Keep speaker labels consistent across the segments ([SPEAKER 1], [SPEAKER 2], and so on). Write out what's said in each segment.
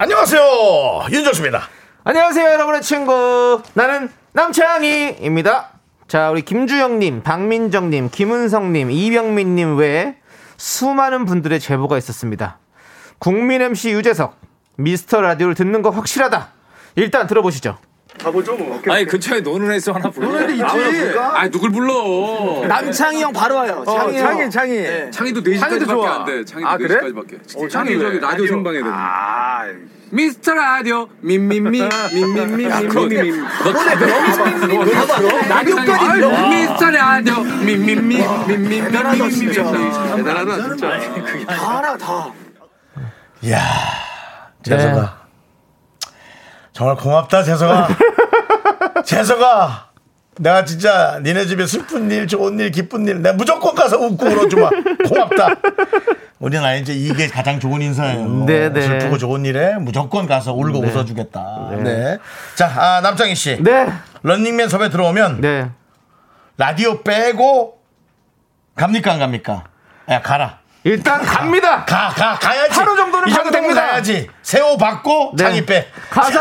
[SPEAKER 1] 안녕하세요 윤정수입니다
[SPEAKER 2] 안녕하세요, 여러분의 친구. 나는 남창희입니다. 자, 우리 김주영님, 박민정님, 김은성님, 이병민님 외에 수많은 분들의 제보가 있었습니다. 국민 MC 유재석, 미스터 라디오를 듣는 거 확실하다. 일단 들어보시죠.
[SPEAKER 3] 아니 근처에 노는 애수 하나 불러. 노는 그러니까.
[SPEAKER 4] 있지.
[SPEAKER 3] 아니 누굴 불러?
[SPEAKER 4] 남창희 형 바로 와요. 창희 형.
[SPEAKER 2] 창희, 창희.
[SPEAKER 3] 창이도 4시까지밖에 안 돼. 창이도 4시까지밖에. 어, 창이 저기 라디오 아. 생방에 되는. 미스터 라디오 민민미 민민미민미민. 어, 네,
[SPEAKER 4] 라디오까지 들어.
[SPEAKER 3] 미스터 라디오 민민미 민민미. 대단하다 진짜. 대단하다 진짜.
[SPEAKER 4] 다 알아 다.
[SPEAKER 1] 이야 재석아 정말 고맙다 재석아 재석아 내가 진짜 니네 집에 슬픈 일 좋은 일 기쁜 일 내가 무조건 가서 웃고 울어주마 고맙다 우리는 아 이제 이게 가장 좋은 인사예요
[SPEAKER 2] 네, 네.
[SPEAKER 1] 슬프고 좋은 일에 무조건 가서 울고 웃어주겠다 네. 네자 아, 남창희 씨
[SPEAKER 2] 네,
[SPEAKER 1] 런닝맨 섭외 들어오면
[SPEAKER 2] 네.
[SPEAKER 1] 라디오 빼고 갑니까 안 갑니까? 야 가라.
[SPEAKER 2] 일단 갑니다!
[SPEAKER 1] 가, 가, 가야지.
[SPEAKER 2] 하루 정도는
[SPEAKER 1] 이
[SPEAKER 2] 가도
[SPEAKER 1] 정도면
[SPEAKER 2] 됩니다.
[SPEAKER 1] 가야지. 새우 받고
[SPEAKER 2] 네.
[SPEAKER 1] 창이 빼.
[SPEAKER 2] 가서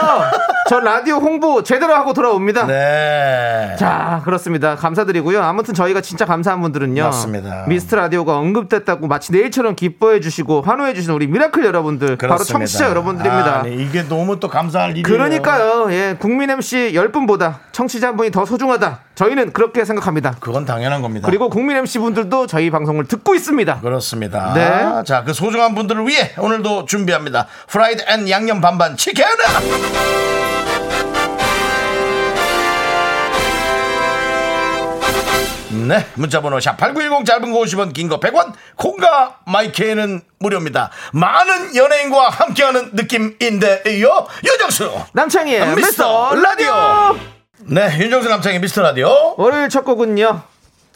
[SPEAKER 2] 저 라디오 홍보 제대로 하고 돌아옵니다.
[SPEAKER 1] 네.
[SPEAKER 2] 자, 그렇습니다. 감사드리고요. 아무튼 저희가 진짜 감사한 분들은요.
[SPEAKER 1] 맞습니다.
[SPEAKER 2] 미스트 라디오가 언급됐다고 마치 내일처럼 기뻐해 주시고 환호해 주신 우리 미라클 여러분들, 바로
[SPEAKER 1] 그렇습니다.
[SPEAKER 2] 청취자 여러분들입니다.
[SPEAKER 1] 아, 네. 이게 너무 또 감사할 일이에요.
[SPEAKER 2] 그러니까요. 예, 국민 MC 10분보다 청취자 한 분이 더 소중하다. 저희는 그렇게 생각합니다.
[SPEAKER 1] 그건 당연한 겁니다.
[SPEAKER 2] 그리고 국민 MC 분들도 저희 방송을 듣고 있습니다.
[SPEAKER 1] 그렇습니다.
[SPEAKER 2] 네.
[SPEAKER 1] 자, 그 소중한 분들을 위해 오늘도 준비합니다. 프라이드 앤 양념 반반 치킨! 네, 문자번호 샵8910 짧은 거 50원, 긴 거 100원, 콩과 마이케이는 무료입니다. 많은 연예인과 함께하는 느낌인데요. 윤정수!
[SPEAKER 2] 남창희의 미스터
[SPEAKER 1] 아, 미스터
[SPEAKER 2] 라디오!
[SPEAKER 1] 라디오! 네, 윤정수 남창의 미스터 라디오.
[SPEAKER 2] 월요일 첫 곡은요.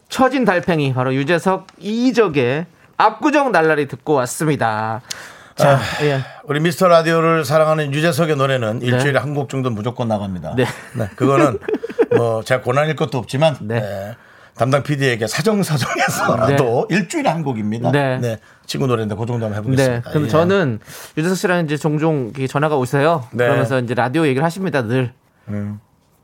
[SPEAKER 2] 처진 달팽이, 바로 유재석 이적의 압구정 날라리 듣고 왔습니다. 자,
[SPEAKER 1] 아.
[SPEAKER 2] 예.
[SPEAKER 1] 우리 미스터 라디오를 사랑하는 유재석의 노래는 일주일에 한 곡 정도 는 무조건 나갑니다.
[SPEAKER 2] 네.
[SPEAKER 1] 그거는 뭐 제가 고난일 것도 없지만
[SPEAKER 2] 네.
[SPEAKER 1] 네, 담당 PD에게 사정사정해서라도 일주일에 한 곡입니다.
[SPEAKER 2] 네.
[SPEAKER 1] 네. 친구 노래인데 그 정도 한번
[SPEAKER 2] 네.
[SPEAKER 1] 해보겠습니다.
[SPEAKER 2] 근데
[SPEAKER 1] 예.
[SPEAKER 2] 저는 유재석 씨랑 이제 종종 이렇게 전화가 오세요.
[SPEAKER 1] 네. 음.
[SPEAKER 2] 그러면서 이제 라디오 얘기를 하십니다. 늘.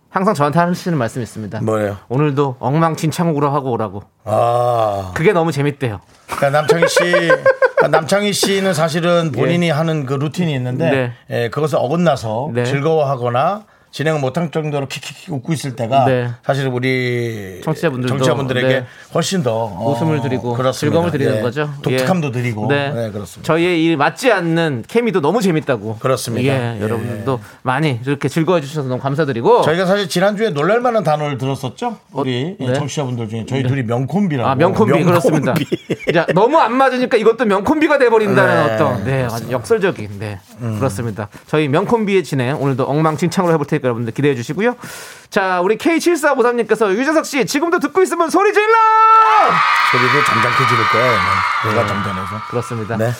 [SPEAKER 2] 항상 저한테 하시는 말씀이 있습니다.
[SPEAKER 1] 뭐예요?
[SPEAKER 2] 오늘도 엉망진창으로 하고 오라고.
[SPEAKER 1] 아,
[SPEAKER 2] 그게 너무 재밌대요.
[SPEAKER 1] 그러니까 남창희 씨, 그러니까 남창희 씨는 사실은
[SPEAKER 2] 예.
[SPEAKER 1] 본인이 하는 그 루틴이 있는데 예, 그것을 어긋나서
[SPEAKER 2] 네.
[SPEAKER 1] 즐거워하거나 진행을 못할 정도로 킥킥킥 웃고 있을 때가
[SPEAKER 2] 네.
[SPEAKER 1] 사실 우리
[SPEAKER 2] 청취자분들도,
[SPEAKER 1] 에게
[SPEAKER 2] 네.
[SPEAKER 1] 훨씬 더 어,
[SPEAKER 2] 웃음을 드리고
[SPEAKER 1] 그렇습니다.
[SPEAKER 2] 즐거움을 드리는
[SPEAKER 1] 예.
[SPEAKER 2] 거죠.
[SPEAKER 1] 독특함도
[SPEAKER 2] 예.
[SPEAKER 1] 드리고 네. 그렇습니다.
[SPEAKER 2] 저희의 이 맞지 않는 케미도 너무 재밌다고.
[SPEAKER 1] 그렇습니다.
[SPEAKER 2] 예,
[SPEAKER 1] 예.
[SPEAKER 2] 여러분들도 많이 이렇게 즐거워해 주셔서 너무 감사드리고.
[SPEAKER 1] 저희가 사실 지난주에 놀랄만한 단어를 들었었죠? 우리
[SPEAKER 2] 네.
[SPEAKER 1] 청취자분들 중에 저희 둘이 명콤비라고.
[SPEAKER 2] 아, 명콤비, 그렇습니다. 자, 너무 안 맞으니까 이것도 명콤비가 돼버린다는
[SPEAKER 1] 네,
[SPEAKER 2] 어떤 네, 아주 역설적인 네 그렇습니다. 저희 명콤비의 진행 오늘도 엉망진창으로 해볼 테니까 여러분들 기대해 주시고요. 자, 우리 K7453님께서 유재석 씨 지금도 듣고 있으면 소리 질러!
[SPEAKER 1] 소리도 잠잠케 지를 거예요. 네. 내가 잠잠해서.
[SPEAKER 2] 그렇습니다. 네.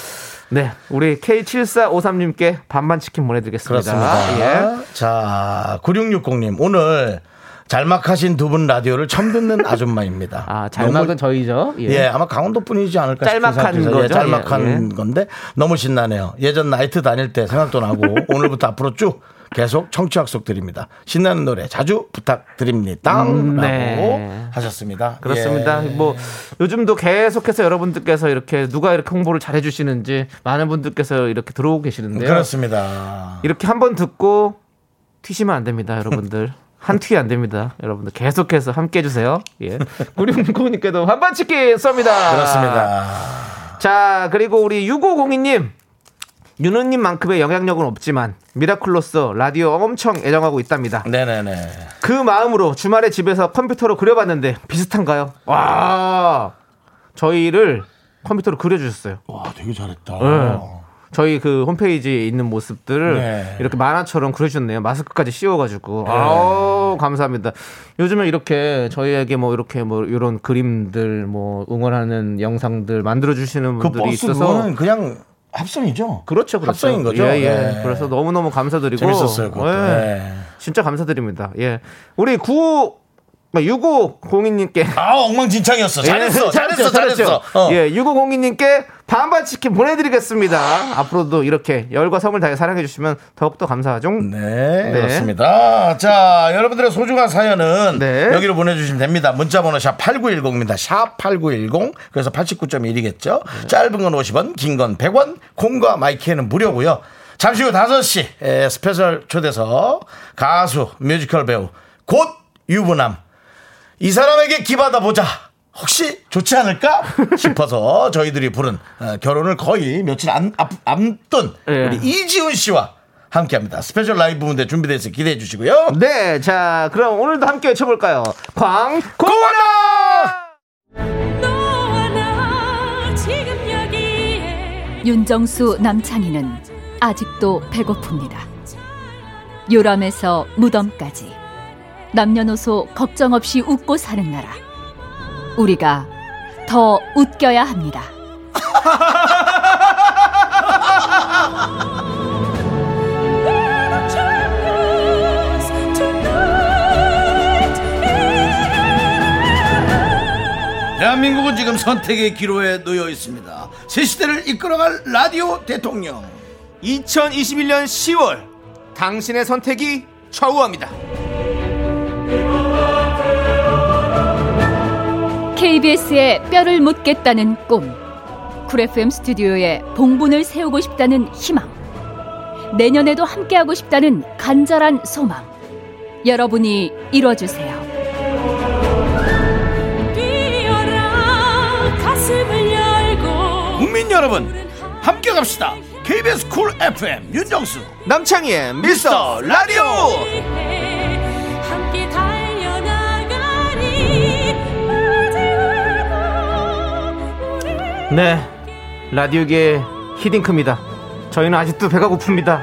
[SPEAKER 1] 네.
[SPEAKER 2] 우리 K7453님께 반반 치킨 보내드리겠습니다. 예.
[SPEAKER 1] 그렇습니다. 자, 9660님, 오늘 잘막하신 두 분 라디오를 처음 듣는 아줌마입니다.
[SPEAKER 2] 아, 잘막은
[SPEAKER 1] 너무-
[SPEAKER 2] 저희죠. 예.
[SPEAKER 1] 예, 아마 강원도 분이지 않을까 싶은
[SPEAKER 2] 짤막한
[SPEAKER 1] 생각이 들어요. 예,
[SPEAKER 2] 거죠?
[SPEAKER 1] 짤막한
[SPEAKER 2] 예,
[SPEAKER 1] 건데 너무 신나네요. 예전 나이트 다닐 때 생각도 나고 오늘부터 앞으로 쭉 계속 청취 학속 드립니다. 신나는 노래 자주 부탁드립니다.
[SPEAKER 2] 음, 네.
[SPEAKER 1] 라고 하셨습니다.
[SPEAKER 2] 그렇습니다.
[SPEAKER 1] 예.
[SPEAKER 2] 뭐 요즘도 계속해서 여러분들께서 이렇게 누가 이렇게 홍보를 잘해 주시는지 많은 분들께서 이렇게 들어오고 계시는데요.
[SPEAKER 1] 그렇습니다.
[SPEAKER 2] 이렇게 한 번 듣고 튀시면 안 됩니다, 여러분들. 한 튀 안 됩니다. 여러분들 계속해서 함께 해 주세요. 예. 구룡구님께도 한번 치킨 쏩니다. 아.
[SPEAKER 1] 그렇습니다.
[SPEAKER 2] 자, 그리고 우리 6502님. 윤호님만큼의 영향력은 없지만 미라클로서 라디오 엄청 애정하고 있답니다.
[SPEAKER 1] 네네네.
[SPEAKER 2] 그 마음으로 주말에 집에서 컴퓨터로 그려봤는데 비슷한가요? 와 저희를 컴퓨터로 그려주셨어요.
[SPEAKER 1] 와, 되게 잘했다.
[SPEAKER 2] 네. 저희 그 홈페이지에 있는 모습들을
[SPEAKER 1] 네.
[SPEAKER 2] 이렇게 만화처럼 그려주셨네요. 마스크까지 씌워가지고. 아우, 감사합니다. 요즘에 이렇게 저희에게 뭐 이렇게 뭐 이런 그림들 뭐 응원하는 영상들 만들어주시는
[SPEAKER 1] 그
[SPEAKER 2] 분들이
[SPEAKER 1] 버스
[SPEAKER 2] 있어서.
[SPEAKER 1] 그거는 그냥 합성이죠.
[SPEAKER 2] 그렇죠, 그렇죠.
[SPEAKER 1] 합성인 거죠.
[SPEAKER 2] 예, 예.
[SPEAKER 1] 예.
[SPEAKER 2] 그래서 너무너무 감사드리고.
[SPEAKER 1] 재밌었어요, 그것도.
[SPEAKER 2] 예.
[SPEAKER 1] 예.
[SPEAKER 2] 진짜 감사드립니다. 예. 우리 그러니까 9 6502님께
[SPEAKER 1] 아 엉망진창이었어. 잘했어, 잘했어, 잘했어. 어.
[SPEAKER 2] 예, 6502님께 반반 치킨 보내드리겠습니다. 앞으로도 이렇게 열과 성을 다해 사랑해주시면 더욱더 감사하죠.
[SPEAKER 1] 네, 그렇습니다. 자, 여러분들의 소중한 사연은
[SPEAKER 2] 네.
[SPEAKER 1] 여기로 보내주시면 됩니다. 문자번호 샵 8910입니다. 샵 8910. 그래서 89.1이겠죠. 짧은 건 50원, 긴 건 100원, 콩과 마이키에는 무료고요. 잠시 후 5시 에, 스페셜 초대서 가수, 뮤지컬 배우, 곧 유부남. 이 사람에게 기받아 보자. 혹시 좋지 않을까 싶어서 저희들이 부른 어, 결혼을 거의 며칠 안, 앞, 앞둔
[SPEAKER 2] 예.
[SPEAKER 1] 우리 이지훈 씨와 함께합니다. 스페셜 라이브 무대 준비돼 있어 기대해 주시고요.
[SPEAKER 2] 네, 자, 그럼 오늘도 함께 외쳐볼까요? 광고나!
[SPEAKER 5] 윤정수 남창희는 아직도 배고픕니다. 요람에서 무덤까지 남녀노소 걱정 없이 웃고 사는 나라. 우리가 더 웃겨야 합니다.
[SPEAKER 1] 대한민국은 지금 선택의 기로에 놓여 있습니다. 새 시대를 이끌어갈 라디오 대통령.
[SPEAKER 2] 2021년 10월 당신의 선택이 좌우합니다.
[SPEAKER 5] KBS의 뼈를 묻겠다는 꿈. 쿨FM 스튜디오에 봉분을 세우고 싶다는 희망. 내년에도 함께하고 싶다는 간절한 소망. 여러분이 이뤄주세요.
[SPEAKER 1] 국민 여러분, 함께 갑시다. KBS 쿨 FM 윤정수.
[SPEAKER 2] 남창희의 미스터 라디오! 네, 라디오계의 히딩크입니다. 저희는 아직도 배가 고픕니다.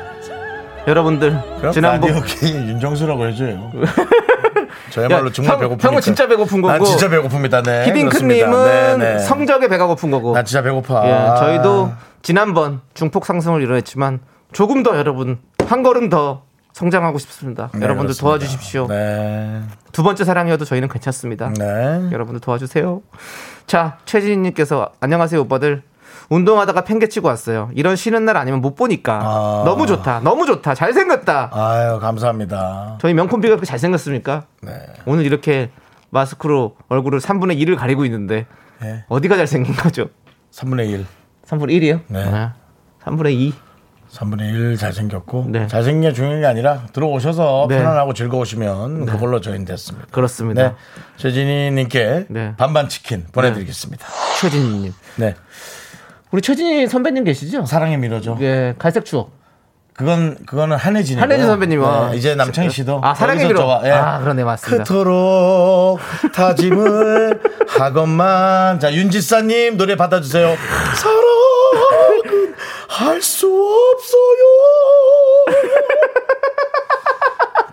[SPEAKER 2] 여러분들, 지난번
[SPEAKER 1] 게임 윤정수라고 해줘요.
[SPEAKER 2] 야,
[SPEAKER 1] 저야말로 정말
[SPEAKER 2] 형-
[SPEAKER 1] 배고프니까.
[SPEAKER 2] 형은 진짜 배고픈 거고.
[SPEAKER 1] 난 진짜 배고픕니다. 네. 그렇습니다.
[SPEAKER 2] 히딩크님은
[SPEAKER 1] 네, 네.
[SPEAKER 2] 성적에 배가 고픈 거고.
[SPEAKER 1] 나 진짜 배고파.
[SPEAKER 2] 예, 저희도 지난번 중폭 상승을 이뤄냈지만 조금 더 여러분 한 걸음 더 성장하고 싶습니다.
[SPEAKER 1] 네,
[SPEAKER 2] 여러분들
[SPEAKER 1] 그렇습니다.
[SPEAKER 2] 도와주십시오.
[SPEAKER 1] 네.
[SPEAKER 2] 두 번째 사랑이어도 저희는 괜찮습니다.
[SPEAKER 1] 네.
[SPEAKER 2] 여러분들 도와주세요. 자, 최진희님께서 안녕하세요 오빠들. 운동하다가 팽개치고 왔어요. 이런 쉬는 날 아니면 못 보니까
[SPEAKER 1] 아.
[SPEAKER 2] 너무 좋다, 너무 좋다, 잘생겼다.
[SPEAKER 1] 아유, 감사합니다.
[SPEAKER 2] 저희 명콤비가 그렇게 잘생겼습니까? 오늘 이렇게 마스크로 얼굴을 3분의 1을 가리고 있는데
[SPEAKER 1] 네.
[SPEAKER 2] 어디가 잘생긴 거죠?
[SPEAKER 1] 3분의 1.
[SPEAKER 2] 3분의 1이요?
[SPEAKER 1] 네.
[SPEAKER 2] 3분의 2.
[SPEAKER 1] 3분의 1 잘생겼고.
[SPEAKER 2] 네.
[SPEAKER 1] 잘생긴 게 중요한 게 아니라 들어오셔서
[SPEAKER 2] 네.
[SPEAKER 1] 편안하고 즐거우시면 그걸로 저희는 됐습니다.
[SPEAKER 2] 그렇습니다.
[SPEAKER 1] 네. 최진희님께
[SPEAKER 2] 네.
[SPEAKER 1] 반반 치킨 보내드리겠습니다.
[SPEAKER 2] 최진희님.
[SPEAKER 1] 네.
[SPEAKER 2] 우리 최진희 선배님 계시죠?
[SPEAKER 1] 사랑의 미로죠.
[SPEAKER 2] 예, 갈색 추억.
[SPEAKER 1] 그건 그거는 한혜진이
[SPEAKER 2] 한혜진 선배님과
[SPEAKER 1] 예. 네, 이제 남창희 씨도
[SPEAKER 2] 아, 사랑의
[SPEAKER 1] 여기서 예.
[SPEAKER 2] 미로.
[SPEAKER 1] 좋아.
[SPEAKER 2] 아, 그러네, 맞습니다.
[SPEAKER 1] 그토록 다짐을 하건만 자 윤지사님 노래 받아주세요. 사랑은 할 수 없어요.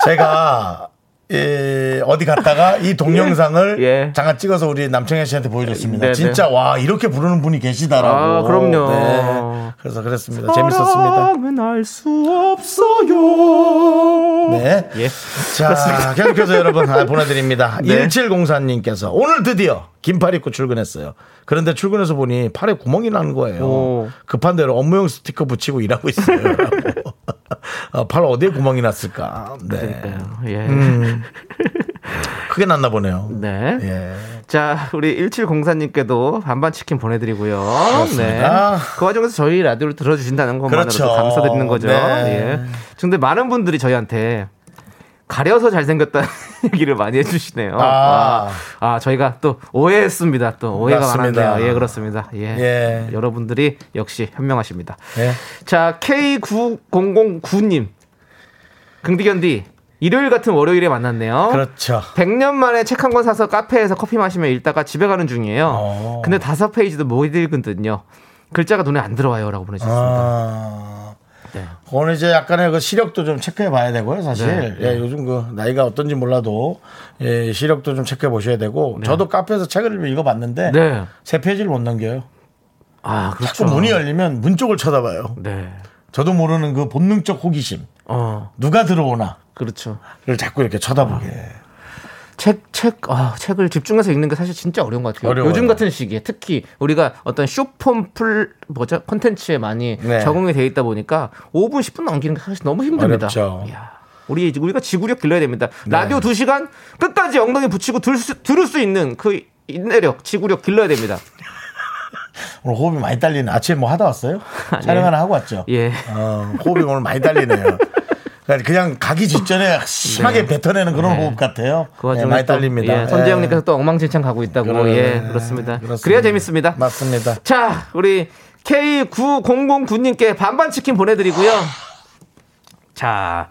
[SPEAKER 1] 제가 예, 어디 갔다가 이 동영상을
[SPEAKER 2] 예.
[SPEAKER 1] 잠깐 찍어서 우리 남청현 씨한테 보여줬습니다.
[SPEAKER 2] 네, 네.
[SPEAKER 1] 진짜 와 이렇게 부르는 분이 계시다라고. 네.
[SPEAKER 2] 아, 그럼요.
[SPEAKER 1] 그래서 그랬습니다. 재밌었습니다.
[SPEAKER 2] 알수 없어요.
[SPEAKER 1] 네.
[SPEAKER 2] 예.
[SPEAKER 1] 자, 계속해서 여러분 아, 보내드립니다.
[SPEAKER 2] 네.
[SPEAKER 1] 1704님께서 오늘 드디어 긴팔 입고 출근했어요. 그런데 출근해서 보니 팔에 구멍이 나는 거예요.
[SPEAKER 2] 오.
[SPEAKER 1] 급한 대로 업무용 스티커 붙이고 일하고 있어요. 라고. 어, 팔 어디에 구멍이 났을까? 네.
[SPEAKER 2] 예.
[SPEAKER 1] 크게 났나 보네요.
[SPEAKER 2] 네.
[SPEAKER 1] 예.
[SPEAKER 2] 자, 우리 1704님께도 반반 치킨 보내드리고요.
[SPEAKER 1] 그렇습니다.
[SPEAKER 2] 그 와중에서 저희 라디오를 들어주신다는 것만으로도
[SPEAKER 1] 그렇죠.
[SPEAKER 2] 감사드리는 거죠.
[SPEAKER 1] 네.
[SPEAKER 2] 예. 근데 많은 분들이 저희한테 가려서 잘생겼다는 얘기를 많이 해주시네요.
[SPEAKER 1] 아.
[SPEAKER 2] 아, 저희가 또 오해했습니다. 또 오해가
[SPEAKER 1] 맞습니다.
[SPEAKER 2] 많았네요. 예, 그렇습니다. 예.
[SPEAKER 1] 예.
[SPEAKER 2] 여러분들이 역시 현명하십니다.
[SPEAKER 1] 예.
[SPEAKER 2] 자, K9009님. 긍디견디. 일요일 같은 월요일에 만났네요.
[SPEAKER 1] 그렇죠.
[SPEAKER 2] 100년 만에 책 한 권 사서 카페에서 커피 마시며 읽다가 집에 가는 중이에요.
[SPEAKER 1] 어.
[SPEAKER 2] 근데 다섯 페이지도 못 읽거든요. 글자가 눈에 안 들어와요라고 보내셨습니다.
[SPEAKER 1] 아.
[SPEAKER 2] 네.
[SPEAKER 1] 그거는 이제 약간의 그 시력도 좀 체크해 봐야 되고요, 사실.
[SPEAKER 2] 네,
[SPEAKER 1] 예, 요즘 그 나이가 어떤지 몰라도 예, 시력도 좀 체크해 보셔야 되고 저도 카페에서 책을 읽어 봤는데
[SPEAKER 2] 네.
[SPEAKER 1] 세 페이지를 못 넘겨요.
[SPEAKER 2] 아, 그렇죠.
[SPEAKER 1] 아. 자꾸 문이 열리면 문 쪽을 쳐다봐요.
[SPEAKER 2] 네.
[SPEAKER 1] 저도 모르는 그 본능적 호기심.
[SPEAKER 2] 어,
[SPEAKER 1] 누가 들어오나를
[SPEAKER 2] 그렇죠.
[SPEAKER 1] 자꾸 이렇게 쳐다보게.
[SPEAKER 2] 책, 책, 아, 책을 집중해서 읽는 게 사실 진짜 어려운 것 같아요.
[SPEAKER 1] 어려워요.
[SPEAKER 2] 요즘 같은 시기에 특히 우리가 어떤 쇼폼 풀, 뭐죠? 컨텐츠에 많이
[SPEAKER 1] 네.
[SPEAKER 2] 적응이 돼 있다 보니까 5분, 10분 넘기는 게 사실 너무 힘듭니다.
[SPEAKER 1] 어렵죠. 네.
[SPEAKER 2] 이야, 우리, 이제 우리가 지구력 길러야 됩니다. 라디오 2시간 끝까지 엉덩이 붙이고 들 수, 들을 수 있는 그 인내력, 지구력 길러야 됩니다.
[SPEAKER 1] 오늘 호흡이 많이 딸리는 아침에 뭐 하다 왔어요? 촬영 하나 하고 왔죠?
[SPEAKER 2] 네. 예.
[SPEAKER 1] 어, 호흡이 오늘 많이 딸리네요. 그러니까 그냥 가기 직전에 심하게 뱉어내는 그런
[SPEAKER 2] 네.
[SPEAKER 1] 호흡 같아요.
[SPEAKER 2] 그 와중에
[SPEAKER 1] 네, 많이
[SPEAKER 2] 또,
[SPEAKER 1] 딸립니다.
[SPEAKER 2] 예, 선재형님께서
[SPEAKER 1] 예.
[SPEAKER 2] 또 엉망진창 가고 있다고.
[SPEAKER 1] 그러네.
[SPEAKER 2] 예, 그렇습니다.
[SPEAKER 1] 그렇습니다.
[SPEAKER 2] 그래야 재밌습니다.
[SPEAKER 1] 맞습니다.
[SPEAKER 2] 자, 우리 K9009님께 반반 치킨 보내드리고요. 자,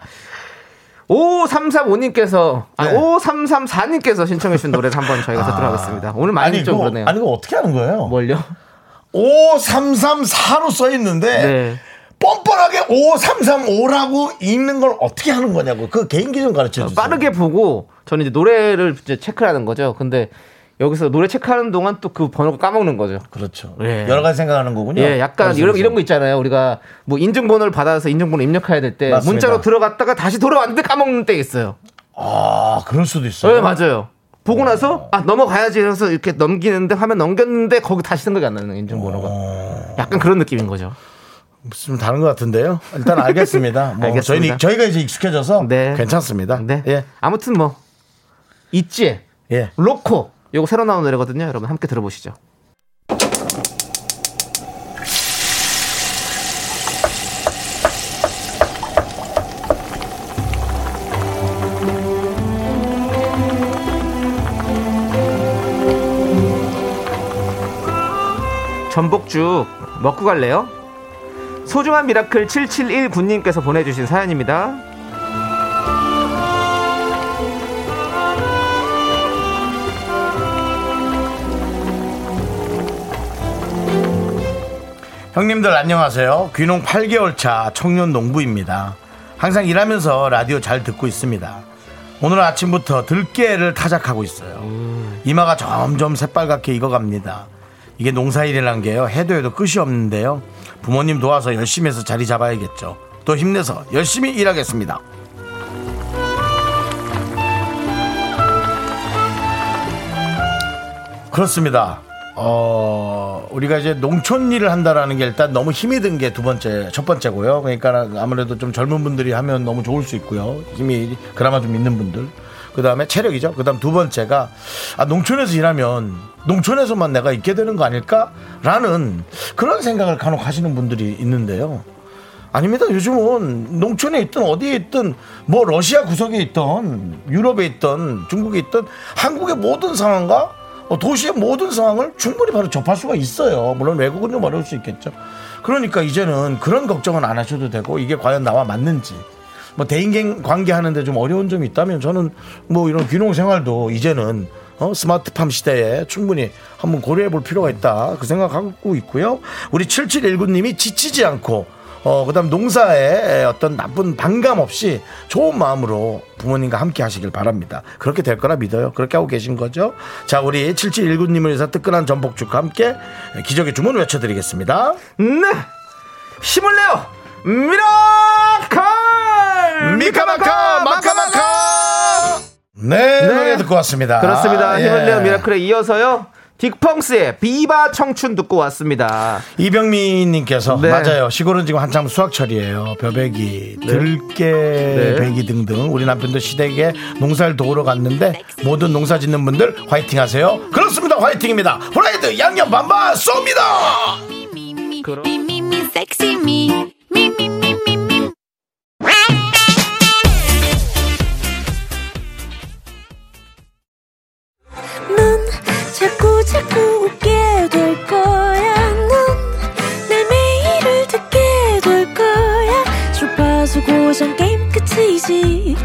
[SPEAKER 2] 5335님께서, 아,
[SPEAKER 1] 네. 아.
[SPEAKER 2] 5334님께서 신청해주신 노래를 한번 저희가 듣도록 하겠습니다. 오늘 많이
[SPEAKER 1] 아니,
[SPEAKER 2] 좀
[SPEAKER 1] 그거,
[SPEAKER 2] 그러네요. 뭐
[SPEAKER 1] 아니, 그거 어떻게 하는 거예요?
[SPEAKER 2] 뭘요?
[SPEAKER 1] 5334로 써 있는데
[SPEAKER 2] 네.
[SPEAKER 1] 뻔뻔하게 5335라고 읽는 걸 어떻게 하는 거냐고 그 개인기 좀 가르쳐 주세요.
[SPEAKER 2] 빠르게 보고, 저는 이제 노래를 이제 체크하는 거죠. 근데 여기서 노래 체크하는 동안 또 그 번호가 까먹는 거죠.
[SPEAKER 1] 그렇죠.
[SPEAKER 2] 예.
[SPEAKER 1] 여러 가지 생각하는 거군요.
[SPEAKER 2] 예, 약간
[SPEAKER 1] 그래서
[SPEAKER 2] 이런 이런 거 있잖아요. 우리가 뭐 인증번호를 받아서 인증번호 입력해야 될 때
[SPEAKER 1] 맞습니다.
[SPEAKER 2] 문자로 들어갔다가 다시 돌아왔는데 까먹는 때 있어요.
[SPEAKER 1] 아, 그럴 수도 있어요. 어.
[SPEAKER 2] 네, 맞아요. 보고 나서 아 넘어가야지 해서 이렇게 넘기는데 화면 넘겼는데 거기 다시 생각이 안 나는 인증번호가
[SPEAKER 1] 어.
[SPEAKER 2] 약간 그런 느낌인 거죠.
[SPEAKER 1] 좀 다른 것 같은데요. 일단 알겠습니다. 뭐
[SPEAKER 2] 알겠습니다.
[SPEAKER 1] 저희는 저희가 이제 익숙해져서
[SPEAKER 2] 네.
[SPEAKER 1] 괜찮습니다.
[SPEAKER 2] 네.
[SPEAKER 1] 예.
[SPEAKER 2] 아무튼 뭐 있지.
[SPEAKER 1] 예.
[SPEAKER 2] 로코 요거 새로 나온 노래거든요. 여러분 함께 들어보시죠. 전복죽 먹고 갈래요? 소중한 미라클 771 군님께서 보내주신 사연입니다.
[SPEAKER 1] 형님들 안녕하세요. 귀농 8개월 차 청년 농부입니다. 항상 일하면서 라디오 잘 듣고 있습니다. 오늘 아침부터 들깨를 타작하고 있어요. 이마가 점점 새빨갛게 익어갑니다. 이게 농사일이란 게요. 해도 해도 끝이 없는데요. 부모님 도와서 열심히 해서 자리 잡아야겠죠. 또 힘내서 열심히 일하겠습니다. 그렇습니다. 어, 우리가 이제 농촌 일을 한다라는 게 일단 너무 힘이 든 게 두 번째, 첫 번째고요. 그러니까 아무래도 좀 젊은 분들이 하면 너무 좋을 수 있고요. 힘이 그나마 좀 있는 분들. 그 다음에 체력이죠. 그 다음 두 번째가, 아, 농촌에서 일하면 농촌에서만 내가 있게 되는 거 아닐까라는 그런 생각을 간혹 하시는 분들이 있는데요. 아닙니다. 요즘은 농촌에 있든 어디에 있든 뭐 러시아 구석에 있든 유럽에 있든 중국에 있든 한국의 모든 상황과 어, 도시의 모든 상황을 충분히 바로 접할 수가 있어요. 물론 외국은 좀 어려울 수 있겠죠. 그러니까 이제는 그런 걱정은 안 하셔도 되고 이게 과연 나와 맞는지 뭐 대인 관계 하는데 좀 어려운 점이 있다면 저는 뭐 이런 귀농 생활도 이제는 어, 스마트팜 시대에 충분히 한번 고려해 볼 필요가 있다 그 생각하고 있고요. 우리 7719님이 지치지 않고 어, 그 다음 농사에 어떤 나쁜 반감 없이 좋은 마음으로 부모님과 함께 하시길 바랍니다. 그렇게 될 거라 믿어요. 그렇게 하고 계신 거죠. 자, 우리 7719님을 위해서 뜨끈한 전복죽과 함께 기적의 주문 외쳐드리겠습니다.
[SPEAKER 2] 네! 힘을 내요! 미라클!
[SPEAKER 1] 미카마카! 마카마카! 네, 노래 듣고 왔습니다.
[SPEAKER 2] 그렇습니다. 힘을
[SPEAKER 1] 예.
[SPEAKER 2] 내요 미라클에 이어서요. 딕펑스의 비바 청춘 듣고 왔습니다.
[SPEAKER 1] 이병민님께서
[SPEAKER 2] 네.
[SPEAKER 1] 맞아요. 시골은 지금 한참 수확철이에요. 벼베기, 들깨,
[SPEAKER 2] 네.
[SPEAKER 1] 베기 등등. 우리 남편도 시댁에 농사를 도우러 갔는데 모든 농사 짓는 분들 화이팅하세요. 그렇습니다. 화이팅입니다. 후라이드 양념 반반 쏩니다.
[SPEAKER 6] 넌 자꾸 자꾸 웃게 될 거야. 넌내 매일을 듣게 될 거야. 주파수 고정 게임 끝이지.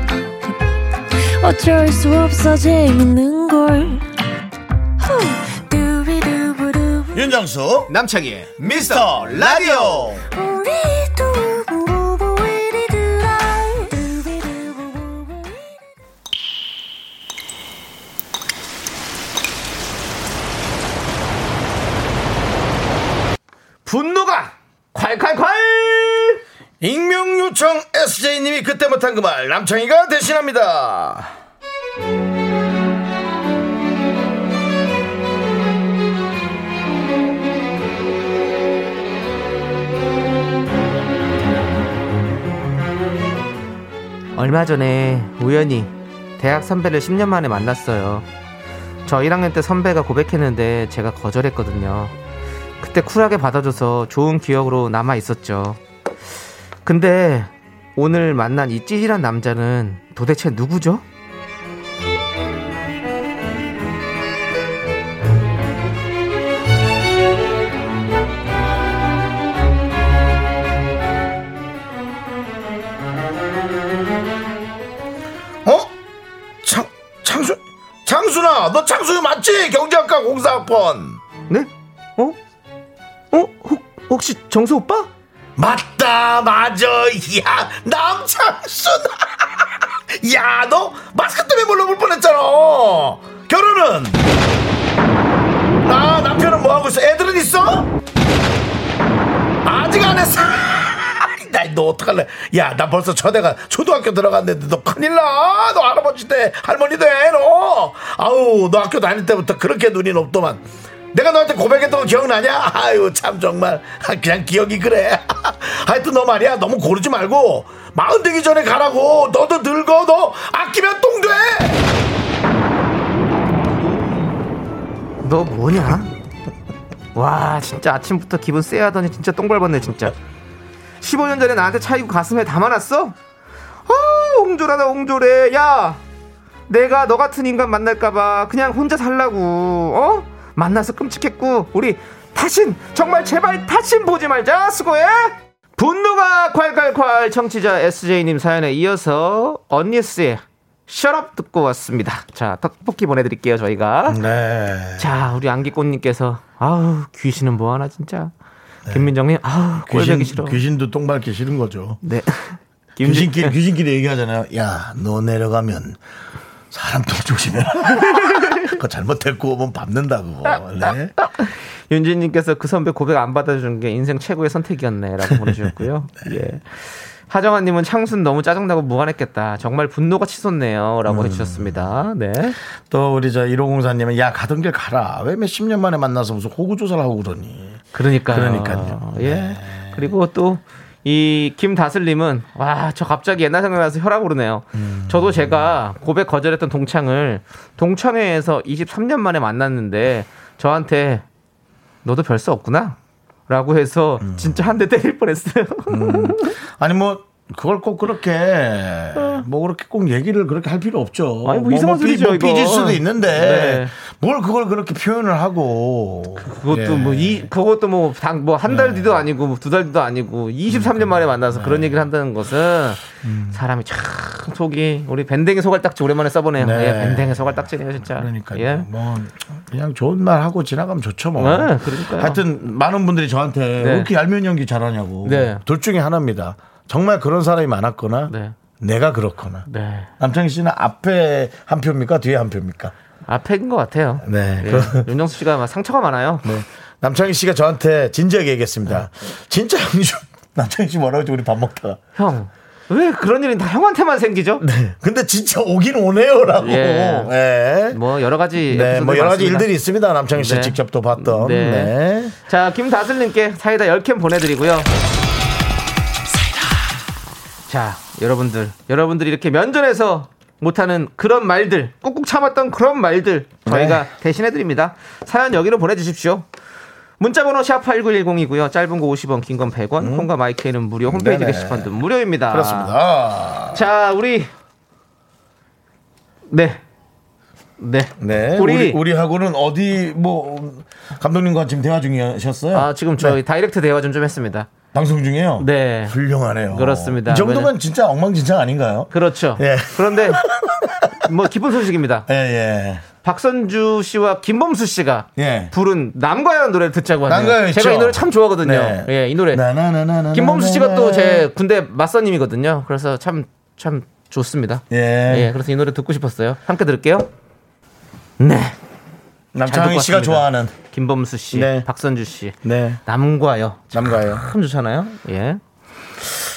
[SPEAKER 6] 어쩔 수 없어 재밌는 걸. 후. 두비두부두부.
[SPEAKER 1] 윤정수
[SPEAKER 2] 남창희의
[SPEAKER 1] 미스터 라디오
[SPEAKER 6] 우리 두부부부 이리들아 두비두부부부
[SPEAKER 2] 분노가 콸콸콸
[SPEAKER 1] 익명 요청 SJ님이 그때 못한 그 말 남창희가 대신합니다
[SPEAKER 2] 얼마 전에 우연히 대학 선배를 10년 만에 만났어요. 저 1학년 때 선배가 고백했는데 제가 거절했거든요. 그때 쿨하게 받아줘서 좋은 기억으로 남아 있었죠. 근데 오늘 만난 이 찌질한 남자는 도대체 누구죠?
[SPEAKER 1] 어? 창, 창수 창수나 너 창수 맞지? 경제학과 공사학번
[SPEAKER 2] 네? 어? 어? 혹, 혹시 정수 오빠?
[SPEAKER 1] 맞다 맞아 야 남창순 야 너 마스크 때문에 몰라볼 뻔했잖아 결혼은 나 남편은 뭐하고 있어 애들은 있어 아직 안 했어 나너 어떡할래 야 나 벌써 저대가 초등학교 들어갔는데 너 큰일 나너 할아버지 돼 할머니 돼너 아우 너 학교 다닐 때부터 그렇게 눈이 높더만 내가 너한테 고백했던 거 기억나냐? 아유 참 정말 아, 그냥 기억이 그래 하여튼 너 말이야 너무 고르지 말고 마흔 되기 전에 가라고 너도 늙어 너 아끼면 똥돼
[SPEAKER 2] 너 뭐냐? 와 진짜 아침부터 기분 쎄하더니 진짜 똥 밟았네 진짜 15년 전에 나한테 차이고 가슴에 담아놨어? 아 옹졸하다 옹졸해 야 내가 너 같은 인간 만날까봐 그냥 혼자 살라고 어? 만나서 끔찍했고 우리 다신 정말 제발 다신 보지 말자 수고해 분노가 콸콸콸 청취자 SJ님 사연에 이어서 언니스의 셔럽 듣고 왔습니다 자 떡볶이 보내드릴게요 저희가
[SPEAKER 1] 네
[SPEAKER 2] 자, 우리 안기꽃님께서 아우 귀신은 뭐하나 진짜. 김민정님 아우 꼴보기 싫어.
[SPEAKER 1] 네. 귀신도 똥 밟기 싫은 거죠
[SPEAKER 2] 네. 김지-
[SPEAKER 1] 귀신끼리 귀신끼리 얘기하잖아요 야 너 내려가면 사람 똥 조심해라 그거 잘못했고 오면 밟는다고 네.
[SPEAKER 2] 윤진님께서 그 선배 고백 안 받아준 게 인생 최고의 선택이었네라고 보내주셨고요. 예. 하정아님은 창순 너무 짜증나고 무안했겠다. 정말 분노가
[SPEAKER 1] 음.
[SPEAKER 2] 치솟네요라고 해주셨습니다. 네.
[SPEAKER 1] 또 우리 저 1504님은 야 가던 길 가라 왜 몇 십 년 만에 만나서 무슨 호구조사를 하고 그러니
[SPEAKER 2] 그러니까요.
[SPEAKER 1] 그러니까요.
[SPEAKER 2] 예. 그리고 또. 이 김다슬님은 와 저 갑자기 옛날 생각나서 혈압 오르네요. 저도 제가 고백 거절했던 동창을 동창회에서 23년 만에 만났는데 저한테 너도 별 수 없구나라고 해서 진짜 한 대 때릴 뻔했어요.
[SPEAKER 1] 아니 뭐 그걸 꼭 그렇게 뭐 그렇게 꼭 얘기를 그렇게 할 필요 없죠.
[SPEAKER 2] 아니, 뭐 이상한
[SPEAKER 1] 삐-
[SPEAKER 2] 소리죠,
[SPEAKER 1] 뭐
[SPEAKER 2] 이거.
[SPEAKER 1] 삐질 수도 있는데
[SPEAKER 2] 네.
[SPEAKER 1] 뭘 그걸 그렇게 표현을 하고
[SPEAKER 2] 그것도
[SPEAKER 1] 예. 네.
[SPEAKER 2] 뭐 이 그것도 뭐 당 뭐 한 달 뒤도 아니고 두 달 뒤도 아니고 23년 만에 만나서 그런 얘기를 한다는 것은
[SPEAKER 1] 음.
[SPEAKER 2] 사람이 참 속이 우리 밴댕이 소갈딱지 오랜만에 써보네요.
[SPEAKER 1] 네.
[SPEAKER 2] 예, 밴댕이 소갈딱지네요 진짜.
[SPEAKER 1] 그러니까
[SPEAKER 2] 예.
[SPEAKER 1] 요뭐 그냥 좋은 말 하고 지나가면 좋죠 뭐.
[SPEAKER 2] 네, 그러니까요.
[SPEAKER 1] 하여튼 많은 분들이 저한테 왜 이렇게 얄미운 연기 잘하냐고
[SPEAKER 2] 네.
[SPEAKER 1] 둘 중에 하나입니다. 정말 그런 사람이 많았거나
[SPEAKER 2] 네.
[SPEAKER 1] 내가 그렇거나
[SPEAKER 2] 네.
[SPEAKER 1] 남창희 씨는 앞에 한 표입니까 뒤에 한 표입니까?
[SPEAKER 2] 앞에인 것 같아요.
[SPEAKER 1] 네.
[SPEAKER 2] 예.
[SPEAKER 1] 그-
[SPEAKER 2] 윤정수 씨가 막 상처가 많아요.
[SPEAKER 1] 네. 남창희 씨가 저한테 진지하게 얘기했습니다. 진짜 형님 남창희 씨 뭐라고 했지 우리 밥 먹다가.
[SPEAKER 2] 형. 왜 그런 일은 다 형한테만 생기죠?
[SPEAKER 1] 근데 진짜 오긴 오네요라고.
[SPEAKER 2] 예.
[SPEAKER 1] 예.
[SPEAKER 2] 뭐 여러 가지
[SPEAKER 1] 네,
[SPEAKER 2] 에피소드
[SPEAKER 1] 뭐 여러 가지
[SPEAKER 2] 많습니다.
[SPEAKER 1] 일들이 있습니다. 남창희 씨
[SPEAKER 2] 네.
[SPEAKER 1] 직접 또 봤던.
[SPEAKER 2] 네.
[SPEAKER 1] 네.
[SPEAKER 2] 자, 김다슬님께 사이다 10캔 보내드리고요. 자, 여러분들, 여러분들이 이렇게 면전에서 못하는 그런 말들, 꾹꾹 참았던 그런 말들, 저희가 대신해드립니다. 사연 여기로 보내주십시오. 문자번호 샵8910이고요. 짧은 거 50원, 긴 건 100원, 콩과 마이크는 무료, 홈페이지
[SPEAKER 1] 네네.
[SPEAKER 2] 게시판도 무료입니다. 아.
[SPEAKER 1] 그렇습니다.
[SPEAKER 2] 자, 우리. 네. 네.
[SPEAKER 1] 네.
[SPEAKER 2] 우리-
[SPEAKER 1] 우리, 우리 하고는 어디 뭐 감독님과 지금 대화 중이셨어요? 네,
[SPEAKER 2] 아, 지금 저희 다이렉트 대화 좀 좀 했습니다.
[SPEAKER 1] 방송 중이에요?
[SPEAKER 2] 네.
[SPEAKER 1] 훌륭하네요.
[SPEAKER 2] 그렇습니다.
[SPEAKER 1] 이 정도면
[SPEAKER 2] 왜냐-
[SPEAKER 1] 진짜 엉망진창 아닌가요?
[SPEAKER 2] 그렇죠.
[SPEAKER 1] 예.
[SPEAKER 2] 그런데 뭐 기쁜 소식입니다.
[SPEAKER 1] 예, 예.
[SPEAKER 2] 박선주 씨와 김범수 씨가
[SPEAKER 1] 예.
[SPEAKER 2] 부른 남과연 노래를 듣자고 하네요.
[SPEAKER 1] 남과연 있죠?
[SPEAKER 2] 제가 이 노래 참 좋아하거든요.
[SPEAKER 1] 네.
[SPEAKER 2] 예, 이 노래.
[SPEAKER 1] 나나나나나.
[SPEAKER 2] 김범수 씨가 또 제 군대 맞선님이거든요. 그래서 참, 참 좋습니다.
[SPEAKER 1] 예.
[SPEAKER 2] 예, 그래서 이 노래 듣고 싶었어요. 함께 들을게요. 네. 잘
[SPEAKER 1] 남창희
[SPEAKER 2] 듣고
[SPEAKER 1] 씨가
[SPEAKER 2] 왔습니다.
[SPEAKER 1] 좋아하는.
[SPEAKER 2] 김범수 씨,
[SPEAKER 1] 네.
[SPEAKER 2] 박선주 씨.
[SPEAKER 1] 네.
[SPEAKER 2] 남과요.
[SPEAKER 1] 남가요.
[SPEAKER 2] 참 좋잖아요. 예.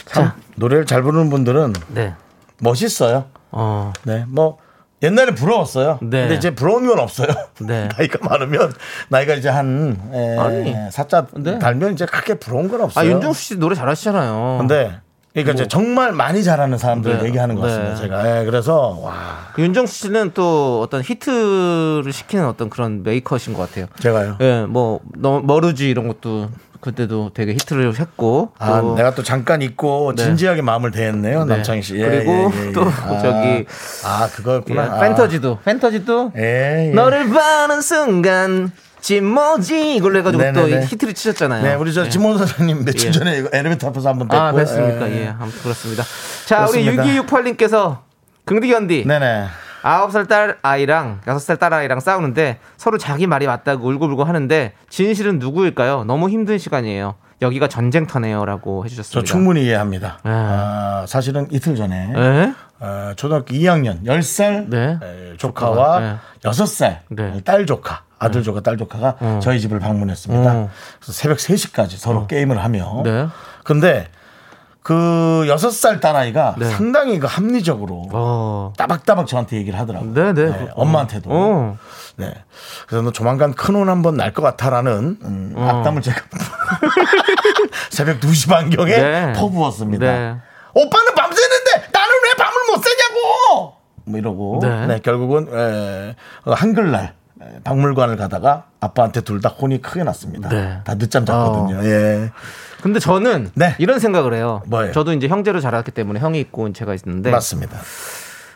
[SPEAKER 2] 자,
[SPEAKER 1] 노래를 잘 부르는 분들은
[SPEAKER 2] 네.
[SPEAKER 1] 멋있어요.
[SPEAKER 2] 어,
[SPEAKER 1] 네. 뭐 옛날에 부러웠어요.
[SPEAKER 2] 네.
[SPEAKER 1] 근데 이제 부러운 건 없어요.
[SPEAKER 2] 네.
[SPEAKER 1] 나이가 많으면 나이가 이제 한 에,
[SPEAKER 2] 아니.
[SPEAKER 1] 사자
[SPEAKER 2] 네.
[SPEAKER 1] 달면 이제 크게 부러운 건
[SPEAKER 2] 아
[SPEAKER 1] 없어요.
[SPEAKER 2] 윤종수 씨 노래 잘하시잖아요.
[SPEAKER 1] 근데 그러니까 이제 정말 많이 잘하는 사람들
[SPEAKER 2] 어. 뭐. 네.
[SPEAKER 1] 얘기하는 것 같습니다.
[SPEAKER 2] 네.
[SPEAKER 1] 제가 예, 그래서 와
[SPEAKER 2] 그 윤종수 씨는 또 어떤 히트를 시키는 어떤 그런 메이커신 것 같아요.
[SPEAKER 1] 제가요.
[SPEAKER 2] 예, 뭐 너, 머루지 이런 것도 그때도 되게 히트를 했고.
[SPEAKER 1] 아
[SPEAKER 2] 또-
[SPEAKER 1] 내가 또 잠깐 있고
[SPEAKER 2] 네.
[SPEAKER 1] 진지하게 마음을 대했네요
[SPEAKER 2] 네.
[SPEAKER 1] 남창희 씨. 예,
[SPEAKER 2] 그리고
[SPEAKER 1] 예, 예, 예.
[SPEAKER 2] 또 저기
[SPEAKER 1] 아
[SPEAKER 2] 예,
[SPEAKER 1] 그거였구나. 아.
[SPEAKER 2] 팬터지도 팬터지도
[SPEAKER 1] 예, 예.
[SPEAKER 2] 너를 보는 순간 진모지 이걸로 해가지고
[SPEAKER 1] 네네네.
[SPEAKER 2] 또 히트를 치셨잖아요.
[SPEAKER 1] 네, 우리 저
[SPEAKER 2] 예.
[SPEAKER 1] 지모 사장님 며칠
[SPEAKER 2] 예.
[SPEAKER 1] 전에 이거 엘리베이터 앞에서 한번 뵙고.
[SPEAKER 2] 아, 됐습니까? 예, 아무튼 그렇습니다. 자,
[SPEAKER 1] 그렇습니다.
[SPEAKER 2] 우리 6268님께서 긍디견디
[SPEAKER 1] 네네.
[SPEAKER 2] 아홉 살 딸 아이랑 여섯 살 딸 아이랑 싸우는데 서로 자기 말이 맞다고 울고불고 하는데 진실은 누구일까요? 너무 힘든 시간이에요. 여기가 전쟁터네요라고
[SPEAKER 1] 저
[SPEAKER 2] 해주셨습니다.
[SPEAKER 1] 충분히 이해합니다.
[SPEAKER 2] 예.
[SPEAKER 1] 아, 사실은 이틀 전에
[SPEAKER 2] 예?
[SPEAKER 1] 어, 초등학교 2학년 10살
[SPEAKER 2] 네.
[SPEAKER 1] 에, 조카와
[SPEAKER 2] 조카가,
[SPEAKER 1] 6살
[SPEAKER 2] 네.
[SPEAKER 1] 딸 조카 아들 조카 딸 조카가 저희 집을 방문했습니다.
[SPEAKER 2] 어.
[SPEAKER 1] 그래서 새벽 3시까지 서로 게임을 하며
[SPEAKER 2] 네.
[SPEAKER 1] 근데 그 6살 딸아이가
[SPEAKER 2] 네.
[SPEAKER 1] 상당히 그 합리적으로
[SPEAKER 2] 어.
[SPEAKER 1] 따박따박 저한테 얘기를 하더라고요.
[SPEAKER 2] 네, 네. 그렇구나.
[SPEAKER 1] 엄마한테도.
[SPEAKER 2] 어.
[SPEAKER 1] 네. 그래서 너 조만간 큰 혼 한 번 날 것 같아라는 음,
[SPEAKER 2] 어.
[SPEAKER 1] 악담을 제가 새벽 2시 반경에
[SPEAKER 2] 네.
[SPEAKER 1] 퍼부었습니다.
[SPEAKER 2] 네.
[SPEAKER 1] 오빠는 밤새는데 나는 왜 밤을 못 새냐고! 뭐 이러고 네.
[SPEAKER 2] 네.
[SPEAKER 1] 결국은 에, 어, 한글날 에, 박물관을 가다가 아빠한테 둘 다 혼이 크게 났습니다.
[SPEAKER 2] 네.
[SPEAKER 1] 다 늦잠 잤거든요. 예.
[SPEAKER 2] 근데 저는
[SPEAKER 1] 네.
[SPEAKER 2] 이런 생각을 해요.
[SPEAKER 1] 뭐예요?
[SPEAKER 2] 저도 이제 형제로 자랐기 때문에 형이 있고 제가 있는데
[SPEAKER 1] 맞습니다.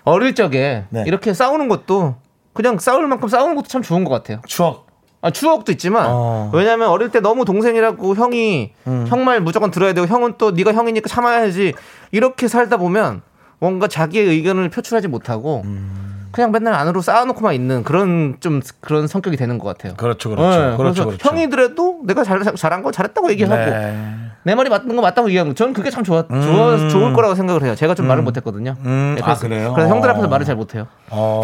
[SPEAKER 2] 어릴 적에
[SPEAKER 1] 네.
[SPEAKER 2] 이렇게 싸우는 것도 그냥 싸울 만큼 싸우는 것도 참 좋은 것 같아요.
[SPEAKER 1] 추억.
[SPEAKER 2] 아, 추억도 있지만
[SPEAKER 1] 어. 음.
[SPEAKER 2] 왜냐하면 어릴 때 너무 동생이라고 형이 형 말 무조건 들어야 되고 형은 또 네가 형이니까 참아야지 이렇게 살다 보면 뭔가 자기의 의견을 표출하지 못하고
[SPEAKER 1] 음.
[SPEAKER 2] 그냥 맨날 안으로 쌓아놓고만 있는 그런 좀 그런 성격이 되는 것 같아요.
[SPEAKER 1] 그렇죠,
[SPEAKER 2] 네,
[SPEAKER 1] 그렇죠. 그렇죠,
[SPEAKER 2] 그래서
[SPEAKER 1] 그렇죠.
[SPEAKER 2] 형이더라도 내가 잘, 잘한 거 잘했다고 얘기하고
[SPEAKER 1] 네.
[SPEAKER 2] 내 말이 맞는 거 맞다고 얘기하는 거. 저는 그게 참 좋아, 좋아 좋을 거라고 생각을 해요. 제가 좀 말을 못했거든요. 네,
[SPEAKER 1] 음. 아, 그래요?
[SPEAKER 2] 그래서 형들 앞에서
[SPEAKER 1] 어.
[SPEAKER 2] 말을 잘 못해요.
[SPEAKER 1] 어.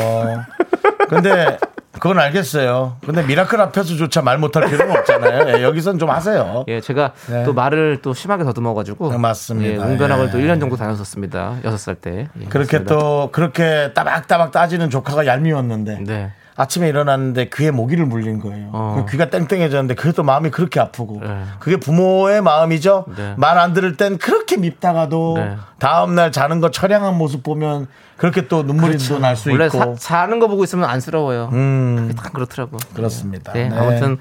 [SPEAKER 1] 근데 그건 알겠어요. 근데 미라클 앞에서조차 말 못할 필요는 없잖아요. 예, 여기선 좀 하세요.
[SPEAKER 2] 예, 제가
[SPEAKER 1] 네.
[SPEAKER 2] 또 말을 또 심하게 더듬어가지고
[SPEAKER 1] 네, 맞습니다.
[SPEAKER 2] 예, 웅변학을
[SPEAKER 1] 예.
[SPEAKER 2] 또 1년 정도 다녔었습니다. 6살 때. 예,
[SPEAKER 1] 그렇게
[SPEAKER 2] 그렇습니다.
[SPEAKER 1] 또 그렇게 따박따박 따지는 조카가 얄미웠는데
[SPEAKER 2] 네.
[SPEAKER 1] 아침에 일어났는데 귀에 모기를 물린 거예요.
[SPEAKER 2] 어.
[SPEAKER 1] 그 귀가 땡땡해졌는데 그게 또 마음이 그렇게 아프고
[SPEAKER 2] 네.
[SPEAKER 1] 그게 부모의 마음이죠.
[SPEAKER 2] 네.
[SPEAKER 1] 말 안 들을 땐 그렇게 밉다가도
[SPEAKER 2] 네.
[SPEAKER 1] 다음 날 자는 거 처량한 모습 보면 그렇게 또 눈물이 또 날 수
[SPEAKER 2] 그렇죠. 원래
[SPEAKER 1] 있고
[SPEAKER 2] 사, 자는 거 보고 있으면 안쓰러워요.
[SPEAKER 1] 음,
[SPEAKER 2] 딱 그렇더라고.
[SPEAKER 1] 그렇습니다.
[SPEAKER 2] 네,
[SPEAKER 1] 네.
[SPEAKER 2] 아무튼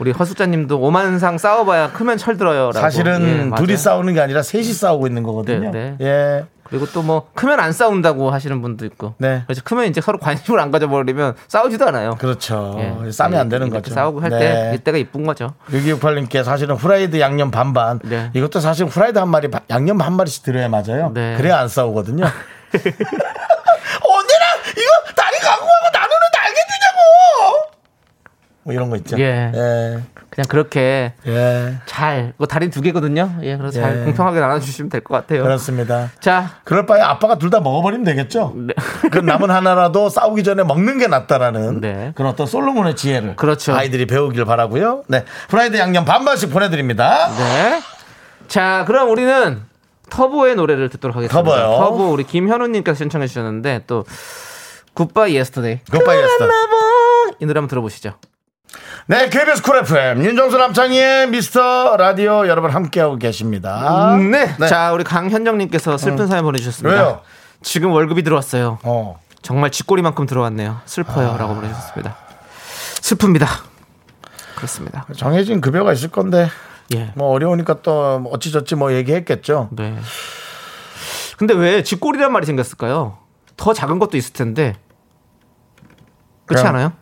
[SPEAKER 2] 우리 허수자님도 오만상 싸워봐야 크면 철들어요라고. 예,
[SPEAKER 1] 사실은
[SPEAKER 2] 맞아요. 음.
[SPEAKER 1] 둘이 싸우는 게 아니라 셋이 싸우고 있는 거거든요.
[SPEAKER 2] 네, 네.
[SPEAKER 1] 예.
[SPEAKER 2] 그리고 또 뭐 크면 안 싸운다고 하시는 분도 있고.
[SPEAKER 1] 네.
[SPEAKER 2] 그래서 크면 이제 서로 관심을 안 가져버리면 싸우지도 않아요.
[SPEAKER 1] 그렇죠.
[SPEAKER 2] 예.
[SPEAKER 1] 싸면 안 되는
[SPEAKER 2] 이렇게
[SPEAKER 1] 거죠. 네.
[SPEAKER 2] 싸우고 할 때 이때가 이쁜 거죠.
[SPEAKER 1] 6268님께 사실은 후라이드 양념 반반.
[SPEAKER 2] 네.
[SPEAKER 1] 이것도 사실 후라이드 한 마리, 바- 양념 한 마리씩 들어야 맞아요.
[SPEAKER 2] 네.
[SPEAKER 1] 그래야 안 싸우거든요. 언니랑 이거 다리 가고 하고 나누는 날개 주냐고! 뭐 이런 거 있죠.
[SPEAKER 2] 예.
[SPEAKER 1] 예.
[SPEAKER 2] 그냥 그렇게
[SPEAKER 1] 예.
[SPEAKER 2] 잘, 그 다리 두 개거든요. 예, 그래서
[SPEAKER 1] 예.
[SPEAKER 2] 잘 공평하게 나눠주시면 될 것 같아요.
[SPEAKER 1] 그렇습니다.
[SPEAKER 2] 자,
[SPEAKER 1] 그럴 바에 아빠가 둘 다 먹어버리면 되겠죠.
[SPEAKER 2] 네.
[SPEAKER 1] 그 남은 하나라도 싸우기 전에 먹는 게 낫다라는
[SPEAKER 2] 네.
[SPEAKER 1] 그런 어떤 솔로몬의 지혜를
[SPEAKER 2] 그렇죠.
[SPEAKER 1] 아이들이 배우길 바라고요. 네, 프라이드 양념 반반씩 보내드립니다.
[SPEAKER 2] 네. 자, 그럼 우리는 터보의 노래를 듣도록 하겠습니다.
[SPEAKER 1] 터보요.
[SPEAKER 2] 터보 우리 김현우님께서 신청해 주셨는데 또 굿바이 예스터데이.
[SPEAKER 1] 굿바이 예스터.
[SPEAKER 2] 이 노래 한번 들어보시죠.
[SPEAKER 1] 네, KBS 쿨 FM 윤정수 남창희의 미스터 라디오 여러분 함께하고 계십니다.
[SPEAKER 2] 네. 자, 우리 강현정님께서 슬픈 사연 보내주셨습니다.
[SPEAKER 1] 아, 음. 왜요?
[SPEAKER 2] 지금 월급이 들어왔어요.
[SPEAKER 1] 어,
[SPEAKER 2] 정말 쥐꼬리만큼 들어왔네요.
[SPEAKER 1] 아.
[SPEAKER 2] 슬퍼요. 라고 보내주셨습니다. 슬픕니다. 그렇습니다.
[SPEAKER 1] 정해진 급여가 있을 건데
[SPEAKER 2] 예.
[SPEAKER 1] 뭐 어려우니까 또 어찌저찌 뭐 얘기했겠죠.
[SPEAKER 2] 네. 근데 왜 쥐꼬리란 말이 생겼을까요? 더 작은 것도 있을 텐데. 그렇지
[SPEAKER 1] 그냥-
[SPEAKER 2] 않아요?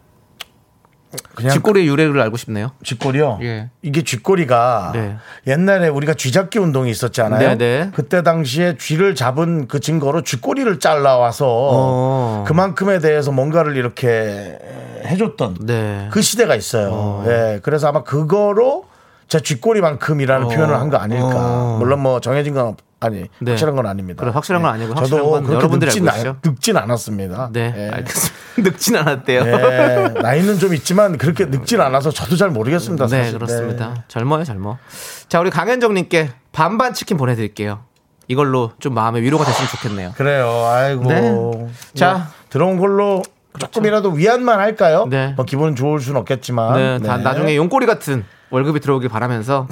[SPEAKER 1] 그냥
[SPEAKER 2] 집꼬리의 유래를 알고 싶네요.
[SPEAKER 1] 쥐꼬리요.
[SPEAKER 2] 예.
[SPEAKER 1] 이게 쥐꼬리가
[SPEAKER 2] 네.
[SPEAKER 1] 옛날에 우리가 쥐잡기 운동이 있었지
[SPEAKER 2] 네,
[SPEAKER 1] 않아요?
[SPEAKER 2] 네.
[SPEAKER 1] 그때 당시에 쥐를 잡은 그 증거로 쥐꼬리를 잘라와서
[SPEAKER 2] 어.
[SPEAKER 1] 그만큼에 대해서 뭔가를 이렇게 해줬던
[SPEAKER 2] 네.
[SPEAKER 1] 그 시대가 있어요. 예. 그래서 아마 그거로 제 쥐꼬리만큼이라는 표현을 한 거 아닐까. 물론 뭐 정해진 건 없- 아니
[SPEAKER 2] 어. 네.
[SPEAKER 1] 확실한 건 아닙니다. 예.
[SPEAKER 2] 그래, 확실한 건 아니고 확실한
[SPEAKER 1] 저도
[SPEAKER 2] 건
[SPEAKER 1] 그렇게
[SPEAKER 2] 여러분들이
[SPEAKER 1] 늙진,
[SPEAKER 2] 알고
[SPEAKER 1] 않-
[SPEAKER 2] 있어요.
[SPEAKER 1] 늙진 않았습니다.
[SPEAKER 2] 네.
[SPEAKER 1] 예.
[SPEAKER 2] 알겠습니다. 늙진 않았대요. 네,
[SPEAKER 1] 예, 나이는 좀 있지만 그렇게 늙진 않아서 저도 잘 모르겠습니다. 사실.
[SPEAKER 2] 네, 그렇습니다. 젊어요, 젊어. 자, 우리 강현정님께 반반 치킨 보내드릴게요. 이걸로 좀 마음의 위로가 됐으면 좋겠네요.
[SPEAKER 1] 그래요. 아이고.
[SPEAKER 2] 네.
[SPEAKER 1] 자
[SPEAKER 2] 자.
[SPEAKER 1] 들어온 걸로 조금이라도 위안만 할까요?
[SPEAKER 2] 네.
[SPEAKER 1] 뭐 기분은 좋을 순 없겠지만.
[SPEAKER 2] 네, 다
[SPEAKER 1] 네.
[SPEAKER 2] 나중에 용꼬리 같은 월급이 들어오길 바라면서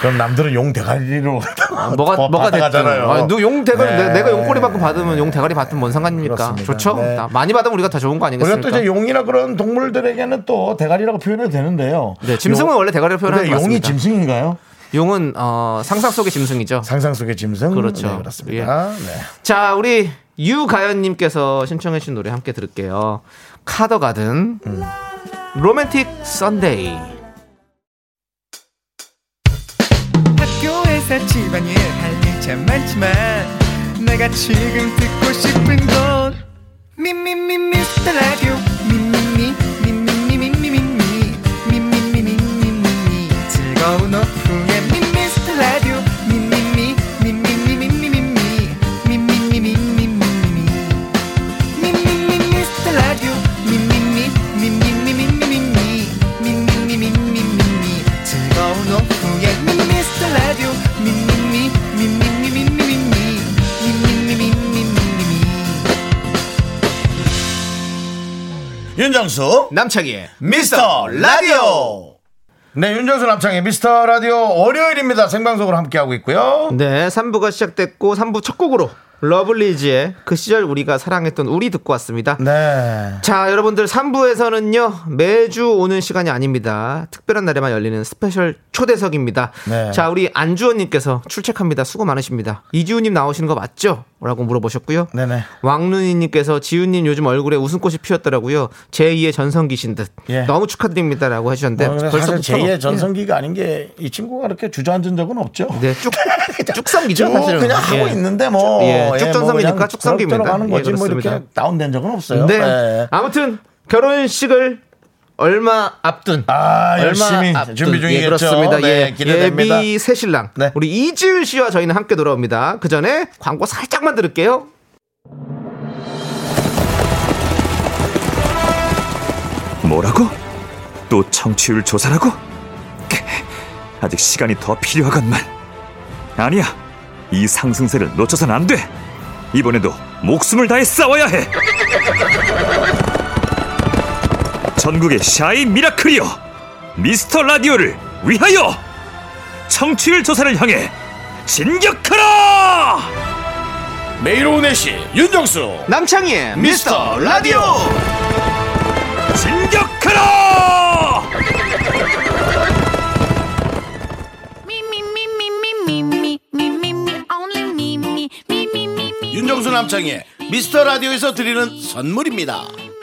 [SPEAKER 1] 그럼 남들은 용 대가리로
[SPEAKER 2] 아, 뭐가 뭐가 됐든
[SPEAKER 1] 받아가잖아요.
[SPEAKER 2] 아, 너용 대가리
[SPEAKER 1] 네.
[SPEAKER 2] 내- 내가 용꼬리 받고 받으면 용 대가리 받든 뭔 상관입니까?
[SPEAKER 1] 그렇습니다.
[SPEAKER 2] 좋죠.
[SPEAKER 1] 네.
[SPEAKER 2] 나- 많이 받으면 우리가 더 좋은 거
[SPEAKER 1] 우리가 또
[SPEAKER 2] 아니겠습니까?
[SPEAKER 1] 이제 용이나 그런 동물들에게는 또 대가리라고 표현해도 되는데요.
[SPEAKER 2] 네, 짐승은 원래 대가리로
[SPEAKER 1] 근데
[SPEAKER 2] 표현하는 거
[SPEAKER 1] 용이
[SPEAKER 2] 맞습니다.
[SPEAKER 1] 짐승인가요?
[SPEAKER 2] 용은 어, 상상 속의 짐승이죠.
[SPEAKER 1] 상상 속의 짐승.
[SPEAKER 2] 그렇죠.
[SPEAKER 1] 네, 그렇습니다. 네.
[SPEAKER 2] 자, 우리 유가연님께서 신청해주신 노래 함께 들을게요. 카더가든
[SPEAKER 1] 음.
[SPEAKER 2] 로맨틱 선데이.
[SPEAKER 7] 학교에서 집안일 할 일 참 많지만 내가 지금 듣고 싶은 건 미미미 미스터 라디오 미미미 미미미 미미미 미미미 미미미 즐거운 오후에 미스터 라디오 미미미 미미미 미미미 미미미 미미미
[SPEAKER 1] 윤정수
[SPEAKER 2] 남창희의
[SPEAKER 1] 미스터 라디오. 네, 윤정수 남창의 미스터 라디오 월요일입니다. 생방송으로 함께하고 있고요.
[SPEAKER 2] 네, 3부가 시작됐고 3부 첫 곡으로 러블리즈의 그 시절 우리가 사랑했던 우리 듣고 왔습니다.
[SPEAKER 1] 네.
[SPEAKER 2] 자, 여러분들 3부에서는요. 매주 오는 시간이 아닙니다. 특별한 날에만 열리는 스페셜 초대석입니다.
[SPEAKER 1] 네.
[SPEAKER 2] 자, 우리 안주원 님께서 출첵합니다. 수고 많으십니다. 이지훈 님 나오시는 거 맞죠? 라고 물어보셨고요.
[SPEAKER 1] 네네.
[SPEAKER 2] 왕눈이 님께서 지훈 님 요즘 얼굴에 웃음꽃이 피었더라고요. 제2의 전성기신 듯.
[SPEAKER 1] 예.
[SPEAKER 2] 너무 축하드립니다라고 하셨는데
[SPEAKER 1] 어, 근데 사실
[SPEAKER 2] 네, 벌써부터 예.
[SPEAKER 1] 제2의 전성기가 아닌 게 이 친구가 이렇게 주저앉은 적은 없죠.
[SPEAKER 2] 네, 쭉
[SPEAKER 1] 그냥
[SPEAKER 2] 쭉성기죠,
[SPEAKER 1] 쭉
[SPEAKER 2] 사실은.
[SPEAKER 1] 그냥 하고
[SPEAKER 2] 예.
[SPEAKER 1] 있는데 뭐
[SPEAKER 2] 쭉, 예, 쭉
[SPEAKER 1] 뭐
[SPEAKER 2] 전성기니까
[SPEAKER 1] 그냥
[SPEAKER 2] 쭉 성기입니다.
[SPEAKER 1] 그럭저럭 하는
[SPEAKER 2] 예,
[SPEAKER 1] 거지 뭐 이렇게
[SPEAKER 2] 그렇습니다.
[SPEAKER 1] 다운된 적은 없어요.
[SPEAKER 2] 네.
[SPEAKER 1] 예.
[SPEAKER 2] 아무튼 결혼식을 얼마 앞둔
[SPEAKER 1] 아, 열심히
[SPEAKER 2] 앞둔.
[SPEAKER 1] 준비 중이겠죠.
[SPEAKER 2] 예, 그렇습니다.
[SPEAKER 1] 네,
[SPEAKER 2] 예,
[SPEAKER 1] 기대됩니다.
[SPEAKER 2] 예비 새 신랑
[SPEAKER 1] 네.
[SPEAKER 2] 우리 이지윤 씨와 저희는 함께 돌아옵니다. 그 전에 광고 살짝만 들을게요.
[SPEAKER 8] 뭐라고? 또 청취율 조사라고? 아직 시간이 더 필요하건만. 아니야. 이 상승세를 놓쳐선 안 돼. 이번에도 목숨을 다해 싸워야 해. 전국의 샤이 미라클이여. 미스터 라디오를 위하여 청취율 조사를 향해 진격하라!
[SPEAKER 1] 매일 오후 4시 윤정수
[SPEAKER 2] 남창희의 미스터
[SPEAKER 1] 라디오
[SPEAKER 8] 진격하라!
[SPEAKER 6] Me, me, me, me, me, me, me, me, me, me, only me, me, me, me, me, me.
[SPEAKER 1] 윤정수 남창의 미스터 라디오에서 드리는 선물입니다.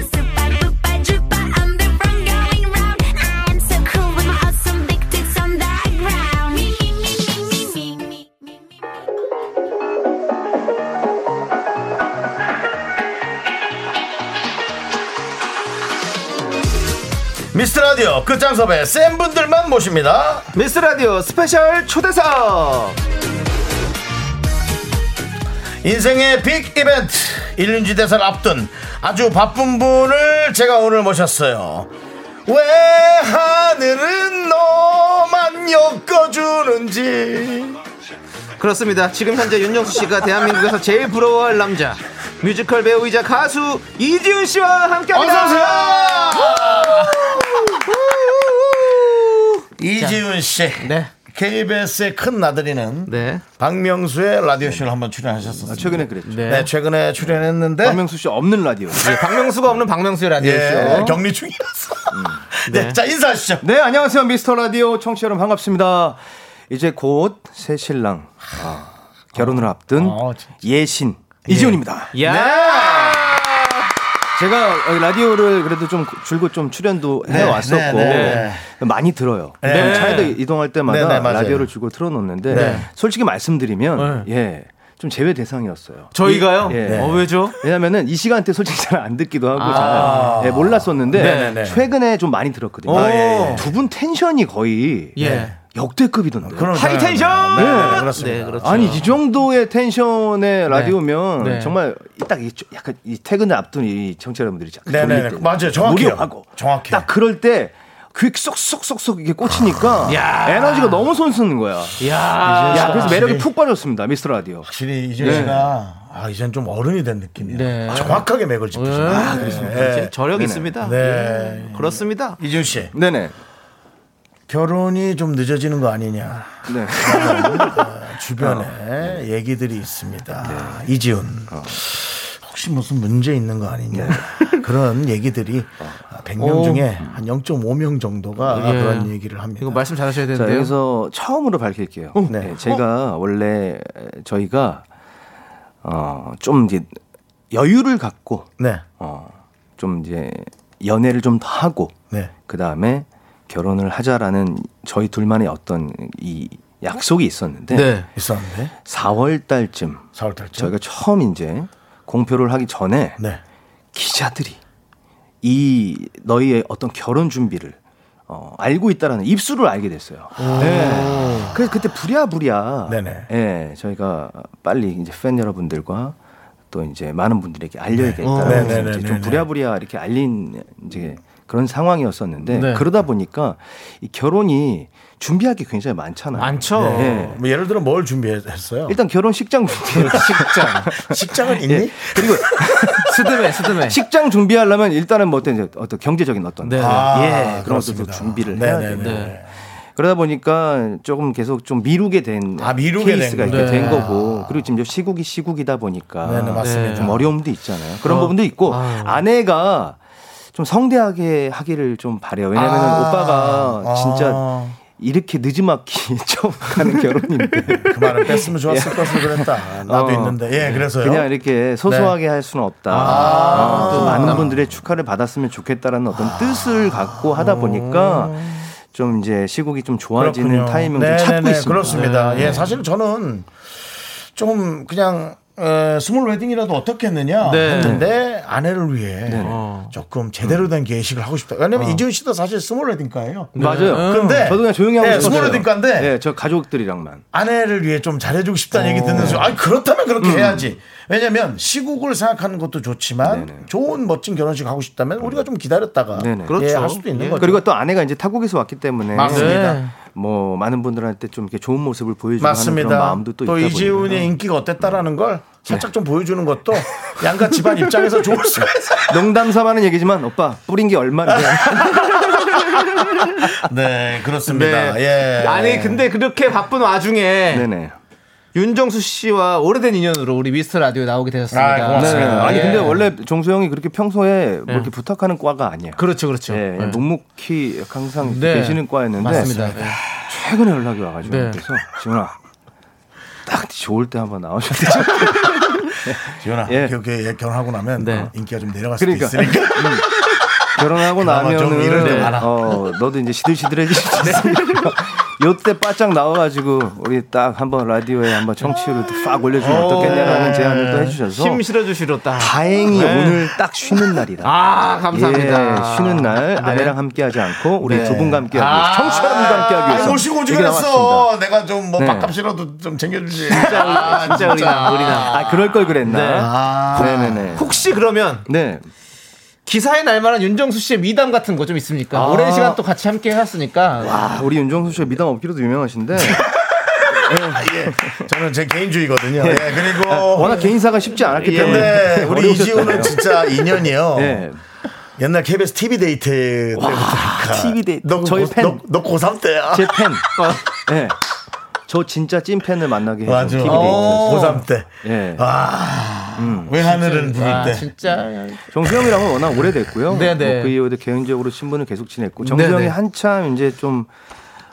[SPEAKER 6] Super duper duper, I'm the one going round. I'm so cool with my awesome big tits on the ground. Me, me, me, me, me, me, me, me, me.
[SPEAKER 1] 미스터 라디오 그 끝장 섭외 센 분들만 모십니다
[SPEAKER 2] 미스라디오 스페셜 초대석
[SPEAKER 1] 인생의 빅 이벤트 1년지 대사를 앞둔 아주 바쁜 분을 제가 오늘 모셨어요. 왜 하늘은 너만 엮어주는지
[SPEAKER 2] 그렇습니다. 지금 현재 윤정수 씨가 대한민국에서 제일 부러워할 남자 뮤지컬 배우이자 가수 이지훈 씨와 함께합니다.
[SPEAKER 1] 어서오세요 이지훈 씨
[SPEAKER 2] 네.
[SPEAKER 1] KBS의 큰 나들이는
[SPEAKER 2] 네.
[SPEAKER 1] 박명수의 라디오쇼를 한번 출연하셨었어요.
[SPEAKER 9] 최근에 그랬죠.
[SPEAKER 2] 네.
[SPEAKER 1] 네, 최근에 출연했는데
[SPEAKER 9] 박명수 씨 없는 라디오.
[SPEAKER 2] 예, 박명수가 없는 박명수 라디오
[SPEAKER 1] 예,
[SPEAKER 2] 쇼.
[SPEAKER 1] 격리 중이라서. 네. 자, 인사하시죠.
[SPEAKER 9] 음. 네, 안녕하세요. 미스터 라디오 청취자 여러분 반갑습니다. 이제 곧 새 신랑 아, 결혼을 앞둔
[SPEAKER 1] 아, 진짜.
[SPEAKER 9] 예신 이지훈입니다. 네.
[SPEAKER 2] 야!
[SPEAKER 9] 제가 라디오를 그래도 좀 줄곧 좀 출연도
[SPEAKER 1] 네,
[SPEAKER 9] 해왔었고
[SPEAKER 1] 네,
[SPEAKER 9] 많이 들어요.
[SPEAKER 1] 네.
[SPEAKER 9] 차에도 이동할 때마다
[SPEAKER 1] 네, 네, 맞아요.
[SPEAKER 9] 라디오를 줄고 틀어놓는데
[SPEAKER 1] 네.
[SPEAKER 9] 솔직히 말씀드리면 예. 좀 제외 대상이었어요.
[SPEAKER 2] 저희가요?
[SPEAKER 9] 예.
[SPEAKER 2] 어, 왜죠?
[SPEAKER 9] 왜냐면은 이 시간대 솔직히 잘 안 듣기도 하고
[SPEAKER 1] 아.
[SPEAKER 9] 잘 예, 몰랐었는데
[SPEAKER 1] 네네네.
[SPEAKER 9] 최근에 좀 많이 들었거든요.
[SPEAKER 1] 아, 예, 예.
[SPEAKER 9] 두 분 텐션이 거의
[SPEAKER 2] 예.
[SPEAKER 9] 역대급이던데. 요
[SPEAKER 1] 그럼
[SPEAKER 2] 하이텐션!
[SPEAKER 1] 네,
[SPEAKER 9] 네,
[SPEAKER 1] 그렇습니다.
[SPEAKER 2] 네, 그렇죠.
[SPEAKER 9] 아니 이 정도의 텐션의 라디오면
[SPEAKER 2] 네.
[SPEAKER 9] 정말 딱 이, 약간 이 퇴근을 앞둔 이 청취자 여러분들이 자
[SPEAKER 1] 네네네. 맞아요. 정확해요.
[SPEAKER 9] 하고
[SPEAKER 1] 정확해요.
[SPEAKER 9] 딱 그럴 때귀 쏙쏙쏙쏙 이게 꽂히니까
[SPEAKER 2] 야.
[SPEAKER 9] 에너지가 너무 손쓰는 거야.
[SPEAKER 2] 야.
[SPEAKER 9] 야, 그래서
[SPEAKER 1] 아,
[SPEAKER 9] 매력이
[SPEAKER 1] 네.
[SPEAKER 9] 푹 빠졌습니다. 미스터 라디오. 네.
[SPEAKER 1] 확실히 이준 씨가 아, 이젠 좀 어른이 된 느낌이에요.
[SPEAKER 2] 네.
[SPEAKER 1] 정확하게 맥을 짚으시네. 아,
[SPEAKER 2] 제
[SPEAKER 1] 네.
[SPEAKER 2] 저력
[SPEAKER 9] 네네. 음.
[SPEAKER 2] 있습니다.
[SPEAKER 1] 네.
[SPEAKER 2] 그렇습니다.
[SPEAKER 1] 이준 씨,
[SPEAKER 9] 네네.
[SPEAKER 1] 결혼이 좀 늦어지는 거 아니냐. 어,
[SPEAKER 9] 네. 어,
[SPEAKER 1] 주변에 얘기들이 있습니다.
[SPEAKER 9] 네.
[SPEAKER 1] 이지훈. 혹시 무슨 문제 있는 거 아니냐.
[SPEAKER 9] 네.
[SPEAKER 1] 그런 얘기들이
[SPEAKER 9] 어.
[SPEAKER 1] 아, 100명
[SPEAKER 2] 오.
[SPEAKER 1] 중에 한 0.5명 정도가
[SPEAKER 2] 어. 예.
[SPEAKER 1] 그런 얘기를 합니다.
[SPEAKER 2] 이거 말씀 잘하셔야
[SPEAKER 9] 자,
[SPEAKER 2] 되는데요. 어,
[SPEAKER 9] 여기서 처음으로 밝힐게요.
[SPEAKER 1] 네.
[SPEAKER 9] 네, 제가 원래 저희가 어, 좀 이제 여유를 갖고
[SPEAKER 1] 네.
[SPEAKER 9] 어, 좀 이제 연애를 좀 더 하고
[SPEAKER 1] 네.
[SPEAKER 9] 그 다음에 결혼을 하자라는 저희 둘만의 어떤 이 약속이 있었는데
[SPEAKER 2] 네.
[SPEAKER 1] 있었는데.
[SPEAKER 9] 4월 달쯤
[SPEAKER 1] 4월 달쯤.
[SPEAKER 9] 저희가 처음 이제 공표를 하기 전에
[SPEAKER 1] 네.
[SPEAKER 9] 기자들이 이 너희의 어떤 결혼 준비를 어, 알고 있다라는 입술을 알게 됐어요. 네. 그래서 그때 부랴부랴
[SPEAKER 1] 네네.
[SPEAKER 9] 예, 저희가 빨리 이제 팬 여러분들과 또 이제 많은 분들에게
[SPEAKER 1] 어.
[SPEAKER 9] 알려야겠다라는
[SPEAKER 1] 네네네네.
[SPEAKER 9] 이제 좀 부랴부랴 이렇게 알린 이제 그런 상황이었었는데
[SPEAKER 2] 네.
[SPEAKER 9] 그러다 보니까 이 결혼이 준비할 게 굉장히 많잖아요.
[SPEAKER 2] 많죠.
[SPEAKER 9] 예.
[SPEAKER 1] 뭐 예를 들어 뭘 준비했어요?
[SPEAKER 9] 일단 결혼식장 준비. 식장.
[SPEAKER 1] 식장은 있니?
[SPEAKER 9] 그리고
[SPEAKER 2] 스드메, 스드메.
[SPEAKER 9] 식장 준비하려면 일단은 뭐 어떤 이제 어떤 경제적인 어떤
[SPEAKER 2] 네.
[SPEAKER 1] 아,
[SPEAKER 9] 예 그런 것도
[SPEAKER 1] 그렇습니다.
[SPEAKER 9] 준비를 해야
[SPEAKER 1] 네네네.
[SPEAKER 9] 돼요. 그러다 보니까 조금 계속 좀 미루게 된
[SPEAKER 1] 아, 미루게
[SPEAKER 9] 케이스가
[SPEAKER 1] 된 네.
[SPEAKER 9] 이렇게
[SPEAKER 2] 거구나.
[SPEAKER 9] 된 거고 그리고 지금 이제 시국이 시국이다 보니까
[SPEAKER 2] 아,
[SPEAKER 1] 네네, 맞습니다.
[SPEAKER 9] 좀 어려움도 있잖아요. 그런 부분도 있고
[SPEAKER 2] 아유.
[SPEAKER 9] 아내가 좀 성대하게 하기를 좀 바래요. 왜냐면 은
[SPEAKER 1] 아.
[SPEAKER 9] 오빠가 진짜
[SPEAKER 1] 아.
[SPEAKER 9] 이렇게 늦지막히 처음 하는 결혼인데
[SPEAKER 1] 그 말은 뺐으면 좋았을 것을 그랬다. 나도
[SPEAKER 9] 예. 어.
[SPEAKER 1] 있는데. 예, 그래서요. 아,
[SPEAKER 9] 그냥 이렇게
[SPEAKER 1] 네.
[SPEAKER 9] 소소하게 할 수는 없다.
[SPEAKER 2] 아,
[SPEAKER 9] 어, 또 많은 분들의 축하를 받았으면 좋겠다라는 어떤 뜻을 갖고 하다 보니까 좀 이제 시국이 좀 좋아지는 타이밍을 좀 찾고
[SPEAKER 1] 네네네,
[SPEAKER 9] 있습니다.
[SPEAKER 1] 그렇습니다. 예, 사실 저는 좀 그냥 에, 스몰 웨딩이라도 어떻겠느냐
[SPEAKER 2] 네.
[SPEAKER 1] 했는데 아내를 위해
[SPEAKER 9] 네.
[SPEAKER 1] 조금 제대로 된 예식을 하고 싶다. 왜냐면 이지훈 씨도 사실 스몰 웨딩가예요.
[SPEAKER 9] 어. 맞아요.
[SPEAKER 1] 근데
[SPEAKER 9] 저도 그냥 조용히 하고
[SPEAKER 1] 네,
[SPEAKER 9] 싶었어요.
[SPEAKER 1] 스몰 웨딩가인데
[SPEAKER 9] 네, 저 가족들이랑만.
[SPEAKER 1] 아내를 위해 좀 잘해주고 싶다는 얘기 듣는 순간, 아니, 그렇다면 그렇게
[SPEAKER 9] 음.
[SPEAKER 1] 해야지. 왜냐면 시국을 생각하는 것도 좋지만 좋은 멋진 결혼식 하고 싶다면 우리가 좀 기다렸다가
[SPEAKER 9] 네네.
[SPEAKER 1] 예,
[SPEAKER 2] 그렇죠.
[SPEAKER 1] 할 수도 있는
[SPEAKER 2] 예.
[SPEAKER 1] 거죠.
[SPEAKER 9] 그리고 또 아내가 이제 타국에서 왔기 때문에
[SPEAKER 1] 맞습니다.
[SPEAKER 2] 네.
[SPEAKER 9] 뭐 많은 분들한테 좀 이렇게 좋은 모습을 보여주는 하는
[SPEAKER 1] 맞습니다.
[SPEAKER 9] 그런 마음도 또, 있다
[SPEAKER 1] 이지훈의
[SPEAKER 9] 보니까.
[SPEAKER 1] 인기가 어땠다라는 걸 살짝 좀 보여주는 것도 양가 집안 입장에서 좋을 수가 있어요.
[SPEAKER 9] 농담 삼아는 얘기지만 오빠 뿌린 게 얼마인데
[SPEAKER 1] 네, 그렇습니다. 예.
[SPEAKER 2] 아니 근데 그렇게 바쁜 와중에
[SPEAKER 9] 네네.
[SPEAKER 2] 윤정수 씨와 오래된 인연으로 우리 미스터 라디오에 나오게 되셨습니다.
[SPEAKER 1] 아, 고맙습니다.
[SPEAKER 2] 네.
[SPEAKER 9] 아니
[SPEAKER 2] 예.
[SPEAKER 9] 근데 원래 정수영이 그렇게 평소에 뭐 이렇게 부탁하는 과가 아니에요.
[SPEAKER 2] 그렇죠, 그렇죠.
[SPEAKER 9] 예,
[SPEAKER 2] 네.
[SPEAKER 9] 묵묵히 항상
[SPEAKER 2] 네.
[SPEAKER 9] 계시는 과였는데
[SPEAKER 2] 맞습니다. 네.
[SPEAKER 9] 최근에 연락이 와가지고
[SPEAKER 2] 네.
[SPEAKER 9] 그래서 지훈아 딱 좋을 때 한번 나오셨죠.
[SPEAKER 1] 지훈아,
[SPEAKER 9] 예.
[SPEAKER 1] 그렇게 예, 결혼하고 나면
[SPEAKER 2] 네.
[SPEAKER 1] 어, 인기가 좀 내려갈
[SPEAKER 9] 그러니까.
[SPEAKER 1] 수도 있으니까.
[SPEAKER 9] 결혼하고
[SPEAKER 1] 그나마 좀 일을
[SPEAKER 9] 나면은
[SPEAKER 1] 내봐라.
[SPEAKER 9] 어, 너도 이제 시들시들해지지. 요때 바짝 나와가지고 우리 딱 한번 라디오에 한번 청취율을 팍 올려주면
[SPEAKER 2] 오,
[SPEAKER 9] 어떻겠냐라는
[SPEAKER 2] 네.
[SPEAKER 9] 제안을 또 해주셔서
[SPEAKER 2] 힘 실어주시렸다.
[SPEAKER 9] 다행히 오늘 딱 쉬는 날이다.
[SPEAKER 2] 네. 아, 감사합니다.
[SPEAKER 9] 예, 쉬는 날 아내랑 함께하지 않고 우리
[SPEAKER 2] 네.
[SPEAKER 9] 두 분과 함께하기 위해서 청취자분과 함께하기
[SPEAKER 1] 아, 아니,
[SPEAKER 9] 위해서
[SPEAKER 1] 모시고 오지
[SPEAKER 9] 이렇게
[SPEAKER 1] 그랬어.
[SPEAKER 9] 나왔습니다.
[SPEAKER 1] 내가 좀 뭐
[SPEAKER 9] 네.
[SPEAKER 1] 밥값이라도 좀 챙겨주지.
[SPEAKER 2] 진짜,
[SPEAKER 1] 아,
[SPEAKER 2] 진짜 우리나, 우리나.
[SPEAKER 9] 아 그럴 걸 그랬나?
[SPEAKER 2] 네.
[SPEAKER 9] 아. 네네네.
[SPEAKER 2] 혹시 그러면
[SPEAKER 9] 네.
[SPEAKER 2] 기사에 날 만한 윤정수 씨의 미담 같은 거 좀 있습니까?
[SPEAKER 9] 아.
[SPEAKER 2] 그러니까 오랜 시간 또 같이 함께 해왔으니까.
[SPEAKER 9] 아 우리 윤정수 씨가 미담 없기로도 유명하신데
[SPEAKER 1] 아, 예. 저는 제 개인주의거든요. 예, 그리고
[SPEAKER 9] 아, 워낙 개인사가 쉽지
[SPEAKER 2] 예.
[SPEAKER 9] 않았기 때문에
[SPEAKER 2] 네.
[SPEAKER 1] 근데 우리
[SPEAKER 9] 어려우셨잖아요.
[SPEAKER 1] 이지호는 진짜 인연이요.
[SPEAKER 9] 네.
[SPEAKER 1] 옛날 KBS TV 데이트 때부터
[SPEAKER 9] TV 데이트.
[SPEAKER 1] 너, 저희
[SPEAKER 9] 저희
[SPEAKER 1] 고,
[SPEAKER 9] 팬.
[SPEAKER 1] 너, 너 고3 때야.
[SPEAKER 9] 제 팬.
[SPEAKER 2] 어.
[SPEAKER 9] 네. 저 진짜 찐 팬을 만나게 해준
[SPEAKER 1] 맞아. 어,
[SPEAKER 9] TV
[SPEAKER 2] 어.
[SPEAKER 9] 데이트.
[SPEAKER 1] 고3 때.
[SPEAKER 9] 예. 음.
[SPEAKER 1] 와. 왜 하늘은 부를
[SPEAKER 2] 아,
[SPEAKER 1] 때.
[SPEAKER 2] 진짜.
[SPEAKER 9] 정수영이랑은 워낙 오래됐고요.
[SPEAKER 2] 네네.
[SPEAKER 9] 뭐그 이후에도 개인적으로 친분을 계속 지냈고 정수영이
[SPEAKER 2] 네네.
[SPEAKER 9] 한참 이제 좀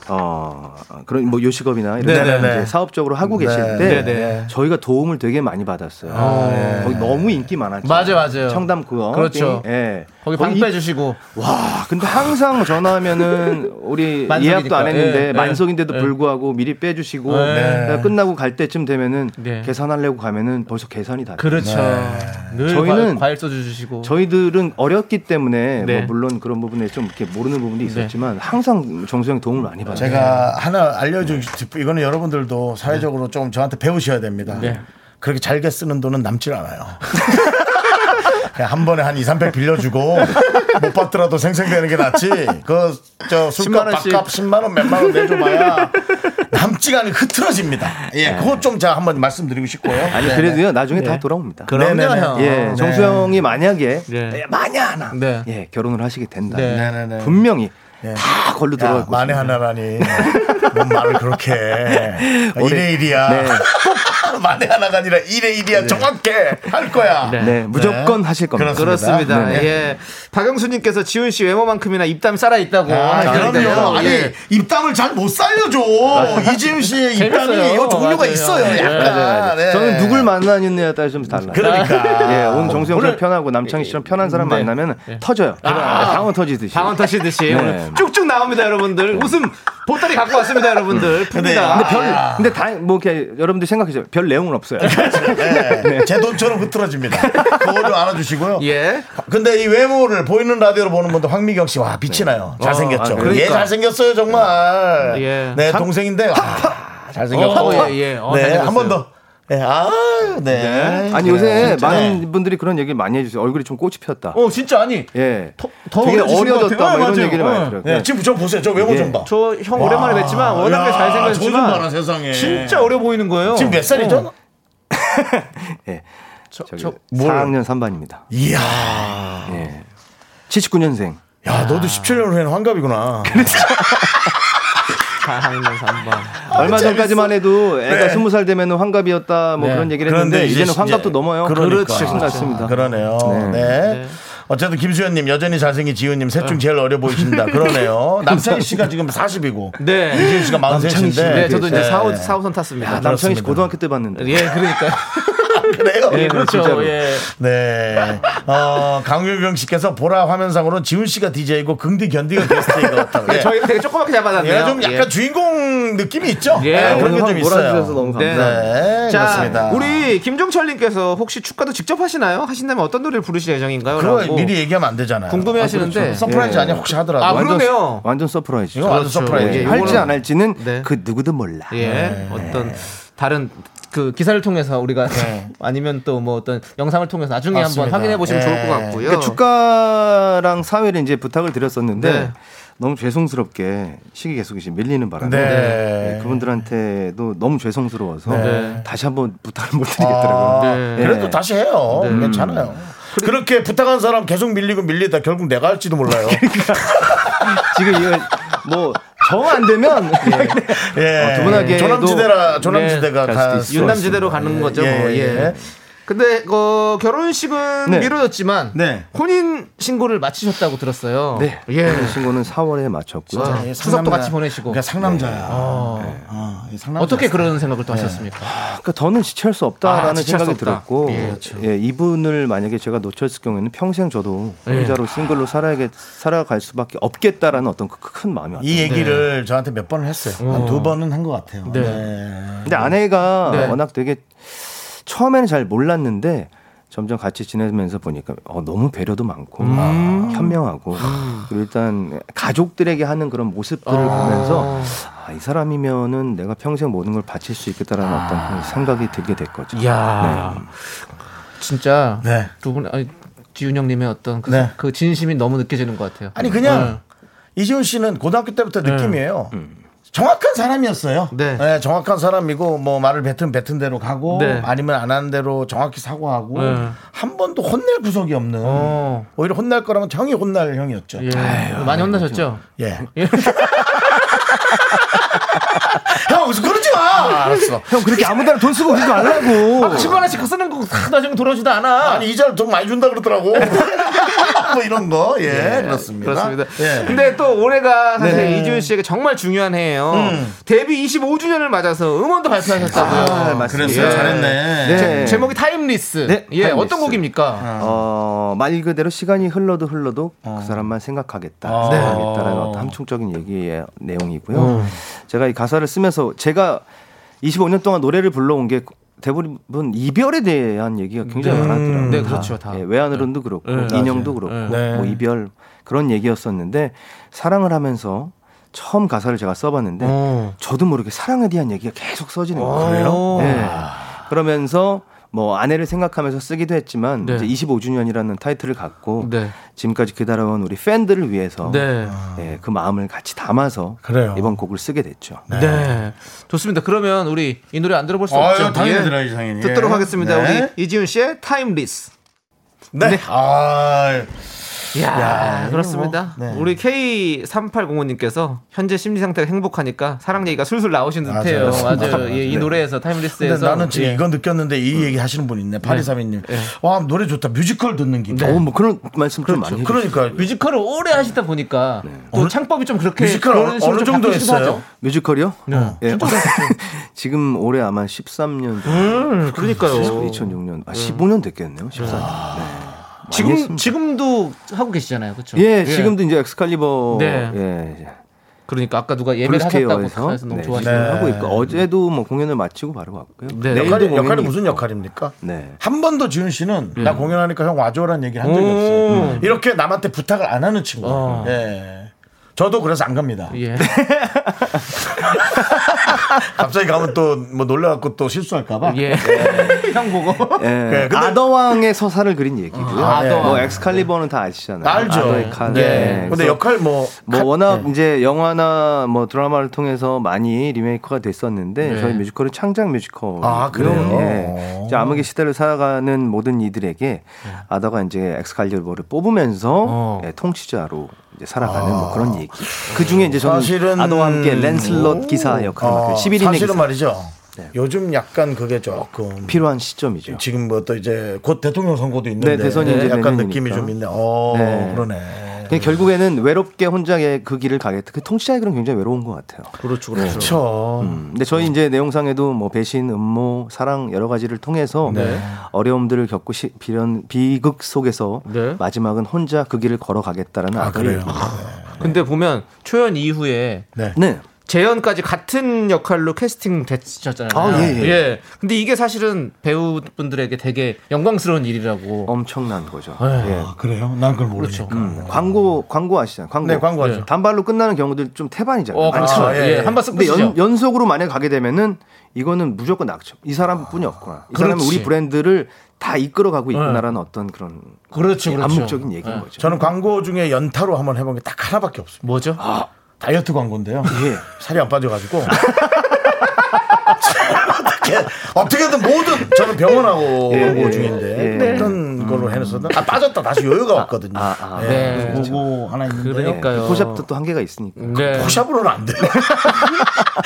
[SPEAKER 9] 어, 그런 뭐 요식업이나 이런
[SPEAKER 1] 네네네.
[SPEAKER 9] 데 이제 사업적으로 하고 계실
[SPEAKER 1] 네.
[SPEAKER 9] 때
[SPEAKER 2] 네네.
[SPEAKER 9] 저희가 도움을 되게 많이 받았어요.
[SPEAKER 1] 예.
[SPEAKER 9] 네. 거기 너무 인기 많았죠.
[SPEAKER 2] 맞아요, 맞아요.
[SPEAKER 9] 청담 구역.
[SPEAKER 2] 그렇죠.
[SPEAKER 9] 예.
[SPEAKER 2] 거기 방
[SPEAKER 9] 이-
[SPEAKER 2] 빼주시고.
[SPEAKER 9] 와, 근데 항상 전화하면은 우리
[SPEAKER 2] 만석이니까.
[SPEAKER 9] 예약도 안 했는데
[SPEAKER 2] 예, 예.
[SPEAKER 9] 만석인데도
[SPEAKER 2] 예.
[SPEAKER 9] 불구하고 미리 빼주시고
[SPEAKER 1] 네.
[SPEAKER 9] 그냥 끝나고 갈 때쯤 되면은
[SPEAKER 2] 네.
[SPEAKER 9] 계산하려고 가면은 벌써 계산이 다. 돼요.
[SPEAKER 2] 그렇죠.
[SPEAKER 1] 네.
[SPEAKER 2] 늘
[SPEAKER 9] 저희는-
[SPEAKER 2] 과일, 과일 써주시고.
[SPEAKER 9] 저희들은 어렸기 때문에
[SPEAKER 2] 네.
[SPEAKER 9] 뭐 물론 그런 부분에 좀 이렇게 모르는 부분도 있었지만 항상 정수영 도움을 많이 받아요.
[SPEAKER 1] 제가
[SPEAKER 9] 네.
[SPEAKER 1] 하나 알려주고 싶 이거는 여러분들도 사회적으로 좀 저한테 배우셔야 됩니다.
[SPEAKER 2] 네.
[SPEAKER 1] 그렇게 잘게 쓰는 돈은 남질 않아요. 그냥 한 번에 한 2, 300 빌려주고 못 받더라도 생생되는 게 낫지. 그 저
[SPEAKER 9] 10만
[SPEAKER 1] 술값,
[SPEAKER 9] 원씩.
[SPEAKER 1] 밥값 10만 원, 몇만 원 내줘봐야 남지가 않이 흐트러집니다. 예, 그거 좀 제가 한번 말씀드리고 싶고요.
[SPEAKER 9] 네. 아니
[SPEAKER 1] 네, 네.
[SPEAKER 9] 그래도요 나중에 다 돌아옵니다.
[SPEAKER 2] 그럼요,
[SPEAKER 1] 네네네. 예,
[SPEAKER 2] 형.
[SPEAKER 9] 예, 정수영이 만약에
[SPEAKER 2] 네.
[SPEAKER 9] 만에 하나
[SPEAKER 2] 네.
[SPEAKER 9] 예 결혼을 하시게 된다.
[SPEAKER 2] 네.
[SPEAKER 1] 네네네.
[SPEAKER 9] 예. 분명히
[SPEAKER 1] 예.
[SPEAKER 9] 다 걸로
[SPEAKER 1] 야,
[SPEAKER 9] 들어갈 거예요.
[SPEAKER 1] 만에 하나라니. 뭔 말을 그렇게 해.
[SPEAKER 9] 올해-
[SPEAKER 1] 일에 일이야.
[SPEAKER 9] 네.
[SPEAKER 1] 만에 하나가 아니라 일에 일이야. 정확해. 할 거야.
[SPEAKER 9] 네, 무조건 하실 겁니다.
[SPEAKER 1] 그렇습니다.
[SPEAKER 2] 그렇습니다.
[SPEAKER 9] 네.
[SPEAKER 2] 예. 박영수님께서 지훈 씨 외모만큼이나 입담 살아 있다고.
[SPEAKER 1] 아, 그럼요. 아니,
[SPEAKER 2] 예.
[SPEAKER 1] 입담을 잘 못 살려줘.
[SPEAKER 9] 아,
[SPEAKER 1] 이지훈 씨의 입담이
[SPEAKER 2] 재밌어요.
[SPEAKER 1] 요 종류가
[SPEAKER 2] 맞아요.
[SPEAKER 1] 있어요.
[SPEAKER 2] 네,
[SPEAKER 1] 약간. 네.
[SPEAKER 9] 저는 누굴 만나느냐에 따라 좀 달라요.
[SPEAKER 1] 그러니까.
[SPEAKER 9] 예, 오늘 정수영처럼 편하고 남창희처럼 편한 사람 만나면 터져요. 방언 터지듯이.
[SPEAKER 2] 방언 터시듯이
[SPEAKER 9] 네.
[SPEAKER 2] 오늘 쭉쭉 나옵니다,
[SPEAKER 1] 네.
[SPEAKER 2] 여러분들. 웃음 보따리 갖고 왔습니다, 여러분들.
[SPEAKER 1] 근데
[SPEAKER 2] 풉니다.
[SPEAKER 1] 별-
[SPEAKER 9] 아. 근데 다 뭐 이렇게 여러분들 생각하죠. 별 내용은 없어요.
[SPEAKER 1] 네. 제 돈처럼 흐트러집니다. 그거 좀 알아주시고요.
[SPEAKER 2] 예.
[SPEAKER 1] 근데 이 외모를 보이는 라디오로 보는 분들 황미경 씨, 와,
[SPEAKER 2] 네.
[SPEAKER 1] 빛이 나요. 잘생겼죠.
[SPEAKER 9] 아, 그러니까.
[SPEAKER 1] 예, 잘생겼어요, 정말.
[SPEAKER 2] 어, 예.
[SPEAKER 1] 네,
[SPEAKER 2] 삼-
[SPEAKER 1] 동생인데. 아, 잘생겼고.
[SPEAKER 2] 어, 예, 예. 어,
[SPEAKER 1] 네,
[SPEAKER 2] 잘생겼어요.
[SPEAKER 1] 한 번 더. 네, 아, 네.
[SPEAKER 9] 아니
[SPEAKER 1] 그래요,
[SPEAKER 9] 요새
[SPEAKER 1] 진짜. 네.
[SPEAKER 9] 많은 분들이 그런 얘기 많이 해주세요. 얼굴이 좀 꽃이 폈다.
[SPEAKER 2] 어, 진짜 아니.
[SPEAKER 9] 예.
[SPEAKER 2] 더
[SPEAKER 9] 되게
[SPEAKER 2] 어려지신 것
[SPEAKER 9] 어려졌다.
[SPEAKER 2] 같아요.
[SPEAKER 9] 뭐 이런
[SPEAKER 2] 맞아요.
[SPEAKER 9] 얘기를
[SPEAKER 2] 어.
[SPEAKER 9] 많이 들어요. 예.
[SPEAKER 1] 네, 지금 저 보세요. 저 외모 좀 봐.
[SPEAKER 2] 저 형 오랜만에 뵀지만 워낙에
[SPEAKER 1] 야, 저좀 봐라,
[SPEAKER 2] 잘생겼지만
[SPEAKER 1] 세상에.
[SPEAKER 2] 진짜 어려 보이는 거예요. 어.
[SPEAKER 1] 지금 몇 살이죠?
[SPEAKER 9] 예. 저기
[SPEAKER 2] 저-
[SPEAKER 1] 뭘-
[SPEAKER 9] 4학년 3반입니다. 예.
[SPEAKER 1] 이야.
[SPEAKER 2] 아.
[SPEAKER 9] 79년생.
[SPEAKER 1] 야, 너도 17년 후에는 환갑이구나.
[SPEAKER 2] 다학년 3반.
[SPEAKER 9] 얼마 전까지만 해도 애가
[SPEAKER 1] 네.
[SPEAKER 9] 스무 살 되면 환갑이었다 뭐
[SPEAKER 2] 네.
[SPEAKER 9] 그런 얘기를
[SPEAKER 1] 그런데
[SPEAKER 9] 했는데
[SPEAKER 1] 이제
[SPEAKER 9] 이제는
[SPEAKER 1] 이제-
[SPEAKER 9] 환갑도 넘어요.
[SPEAKER 1] 그러니까.
[SPEAKER 9] 것 같습니다.
[SPEAKER 1] 그러네요. 네. 어쨌든 김수현님 여전히 잘생긴 지훈님 셋 중 제일 어려 보이신다. 그러네요. 남창희 씨가 지금 40이고
[SPEAKER 2] 네.
[SPEAKER 1] 이지훈 씨가
[SPEAKER 9] 남창희 씨.
[SPEAKER 1] 43인데 아,
[SPEAKER 2] 네, 저도 이제
[SPEAKER 9] 네.
[SPEAKER 2] 4호, 4호선 탔습니다.
[SPEAKER 9] 야, 남창희 씨 고등학교 때 봤는데.
[SPEAKER 2] 예, 그러니까.
[SPEAKER 1] 그래요.
[SPEAKER 2] 예, 그렇죠.
[SPEAKER 9] 진짜로.
[SPEAKER 2] 예.
[SPEAKER 1] 네. 어, 강유경 씨께서 보라 화면상으로는 지훈 씨가 DJ고 긍디 견디가 게스트인 것 같다고. 예.
[SPEAKER 2] 저희 되게 조그맣게 잡아놨네요.
[SPEAKER 1] 얘가 좀 약간
[SPEAKER 2] 예.
[SPEAKER 1] 주인공 느낌이 있죠?
[SPEAKER 2] 예,
[SPEAKER 1] 네, 그런
[SPEAKER 9] 오늘
[SPEAKER 1] 게
[SPEAKER 9] 확
[SPEAKER 1] 좀 있어요.
[SPEAKER 9] 몰아주셔서 너무
[SPEAKER 2] 네.
[SPEAKER 9] 감사합니다.
[SPEAKER 1] 네,
[SPEAKER 2] 자,
[SPEAKER 1] 그렇습니다.
[SPEAKER 2] 우리 김종철님께서 혹시 축가도 직접 하시나요? 하신다면 어떤 노래를 부르실 예정인가요?
[SPEAKER 1] 그거
[SPEAKER 2] 라고
[SPEAKER 1] 미리 얘기하면 안 되잖아요. 그렇죠.
[SPEAKER 2] 궁금해 하시는데. 예.
[SPEAKER 1] 서프라이즈 아니야 혹시 하더라도.
[SPEAKER 2] 아,
[SPEAKER 9] 완전
[SPEAKER 2] 그러네요. 그렇죠.
[SPEAKER 9] 완전 서프라이즈.
[SPEAKER 1] 이거 완전 서프라이즈.
[SPEAKER 9] 예,
[SPEAKER 2] 이거는-
[SPEAKER 9] 할지 안 할지는
[SPEAKER 2] 네.
[SPEAKER 9] 그 누구도 몰라.
[SPEAKER 2] 예,
[SPEAKER 1] 네.
[SPEAKER 2] 어떤 다른 그 기사를 통해서 우리가 아니면 또 뭐 어떤 영상을 통해서 나중에 한번
[SPEAKER 1] 네. 맞습니다.
[SPEAKER 2] 확인해 보시면
[SPEAKER 1] 예.
[SPEAKER 2] 좋을 것 같고요.
[SPEAKER 9] 그러니까 축가랑 사회를 이제 부탁을 드렸었는데
[SPEAKER 2] 네.
[SPEAKER 9] 너무 죄송스럽게 시기 계속이시 밀리는 바람에
[SPEAKER 1] 네.
[SPEAKER 9] 예, 그분들한테도 너무 죄송스러워서
[SPEAKER 2] 네.
[SPEAKER 9] 다시 한번 부탁을 못
[SPEAKER 1] 아.
[SPEAKER 9] 드리겠더라고요.
[SPEAKER 2] 네. 음.
[SPEAKER 9] 예.
[SPEAKER 1] 그래도 다시 해요. 괜찮아요. 그렇게 부탁한 사람 계속 밀리고 밀리다 결국 내가 할지도 몰라요.
[SPEAKER 9] 지금 이거 뭐 정 안 되면
[SPEAKER 1] 예.
[SPEAKER 9] 어, 두분에게도-
[SPEAKER 1] 아, 조남지대라 조남지대가
[SPEAKER 9] 네,
[SPEAKER 1] 다 예,
[SPEAKER 9] 갈 수도 있어요.
[SPEAKER 2] 윤남지대로 가는 거죠. 뭐. 예. 근데 어, 결혼식은
[SPEAKER 9] 네.
[SPEAKER 2] 미뤄졌지만 혼인 신고를 마치셨다고 들었어요.
[SPEAKER 9] 네.
[SPEAKER 2] 예.
[SPEAKER 9] 예. 신고는 4월에 마쳤고요.
[SPEAKER 2] 진짜 예, 추석도 상남자. 같이 보내시고. 그러니까
[SPEAKER 1] 상남자야. 아,
[SPEAKER 2] 어떻게 그런 생각을 또 하셨습니까?
[SPEAKER 9] 그러니까 더는 지체할 수 없다라는
[SPEAKER 2] 아, 지체할
[SPEAKER 9] 생각이
[SPEAKER 2] 수 없다.
[SPEAKER 9] 들었고
[SPEAKER 2] 예,
[SPEAKER 9] 예,
[SPEAKER 2] 그렇죠.
[SPEAKER 9] 이분을 만약에 제가 놓쳤을 경우에는 평생 저도
[SPEAKER 1] 예.
[SPEAKER 9] 혼자로 싱글로 살아야 살아갈 수밖에 없겠다라는 어떤 그 큰 마음이 왔어요.
[SPEAKER 1] 이
[SPEAKER 2] 네.
[SPEAKER 1] 얘기를 저한테 몇 번을 했어요. 한 두 번은 한 것 같아요.
[SPEAKER 9] 네.
[SPEAKER 1] 네.
[SPEAKER 2] 음.
[SPEAKER 9] 근데 아내가
[SPEAKER 1] 네.
[SPEAKER 9] 워낙 되게 처음에는 잘 몰랐는데 점점 같이 지내면서 보니까 어, 너무 배려도 많고
[SPEAKER 2] 음.
[SPEAKER 9] 아, 현명하고 그리고 일단 가족들에게 하는 그런 모습들을 보면서 아, 이 사람이면은 내가 평생 모든 걸 바칠 수 있겠다라는 어떤 그런 생각이 들게 됐거죠.
[SPEAKER 2] 아. 이야. 진짜
[SPEAKER 1] 네.
[SPEAKER 2] 두분 아니 지훈 형님의 어떤 그,
[SPEAKER 1] 네.
[SPEAKER 2] 그 진심이 너무 느껴지는 것 같아요.
[SPEAKER 1] 아니 그냥
[SPEAKER 2] 네.
[SPEAKER 1] 이지훈 씨는 고등학교 때부터 느낌이에요. 정확한 사람이었어요. 네. 정확한 사람이고 뭐 말을 뱉은 뱉은 대로 가고
[SPEAKER 2] 네.
[SPEAKER 1] 아니면 안 하는 대로 정확히 사과하고
[SPEAKER 2] 네. 어.
[SPEAKER 1] 한 번도 혼낼 구석이 없는 오히려 혼날 거라면 형이 혼날 형이었죠.
[SPEAKER 2] 예. 많이 혼나셨죠?
[SPEAKER 1] 예. 형 그러지 마. 알았어.
[SPEAKER 9] 형 그렇게 아무데나 돈 쓰고 그러지 말라고.
[SPEAKER 2] 아, 친구 하나씩 쓰는 거 다 나중에 돌아주지도 않아.
[SPEAKER 1] 아니 이자를 돈 많이 준다 그러더라고. 뭐 이런 거. 예,
[SPEAKER 2] 예,
[SPEAKER 1] 그렇습니다.
[SPEAKER 2] 그렇습니다.
[SPEAKER 1] 예.
[SPEAKER 2] 근데 또 올해가 사실
[SPEAKER 1] 네.
[SPEAKER 2] 이지훈 씨에게 정말 중요한 해예요.
[SPEAKER 1] 음.
[SPEAKER 2] 데뷔 25주년을 맞아서 음원도 발표하셨다고요.
[SPEAKER 1] 네,
[SPEAKER 9] 아, 맞습니다.
[SPEAKER 2] 예.
[SPEAKER 9] 그랬어요? 잘했네. 네.
[SPEAKER 2] 제, 목이 타임리스.
[SPEAKER 9] 네,
[SPEAKER 2] 예,
[SPEAKER 9] 타임리스.
[SPEAKER 2] 어떤 곡입니까?
[SPEAKER 9] 어, 말 그대로 시간이 흘러도 흘러도 그 사람만 생각하겠다.
[SPEAKER 2] 어. 아.
[SPEAKER 9] 생각하겠다라는
[SPEAKER 2] 네.
[SPEAKER 9] 어떤 함축적인 얘기의 내용이고요.
[SPEAKER 2] 음.
[SPEAKER 9] 제가 이 가사를 쓰면서 제가 25년 동안 노래를 불러온 게 대부분 이별에 대한 얘기가 굉장히
[SPEAKER 2] 네.
[SPEAKER 9] 많았더라고요.
[SPEAKER 2] 네, 그렇죠, 다.
[SPEAKER 9] 예, 외환으로도 그렇고
[SPEAKER 2] 네, 맞아요.
[SPEAKER 9] 인형도 그렇고
[SPEAKER 2] 네.
[SPEAKER 9] 뭐 이별 그런 얘기였었는데 사랑을 하면서 처음 가사를 제가 써봤는데
[SPEAKER 2] 어.
[SPEAKER 9] 저도 모르게 사랑에 대한 얘기가 계속 써지는
[SPEAKER 2] 어.
[SPEAKER 9] 거예요.
[SPEAKER 2] 그래요?
[SPEAKER 9] 네. 그러면서 뭐 아내를 생각하면서 쓰기도 했지만
[SPEAKER 2] 네.
[SPEAKER 9] 이제 25주년이라는 타이틀을 갖고
[SPEAKER 2] 네.
[SPEAKER 9] 지금까지 기다려온 우리 팬들을 위해서
[SPEAKER 2] 네.
[SPEAKER 9] 네, 그 마음을 같이 담아서 이번 곡을 쓰게 됐죠.
[SPEAKER 2] 네. 좋습니다. 그러면 우리 이 노래 안 들어볼 수
[SPEAKER 9] 아유,
[SPEAKER 2] 없죠.
[SPEAKER 9] 당연히 들어야지, 당연히.
[SPEAKER 2] 듣도록
[SPEAKER 9] 예.
[SPEAKER 2] 하겠습니다.
[SPEAKER 9] 네.
[SPEAKER 2] 우리 이지훈 씨의 타임리스.
[SPEAKER 1] 네. 아.
[SPEAKER 2] 야,
[SPEAKER 1] 야, 이거
[SPEAKER 2] 그렇습니다.
[SPEAKER 1] 뭐, 네.
[SPEAKER 2] 우리 K3805님께서 현재 심리 상태가 행복하니까 사랑 얘기가 술술 나오신 듯해요. 맞아요. 예, 이
[SPEAKER 1] 네.
[SPEAKER 2] 노래에서
[SPEAKER 1] 근데
[SPEAKER 2] 타임리스에서
[SPEAKER 1] 나는 지금
[SPEAKER 2] 예.
[SPEAKER 1] 이건 느꼈는데 이 얘기 하시는 분 있네. 파리사미님. 와 노래 좋다. 뮤지컬 듣는
[SPEAKER 2] 네.
[SPEAKER 1] 기분.
[SPEAKER 9] 어, 뭐 그런 말씀
[SPEAKER 2] 그렇죠.
[SPEAKER 9] 좀 많이 해주시죠.
[SPEAKER 1] 그러니까
[SPEAKER 2] 뮤지컬을 오래 하시다 보니까 또 창법이 좀 그렇게
[SPEAKER 9] 뮤지컬
[SPEAKER 2] 네, 그런
[SPEAKER 9] 어느,
[SPEAKER 2] 식으로
[SPEAKER 9] 어느
[SPEAKER 2] 좀
[SPEAKER 9] 정도
[SPEAKER 2] 바뀌기도
[SPEAKER 9] 했어요?
[SPEAKER 2] 하죠.
[SPEAKER 9] 뮤지컬이요?
[SPEAKER 2] 네.
[SPEAKER 9] 예. 지금 올해 아마 13년.
[SPEAKER 2] 네.
[SPEAKER 9] 음.
[SPEAKER 2] 그러니까요.
[SPEAKER 9] 2006년. 아, 15년 됐겠네요. 14년.
[SPEAKER 2] 네. 지금
[SPEAKER 9] 했습니다.
[SPEAKER 2] 지금도 하고 계시잖아요, 그렇죠?
[SPEAKER 9] 예, 지금도 이제 엑스칼리버
[SPEAKER 2] 네.
[SPEAKER 9] 예.
[SPEAKER 2] 그러니까 아까 누가 예매를 하셨다고
[SPEAKER 9] 블루스케어에서
[SPEAKER 2] 해서 너무
[SPEAKER 9] 네,
[SPEAKER 2] 좋아하시고
[SPEAKER 9] 지금 하고 있고 어제도 뭐 공연을 마치고 바로 왔고요.
[SPEAKER 1] 네.
[SPEAKER 9] 내일도
[SPEAKER 1] 역할이,
[SPEAKER 9] 공연이
[SPEAKER 1] 역할이 무슨
[SPEAKER 9] 있고.
[SPEAKER 1] 역할입니까?
[SPEAKER 9] 네.
[SPEAKER 1] 한 번도 지훈 씨는
[SPEAKER 2] 음.
[SPEAKER 1] 나 공연하니까 형 와줘라는 얘기 한 적이
[SPEAKER 9] 오.
[SPEAKER 1] 없어요. 음. 이렇게 남한테 부탁을 안 하는 친구.
[SPEAKER 9] 어.
[SPEAKER 1] 예. 저도 그래서 안 갑니다.
[SPEAKER 2] 예.
[SPEAKER 1] 갑자기 가면 또 뭐 놀래갖고 또 실수할까봐.
[SPEAKER 2] 예.
[SPEAKER 9] 네.
[SPEAKER 2] 형 보고.
[SPEAKER 9] 예,
[SPEAKER 1] 예, 근데-
[SPEAKER 9] 아더왕의 서사를 그린 얘기고요.
[SPEAKER 1] 아, 네.
[SPEAKER 9] 뭐 엑스칼리버는 다 아시잖아요.
[SPEAKER 1] 알죠.
[SPEAKER 9] 아더의 칼.
[SPEAKER 1] 예.
[SPEAKER 9] 네.
[SPEAKER 1] 근데
[SPEAKER 9] 그래서
[SPEAKER 1] 역할 뭐.
[SPEAKER 9] 뭐 워낙 이제 영화나 뭐 드라마를 통해서 많이 리메이크가 됐었는데
[SPEAKER 1] 네.
[SPEAKER 9] 저희 뮤지컬은 창작 뮤지컬. 네. 예.
[SPEAKER 1] 아, 그래요?
[SPEAKER 9] 이제 암흑의 시대를 살아가는 모든
[SPEAKER 1] 네.
[SPEAKER 9] 이들에게 아더가 이제 엑스칼리버를 뽑으면서
[SPEAKER 1] 어.
[SPEAKER 9] 예, 통치자로 이제 살아가는 뭐 그런 얘기. 그 중에 이제 저는
[SPEAKER 1] 사실은-
[SPEAKER 9] 아더와 함께 랜슬롯 기사 역할을
[SPEAKER 1] 어,
[SPEAKER 9] 맡은 11인의
[SPEAKER 1] 사실은
[SPEAKER 9] 기사. 네. 어,
[SPEAKER 1] 말이죠. 요즘 약간 그게 조금
[SPEAKER 9] 필요한 시점이죠.
[SPEAKER 1] 지금 뭐 또 이제 곧 대통령 선거도 있는데
[SPEAKER 9] 네, 대선이 이제
[SPEAKER 1] 약간
[SPEAKER 9] 내년이니까.
[SPEAKER 1] 느낌이 좀 있네. 어,
[SPEAKER 9] 네.
[SPEAKER 1] 그러네.
[SPEAKER 9] 근데 결국에는 외롭게 혼자 그 길을 가겠다. 그 통치자의 그런 굉장히 외로운 것 같아요. 음,
[SPEAKER 2] 그렇죠,
[SPEAKER 9] 네.
[SPEAKER 1] 그렇죠.
[SPEAKER 9] 근데 저희 이제 내용상에도 뭐 배신, 음모, 사랑 여러 가지를 통해서
[SPEAKER 2] 네.
[SPEAKER 9] 어려움들을 겪고 시, 비련, 비극 속에서
[SPEAKER 2] 네.
[SPEAKER 9] 마지막은 혼자 그 길을 걸어가겠다라는 아, 그래요.
[SPEAKER 2] 근데 보면 초연 이후에
[SPEAKER 1] 네.
[SPEAKER 2] 재현까지 같은 역할로 캐스팅 됐었잖아요.
[SPEAKER 9] 아, 예, 예.
[SPEAKER 2] 근데 이게 사실은 배우분들에게 되게 영광스러운 일이라고. 예.
[SPEAKER 9] 엄청난 거죠. 음,
[SPEAKER 1] 아, 그래요? 난 그걸 모르니까.
[SPEAKER 9] 광고 광고 아시잖아요. 광고.
[SPEAKER 1] 그렇죠. 네, 광고하죠. 예.
[SPEAKER 9] 단발로 끝나는 경우들 좀 태반이잖아요.
[SPEAKER 2] 어, 그렇죠.
[SPEAKER 9] 많잖아요.
[SPEAKER 2] 예, 한 번씩
[SPEAKER 9] 근데
[SPEAKER 2] 끝이죠.
[SPEAKER 9] 연, 연속으로 만약 가게 되면은 이거는 무조건 낙점. 이 사람뿐이 없구나. 이 사람은
[SPEAKER 1] 그렇지.
[SPEAKER 9] 우리 브랜드를 다 이끌어가고 있구나라는 어떤 그런
[SPEAKER 2] 그렇죠, 그렇죠.
[SPEAKER 9] 암묵적인 얘기인 거죠.
[SPEAKER 1] 저는 광고 중에 연타로 한번 해본 게 딱 하나밖에 없어요.
[SPEAKER 2] 뭐죠?
[SPEAKER 9] 아, 예.
[SPEAKER 1] 다이어트 광고인데요. 살이 안 빠져가지고. 어떻게 어떻게든 모든 저는 병원하고
[SPEAKER 9] 예,
[SPEAKER 1] 그러고
[SPEAKER 9] 예,
[SPEAKER 1] 중인데
[SPEAKER 9] 예.
[SPEAKER 1] 어떤 걸로 해서든 아 빠졌다 다시 여유가 없거든요. 예,
[SPEAKER 2] 네.
[SPEAKER 1] 그거 하나 있는데요.
[SPEAKER 9] 예.
[SPEAKER 2] 그러니까요.
[SPEAKER 9] 포샵도 또 한계가 있으니까.
[SPEAKER 2] 네.
[SPEAKER 1] 포샵으로는 안 돼요.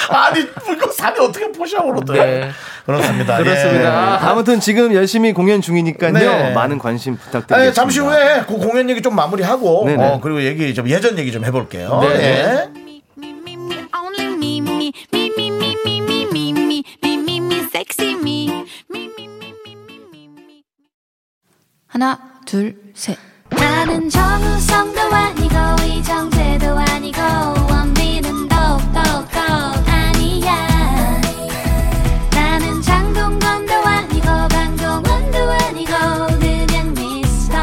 [SPEAKER 1] 아니 이거 산이 어떻게 포샵으로 돼?
[SPEAKER 2] 네.
[SPEAKER 1] 그렇습니다.
[SPEAKER 9] 네.
[SPEAKER 2] 그렇습니다.
[SPEAKER 1] 예.
[SPEAKER 9] 아무튼 지금 열심히 공연 중이니까요.
[SPEAKER 1] 네.
[SPEAKER 9] 많은 관심 부탁드립니다.
[SPEAKER 1] 아니, 잠시 후에 그 공연 얘기 좀 마무리하고
[SPEAKER 9] 네네.
[SPEAKER 1] 어, 그리고 얘기 좀 예전 얘기 좀 해볼게요.
[SPEAKER 2] 네.
[SPEAKER 1] 예.
[SPEAKER 6] Me, me, me, me, only me, me, me, me, me, me, me, me, me, me, me, me, sexy me. Me, me, me, me, me, me, me.
[SPEAKER 10] 하나, 둘, 셋.
[SPEAKER 6] 나는 정우성도 아니고 이정재도 아니고 원빈은 더욱더 아니야 나는 장동건도 아니고 강동원도 아니고 그냥 미스터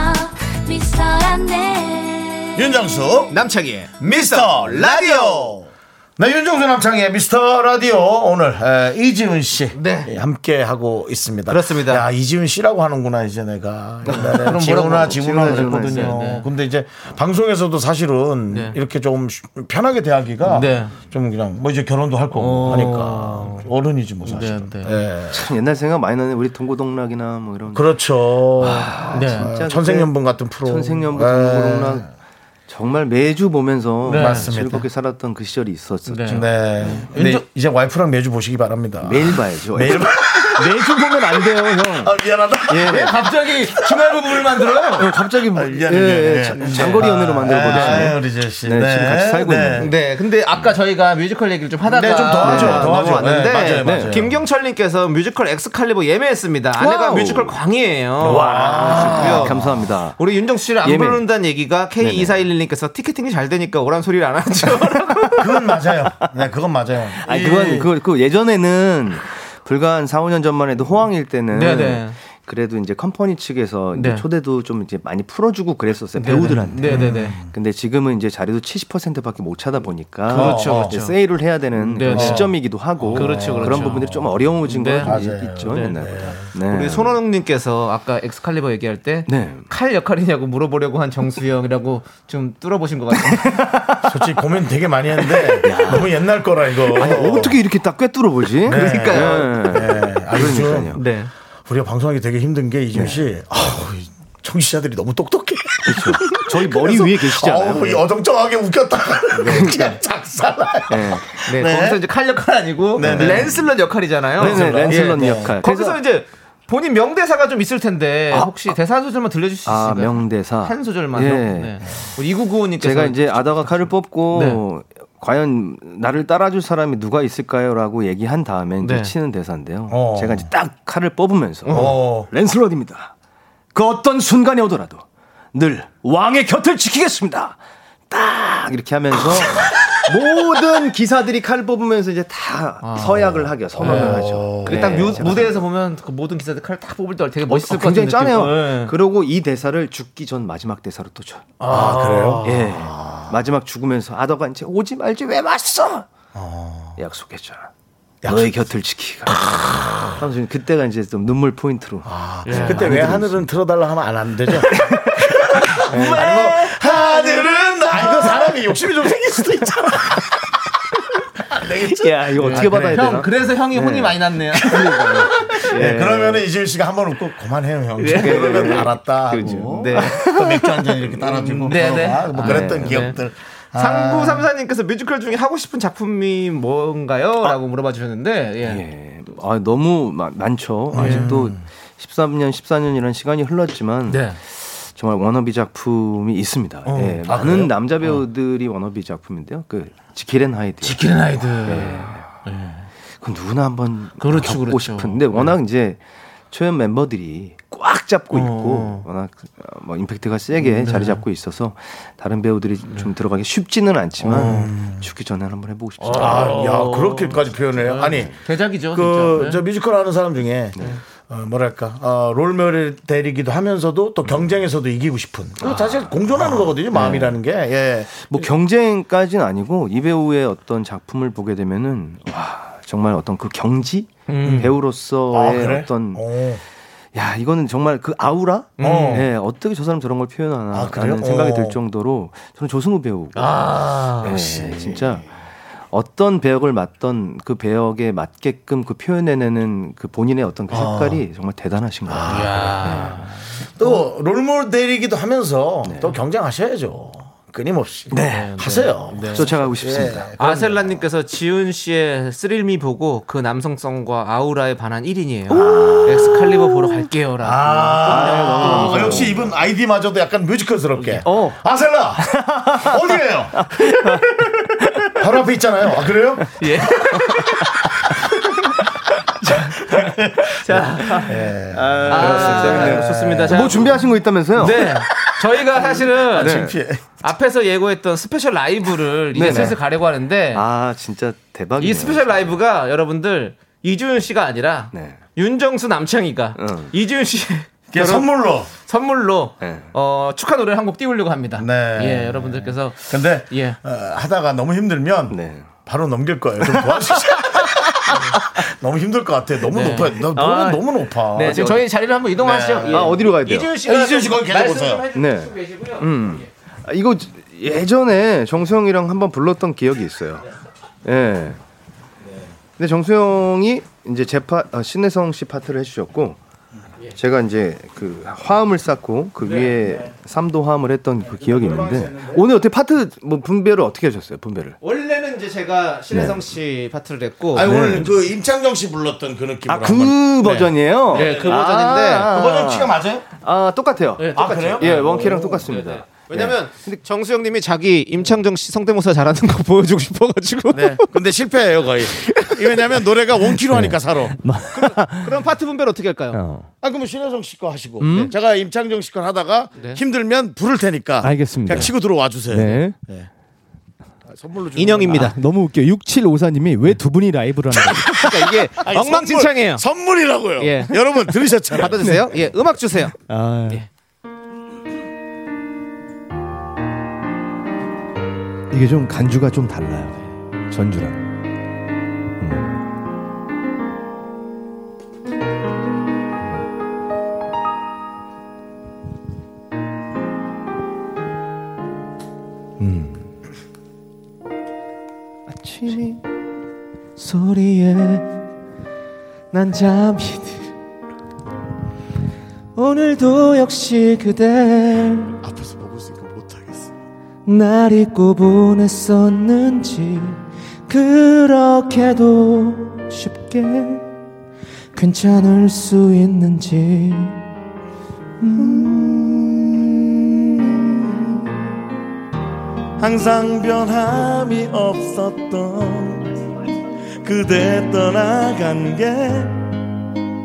[SPEAKER 6] 미스터란데
[SPEAKER 1] 윤정수
[SPEAKER 2] 남창희의
[SPEAKER 1] 미스터 라디오. 네, 윤정수 남창의 미스터 라디오 오늘 에, 이지훈 씨 예,
[SPEAKER 2] 네.
[SPEAKER 1] 함께 하고 있습니다.
[SPEAKER 2] 그렇습니다.
[SPEAKER 1] 야 이지훈 씨라고 하는구나 이제 내가 옛날에
[SPEAKER 2] 그럼
[SPEAKER 1] 지훈아
[SPEAKER 2] 뭐라고?
[SPEAKER 1] 지훈아
[SPEAKER 9] 지훈아, 지훈아
[SPEAKER 1] 그랬거든요.
[SPEAKER 2] 했어요. 네.
[SPEAKER 1] 근데 이제 방송에서도 사실은
[SPEAKER 2] 네.
[SPEAKER 1] 이렇게 조금 쉬- 편하게 대하기가
[SPEAKER 2] 네.
[SPEAKER 1] 좀 그냥 뭐 이제 결혼도 할 거고
[SPEAKER 2] 어.
[SPEAKER 1] 하니까 어른이지 뭐 사실은.
[SPEAKER 2] 네,
[SPEAKER 1] 예.
[SPEAKER 9] 참 옛날 생각 많이 나네. 우리 동고동락이나 뭐 이런.
[SPEAKER 1] 그렇죠.
[SPEAKER 2] 네.
[SPEAKER 9] 진짜
[SPEAKER 1] 천생연분 같은 프로.
[SPEAKER 9] 천생연분
[SPEAKER 1] 예.
[SPEAKER 9] 동고동락 정말 매주 보면서
[SPEAKER 2] 네.
[SPEAKER 1] 맞습니다.
[SPEAKER 9] 즐겁게 살았던 그 시절이 있었죠.
[SPEAKER 2] 네.
[SPEAKER 1] 네. 근데
[SPEAKER 2] 윤정-
[SPEAKER 1] 이제 와이프랑 매주 보시기 바랍니다.
[SPEAKER 9] 아, 매일 봐야죠.
[SPEAKER 1] 네. 매일 봐-
[SPEAKER 9] 매주 보면 안 돼요, 형.
[SPEAKER 1] 아, 미안하다.
[SPEAKER 9] 예.
[SPEAKER 2] 갑자기 중간 부분을 만들어요?
[SPEAKER 9] 형, 갑자기 뭐-
[SPEAKER 1] 아, 미안해,
[SPEAKER 9] 예,
[SPEAKER 1] 미안해.
[SPEAKER 9] 예, 장- 장거리 연애로 만들어
[SPEAKER 1] 아,
[SPEAKER 9] 버리시네.
[SPEAKER 1] 우리 제 씨.
[SPEAKER 9] 네, 지금 같이 살고 있는.
[SPEAKER 2] 네, 근데
[SPEAKER 9] 음.
[SPEAKER 2] 아까 저희가 뮤지컬 얘기를 좀 하다가
[SPEAKER 1] 네, 좀더 하죠,
[SPEAKER 2] 네,
[SPEAKER 1] 더 하죠.
[SPEAKER 2] 넘어왔는데
[SPEAKER 1] 네, 맞아요, 맞아요.
[SPEAKER 2] 김경철님께서 뮤지컬 엑스칼리버 예매했습니다. 아내가
[SPEAKER 9] 와우.
[SPEAKER 2] 뮤지컬 광이에요.
[SPEAKER 9] 아,
[SPEAKER 2] 와,
[SPEAKER 9] 감사합니다.
[SPEAKER 2] 우리 윤정수 씨를 안
[SPEAKER 9] 예매.
[SPEAKER 2] 부른다는 얘기가 K2411님께서 티켓팅이 잘 되니까 오란 소리를 안 하죠.
[SPEAKER 1] 그건 맞아요. 네, 그건 맞아요.
[SPEAKER 9] 아니
[SPEAKER 2] 예.
[SPEAKER 9] 그건 그, 그 예전에는 불과 한 4, 5년 전만 해도 호황일 때는
[SPEAKER 2] 네네.
[SPEAKER 9] 그래도 이제 컴퍼니 측에서 이제
[SPEAKER 2] 네.
[SPEAKER 9] 초대도 좀 이제 많이 풀어주고 그랬었어요 배우들한테. 음.
[SPEAKER 2] 네네네.
[SPEAKER 9] 근데 지금은 이제 자리도 70%밖에 못 차다 보니까
[SPEAKER 2] 그렇죠,
[SPEAKER 9] 이제
[SPEAKER 2] 그렇죠.
[SPEAKER 9] 세일을 해야 되는 그런
[SPEAKER 2] 네네.
[SPEAKER 9] 시점이기도 하고
[SPEAKER 2] 그렇죠,
[SPEAKER 9] 런
[SPEAKER 2] 그렇죠.
[SPEAKER 9] 부분들이 좀 어려워진
[SPEAKER 2] 네.
[SPEAKER 9] 거는 좀
[SPEAKER 1] 맞아요.
[SPEAKER 9] 있죠
[SPEAKER 1] 네네.
[SPEAKER 9] 옛날보다.
[SPEAKER 2] 우리 손원웅님께서 아까 엑스칼리버 얘기할 때 칼
[SPEAKER 9] 어. 네.
[SPEAKER 2] 역할이냐고 물어보려고 한 정수영이라고 좀 뚫어보신 것 같아요.
[SPEAKER 1] 솔직히 고민 되게 많이 했는데 너무 옛날 거라 이거.
[SPEAKER 9] 아니 어떻게 이렇게 딱 꿰뚫어
[SPEAKER 2] 네.
[SPEAKER 9] 보지?
[SPEAKER 2] 그러니까요.
[SPEAKER 1] 네. 아,
[SPEAKER 9] 그러니까요.
[SPEAKER 1] 요즘
[SPEAKER 2] 네.
[SPEAKER 1] 우리가 방송하기 되게 힘든 게
[SPEAKER 9] 네.
[SPEAKER 1] 이준 씨. 아우, 이 청취자들이 너무 똑똑해.
[SPEAKER 9] 그렇죠. 저희 머리
[SPEAKER 1] 그래서
[SPEAKER 9] 위에 계시잖아요.
[SPEAKER 1] 아우, 어정쩡하게 웃겼다가 그냥 작살나요.
[SPEAKER 9] 네.
[SPEAKER 2] 네,
[SPEAKER 1] 네.
[SPEAKER 2] 거기서 이제 칼 역할 아니고
[SPEAKER 1] 네네.
[SPEAKER 2] 랜슬런 역할이잖아요.
[SPEAKER 9] 네네, 랜슬런 역할.
[SPEAKER 2] 거기서 이제 본인 명대사가 좀 있을 텐데 혹시 대사 한 소절만 들려줄 수 있을까요?
[SPEAKER 9] 아 명대사
[SPEAKER 2] 한 소절만요.
[SPEAKER 9] 예.
[SPEAKER 2] 네. 우리 이구구호님께서 네.
[SPEAKER 9] 제가 이제 아다가 칼을 뽑고 과연 나를 따라줄 사람이 누가 있을까요라고 얘기한 다음에 이제
[SPEAKER 2] 네.
[SPEAKER 9] 치는 대사인데요.
[SPEAKER 1] 어.
[SPEAKER 9] 제가 이제 딱 칼을 뽑으면서
[SPEAKER 1] 어.
[SPEAKER 9] 랜슬롯입니다. 그 어떤 순간에 오더라도 늘 왕의 곁을 지키겠습니다. 딱 이렇게 하면서 모든 기사들이 칼을 뽑으면서 이제 다
[SPEAKER 2] 아.
[SPEAKER 9] 서약을 하게 선언을
[SPEAKER 2] 네.
[SPEAKER 9] 하죠.
[SPEAKER 2] 그게 딱 뮤- 무대에서 보면 그 모든 기사들 칼 딱 뽑을 때 되게 멋있을 것 같은
[SPEAKER 9] 네, 어, 굉장히 짜네요.
[SPEAKER 2] 느낌. 네.
[SPEAKER 9] 그러고 이 대사를 죽기 전 마지막 대사로 또 줘요.
[SPEAKER 1] 아, 그래요?
[SPEAKER 9] 예. 마지막 죽으면서 아더가 이제 오지 말지 왜 왔어? 약속했잖아. 너의 곁을 지키기가. 하면서 그때가 이제 좀 눈물 포인트로.
[SPEAKER 1] 그때 왜 하늘은 틀어달라 하면 안 안 되죠? 네, 아니면 뭐 하늘은 나 아, 이거 사람이 욕심이 좀 생길 수도 있잖아. 안 되겠죠?
[SPEAKER 9] 야 이거 어떻게 받아야 되나?
[SPEAKER 2] 형 그래서 형이 혼이 많이 났네요.
[SPEAKER 1] 예, 그러면은 이지훈 씨가 한 번 웃고 그만해요 형. 네. 그러면 알았다 하고
[SPEAKER 2] 네.
[SPEAKER 1] 또 맥주 한 잔 이렇게 따라주고
[SPEAKER 2] 네,
[SPEAKER 1] 서로가
[SPEAKER 2] 네.
[SPEAKER 1] 뭐 그랬던
[SPEAKER 2] 네,
[SPEAKER 1] 기억들. 아,
[SPEAKER 2] 상구 삼사님께서 뮤지컬 중에 하고 싶은 작품이
[SPEAKER 7] 아.
[SPEAKER 2] 뭔가요?라고 물어봐 주셨는데 예.
[SPEAKER 9] 예. 아 너무 마- 많죠. 아직도 13년, 14년이라는 시간이 흘렀지만
[SPEAKER 2] 네. 어.
[SPEAKER 9] 정말 원어비 작품이 있습니다. 예,
[SPEAKER 1] 아,
[SPEAKER 9] 많은
[SPEAKER 1] 그래요?
[SPEAKER 9] 남자 배우들이 원어비 작품인데요. 그 지킬앤 하이드. 예.
[SPEAKER 2] 지키는 아이들.
[SPEAKER 9] 그건 누구나 한번
[SPEAKER 2] 예. 그렇죠,
[SPEAKER 9] 겪고
[SPEAKER 2] 그렇죠.
[SPEAKER 9] 싶은데 워낙 이제 초연 멤버들이 꽉 잡고 있고 워낙 어, 뭐 임팩트가 세게
[SPEAKER 2] 음, 네.
[SPEAKER 9] 자리 잡고 있어서 다른 배우들이 좀 들어가기 쉽지는 않지만
[SPEAKER 2] 어.
[SPEAKER 9] 죽기 전에 한번 해보고 싶습니다.
[SPEAKER 1] 아, 야 그렇게까지 표현해요? 아니
[SPEAKER 2] 대작이죠.
[SPEAKER 1] 그
[SPEAKER 2] 진짜.
[SPEAKER 1] 저 뮤지컬 하는 사람 중에 어, 뭐랄까 어, 롤모델 되리기도 하면서도 또 경쟁에서도 이기고 싶은. 그거 사실 공존하는 거거든요 마음이라는 게. 예.
[SPEAKER 9] 뭐 경쟁까지는 아니고 이 배우의 어떤 작품을 보게 되면은 와 정말 어떤 그 경지
[SPEAKER 1] 아,
[SPEAKER 11] 아,
[SPEAKER 9] 배우로서의 예, 어떤
[SPEAKER 1] 오.
[SPEAKER 9] 야 이거는 정말 그 아우라
[SPEAKER 1] 어.
[SPEAKER 9] 예 어떻게 저 사람 저런 걸 표현하나
[SPEAKER 1] 아, 그래요?
[SPEAKER 9] 라는 생각이
[SPEAKER 1] 어.
[SPEAKER 9] 네. 들 정도로 저는 조승우 배우
[SPEAKER 2] 아,
[SPEAKER 9] 예, 진짜 어떤 배역을 맡던 그 배역에 맞게끔 그 표현해내는 그 본인의 어떤 그 색깔이 정말 대단하신 것 같아요. 네.
[SPEAKER 11] 또 롤모델이기도 하면서 또 경쟁하셔야죠. 끊임없이
[SPEAKER 9] 네.
[SPEAKER 11] 하세요. 예.
[SPEAKER 9] 쫓아가고
[SPEAKER 2] 네,
[SPEAKER 9] 싶습니다.
[SPEAKER 7] 아셀라님께서 지훈 씨의 스릴미 보고 그 남성성과 아우라에 반한 1인이에요. 엑스칼리버 보러 갈게요라고.
[SPEAKER 9] 아,
[SPEAKER 11] 아, 어, 역시 이분 아이디마저도 약간 뮤지컬스럽게.
[SPEAKER 9] 어.
[SPEAKER 11] 아셀라! 어디에요? 바로 앞에 있잖아요. 아, 그래요?
[SPEAKER 7] 예. 자,
[SPEAKER 11] 예.
[SPEAKER 2] 네.
[SPEAKER 7] 아,
[SPEAKER 9] 그렇습니다.
[SPEAKER 7] 좋습니다. 자,
[SPEAKER 9] 뭐 준비하신 거 있다면서요?
[SPEAKER 7] 네. 저희가
[SPEAKER 2] 아,
[SPEAKER 7] 사실은
[SPEAKER 9] 네.
[SPEAKER 7] 앞에서 예고했던 스페셜 라이브를 이제
[SPEAKER 9] 네네.
[SPEAKER 7] 슬슬 가려고 하는데
[SPEAKER 9] 아 진짜 대박이에요.
[SPEAKER 7] 이 스페셜 라이브가 여러분들 이주윤 씨가 아니라
[SPEAKER 9] 네.
[SPEAKER 7] 윤정수 남창희가 이주윤 씨
[SPEAKER 11] 그냥 선물로.
[SPEAKER 7] 선물로
[SPEAKER 9] 네.
[SPEAKER 7] 어, 축하 노래를 한 곡 띄우려고 합니다.
[SPEAKER 11] 네.
[SPEAKER 7] 예, 여러분들께서
[SPEAKER 11] 근데
[SPEAKER 7] 예.
[SPEAKER 11] 어, 하다가 너무 힘들면
[SPEAKER 9] 네.
[SPEAKER 11] 바로 넘길 거예요. 좀 도와주세요. 너무 힘들 것 같아. 너무
[SPEAKER 7] 네.
[SPEAKER 11] 높아. 너,
[SPEAKER 7] 아.
[SPEAKER 11] 너무 너무 높아.
[SPEAKER 7] 네, 지금 저희 자리를 한번 이동하시죠. 예.
[SPEAKER 11] 예.
[SPEAKER 9] 네. 아, 어디로 가야 돼요?
[SPEAKER 7] 이주윤 씨가
[SPEAKER 11] 이주윤 씨 거기 계속
[SPEAKER 7] 말씀
[SPEAKER 11] 오세요.
[SPEAKER 7] 좀 해주시고
[SPEAKER 9] 네.
[SPEAKER 7] 계시고요.
[SPEAKER 9] 음. 아, 이거 예전에 정수영이랑 한번 불렀던 기억이 있어요. 예. 근데 정수영이 이제 제파 아, 신혜성 씨 파트를 해주셨고 제가 이제 그 화음을 쌓고
[SPEAKER 11] 네.
[SPEAKER 9] 그 위에 삼도 화음을 했던 그 기억이 있는데 오늘 어떻게 파트 뭐 분배를 어떻게 하셨어요? 분배를?
[SPEAKER 7] 원래는 이제 제가 신혜성 씨 파트를 했고
[SPEAKER 11] 아니
[SPEAKER 9] 네.
[SPEAKER 11] 오늘 그 임창정 씨 불렀던 그 느낌으로
[SPEAKER 9] 아, 그 버전이에요?
[SPEAKER 7] 네, 그 버전인데
[SPEAKER 9] 아,
[SPEAKER 11] 그 버전 키가 맞아요?
[SPEAKER 9] 아, 똑같아요.
[SPEAKER 11] 아 그래요?
[SPEAKER 9] 예, 원키랑
[SPEAKER 12] 네,
[SPEAKER 9] 똑같습니다.
[SPEAKER 7] 왜냐면
[SPEAKER 9] 네.
[SPEAKER 7] 정수영님이 자기 임창정 씨 성대모사 잘하는 거 보여주고 싶어가지고
[SPEAKER 11] 네. 근데 실패해요 거의. 이게 왜냐면 노래가 원키로 하니까 사로.
[SPEAKER 7] 그럼 파트 분배를 어떻게 할까요?
[SPEAKER 11] 네. 아 그러면 신혜성 씨 거 하시고 네. 제가 임창정 씨 거 하다가 힘들면 부를 테니까
[SPEAKER 12] 알겠습니다.
[SPEAKER 11] 그냥 치고 들어와 주세요.
[SPEAKER 12] 네.
[SPEAKER 11] 아,
[SPEAKER 9] 어.
[SPEAKER 11] 선물로 주는
[SPEAKER 12] 아, 너무 웃겨. 6754님이 왜 두 분이 라이브를 하는 거예요?
[SPEAKER 7] 그러니까 이게
[SPEAKER 11] 아니,
[SPEAKER 7] 엉망진창이에요.
[SPEAKER 11] 선물, 선물이라고요.
[SPEAKER 7] 예.
[SPEAKER 11] 여러분 들으셨잖아요.
[SPEAKER 7] 받아주세요. 예, 음악 주세요.
[SPEAKER 12] 아. 이게 좀 간주가 좀 달라요. 전주랑.
[SPEAKER 6] 아침이
[SPEAKER 7] 소리에 난 잠이 들 오늘도 역시 그댈
[SPEAKER 11] 앞에서 보고 있으니까 못하겠어.
[SPEAKER 7] 날 잊고 보냈었는지 그렇게도 쉽게 괜찮을 수 있는지
[SPEAKER 11] 항상 변함이 없었던 그대 떠나간 게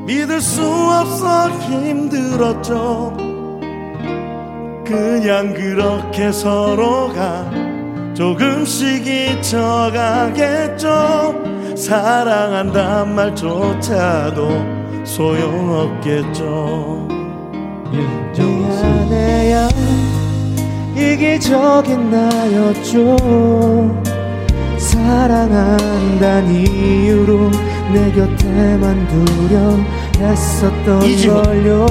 [SPEAKER 11] 믿을 수 없어 힘들었죠 그냥 그렇게 서로가 조금씩 잊혀가겠죠 사랑한단 말조차도 소용없겠죠
[SPEAKER 7] 미안해요 이기적인 나였죠 사랑한단 이유로 내 곁에만 두려 했었던
[SPEAKER 6] 이지훈.
[SPEAKER 7] 걸요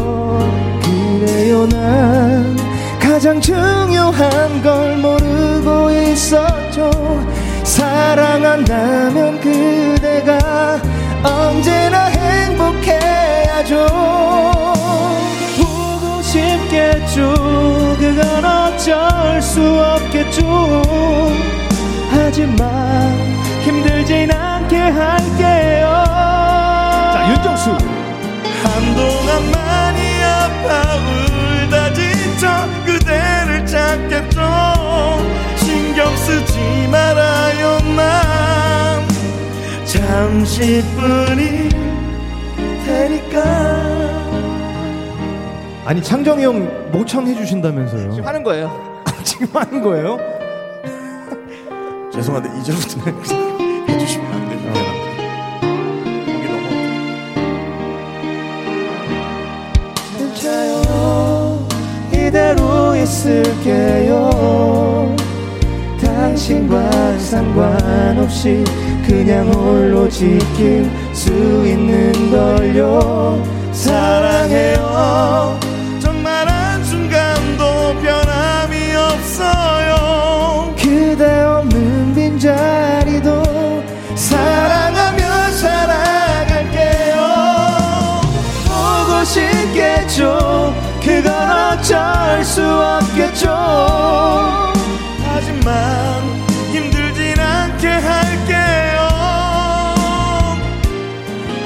[SPEAKER 7] 그래요 난 가장 중요한 걸 모르고 있었죠 사랑한다면 그대가 언제나 행복해야죠 보고 싶겠죠 그건 어쩔 수 없겠죠 하지만 힘들진 않게 할게요 자
[SPEAKER 12] 윤정수
[SPEAKER 11] 한동안 많이 아파 울다 지쳐 그대를 찾겠죠 신경 쓰지 말아요 난 잠시뿐일 테니까
[SPEAKER 12] 아니 창정이 형 모창해 주신다면서요. 아,
[SPEAKER 7] 하는 거예요
[SPEAKER 12] 지금 하는 거예요?
[SPEAKER 11] 죄송한데 이제부터 해주시면 안 됩니다 여기 너무
[SPEAKER 7] 괜찮아요 이대로 있을게요 당신과 상관없이 그냥 홀로 지킬 수 있는 걸요
[SPEAKER 11] 사랑해요 정말 한순간도 변함이 없어요
[SPEAKER 7] 그대 없는 빈자리도 수 없겠죠 하지만 힘들진 않게 할게요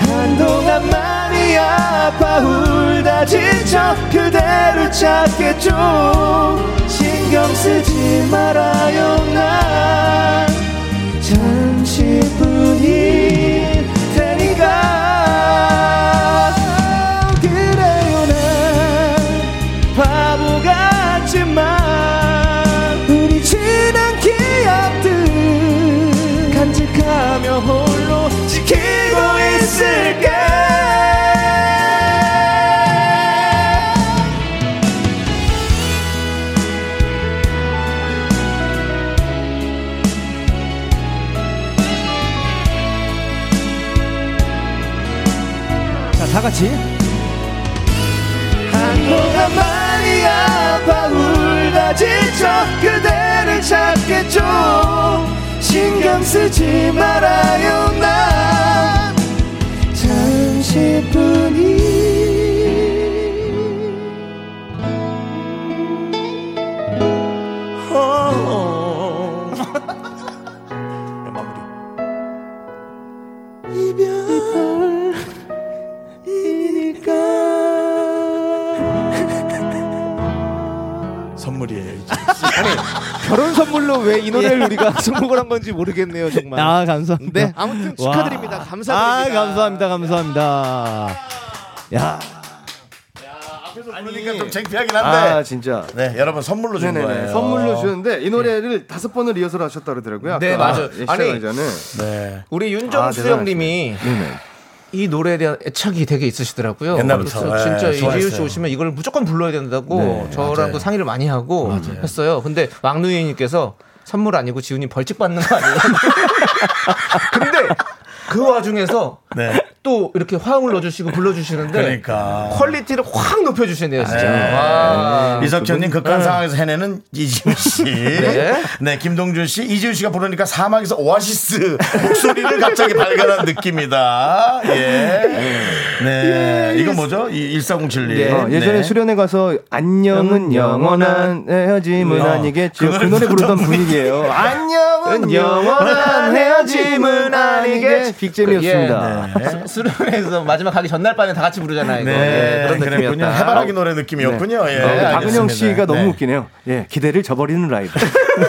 [SPEAKER 7] 한동안 많이 아파 울다 지쳐 그대를 찾겠죠 신경 쓰지 말아요 난 잠시뿐일 테니까 그래요 난 바보 같지만 우리 지난 기억들 간직하며 홀로 지키고 있을게
[SPEAKER 12] 자, 다 같이.
[SPEAKER 7] 한동안 많이 아파 울다 지쳐 그대를 찾겠죠 신경 쓰지 말아요 난 잠시뿐이 어. 이별이니까
[SPEAKER 1] 선물이에요.
[SPEAKER 2] 결혼 선물로 왜 이 노래를 우리가 선곡을 한 건지 모르겠네요 정말.
[SPEAKER 12] 아, 감사합니다.
[SPEAKER 2] 네, 아무튼 축하드립니다.
[SPEAKER 12] 와.
[SPEAKER 2] 감사드립니다.
[SPEAKER 12] 아, 감사합니다. 감사합니다. 야.
[SPEAKER 1] 그러니까 좀 창피하긴 한데.
[SPEAKER 9] 아 진짜.
[SPEAKER 1] 네, 여러분 선물로 준
[SPEAKER 9] 네네네.
[SPEAKER 1] 거예요.
[SPEAKER 9] 선물로 주는데 이 노래를 다섯 번을 리허설 하셨다 그러더라고요.
[SPEAKER 2] 네,
[SPEAKER 9] 아까
[SPEAKER 2] 맞아요.
[SPEAKER 9] 예,
[SPEAKER 2] 아니,
[SPEAKER 9] 시작하기 전에.
[SPEAKER 1] 네.
[SPEAKER 2] 우리
[SPEAKER 9] 아,
[SPEAKER 2] 윤정수
[SPEAKER 9] 대단하시네.
[SPEAKER 2] 형님이 이 노래에 대한 애착이 되게 있으시더라고요.
[SPEAKER 1] 옛날부터.
[SPEAKER 2] 그래서 진짜
[SPEAKER 1] 예,
[SPEAKER 2] 이재유 씨
[SPEAKER 1] 좋아했어요.
[SPEAKER 2] 오시면 이걸 무조건 불러야 된다고
[SPEAKER 1] 네,
[SPEAKER 2] 저랑도
[SPEAKER 1] 맞아요.
[SPEAKER 2] 상의를 많이 하고 했어요. 근데 왕누이님께서 선물 아니고 지훈님 벌칙 받는 거 아니에요? 근데 그 와중에서
[SPEAKER 1] 네.
[SPEAKER 2] 또 이렇게 화음을 넣어주시고 불러주시는데
[SPEAKER 1] 그러니까.
[SPEAKER 2] 퀄리티를 확 높여주시네요, 진짜.
[SPEAKER 1] 네.
[SPEAKER 2] 와.
[SPEAKER 1] 이석현님 극한
[SPEAKER 2] 네.
[SPEAKER 1] 상황에서 해내는 이지훈 씨,
[SPEAKER 2] 네.
[SPEAKER 1] 네, 김동준 씨, 이지훈 씨가 부르니까 사막에서 오아시스 목소리를 갑자기 발견한 느낌이다. 예, 네, 이건 뭐죠? 이 1407님. 네.
[SPEAKER 9] 예, 어, 예전에 수련회 가서 안녕은 영원한 헤어짐은
[SPEAKER 1] 어,
[SPEAKER 9] 아니겠죠.
[SPEAKER 1] 그걸
[SPEAKER 9] 그 노래
[SPEAKER 1] 부르던
[SPEAKER 9] 부르던 분위기예요. 안녕은 예, 영원한 네. 헤어짐은 아니겠. 빅잼이었습니다.
[SPEAKER 2] 예.
[SPEAKER 1] 네.
[SPEAKER 2] 수- 수련회에서 마지막 가기 전날 밤에 다 같이 부르잖아요. 이거. 예,
[SPEAKER 9] 네,
[SPEAKER 2] 그런
[SPEAKER 1] 그랬군요.
[SPEAKER 2] 느낌이었다.
[SPEAKER 1] 해바라기 노래 느낌이었군요. 예,
[SPEAKER 9] 어, 박은영
[SPEAKER 1] 알겠습니다.
[SPEAKER 9] 씨가 너무
[SPEAKER 1] 네.
[SPEAKER 9] 웃기네요. 예, 기대를 저버리는 라이브.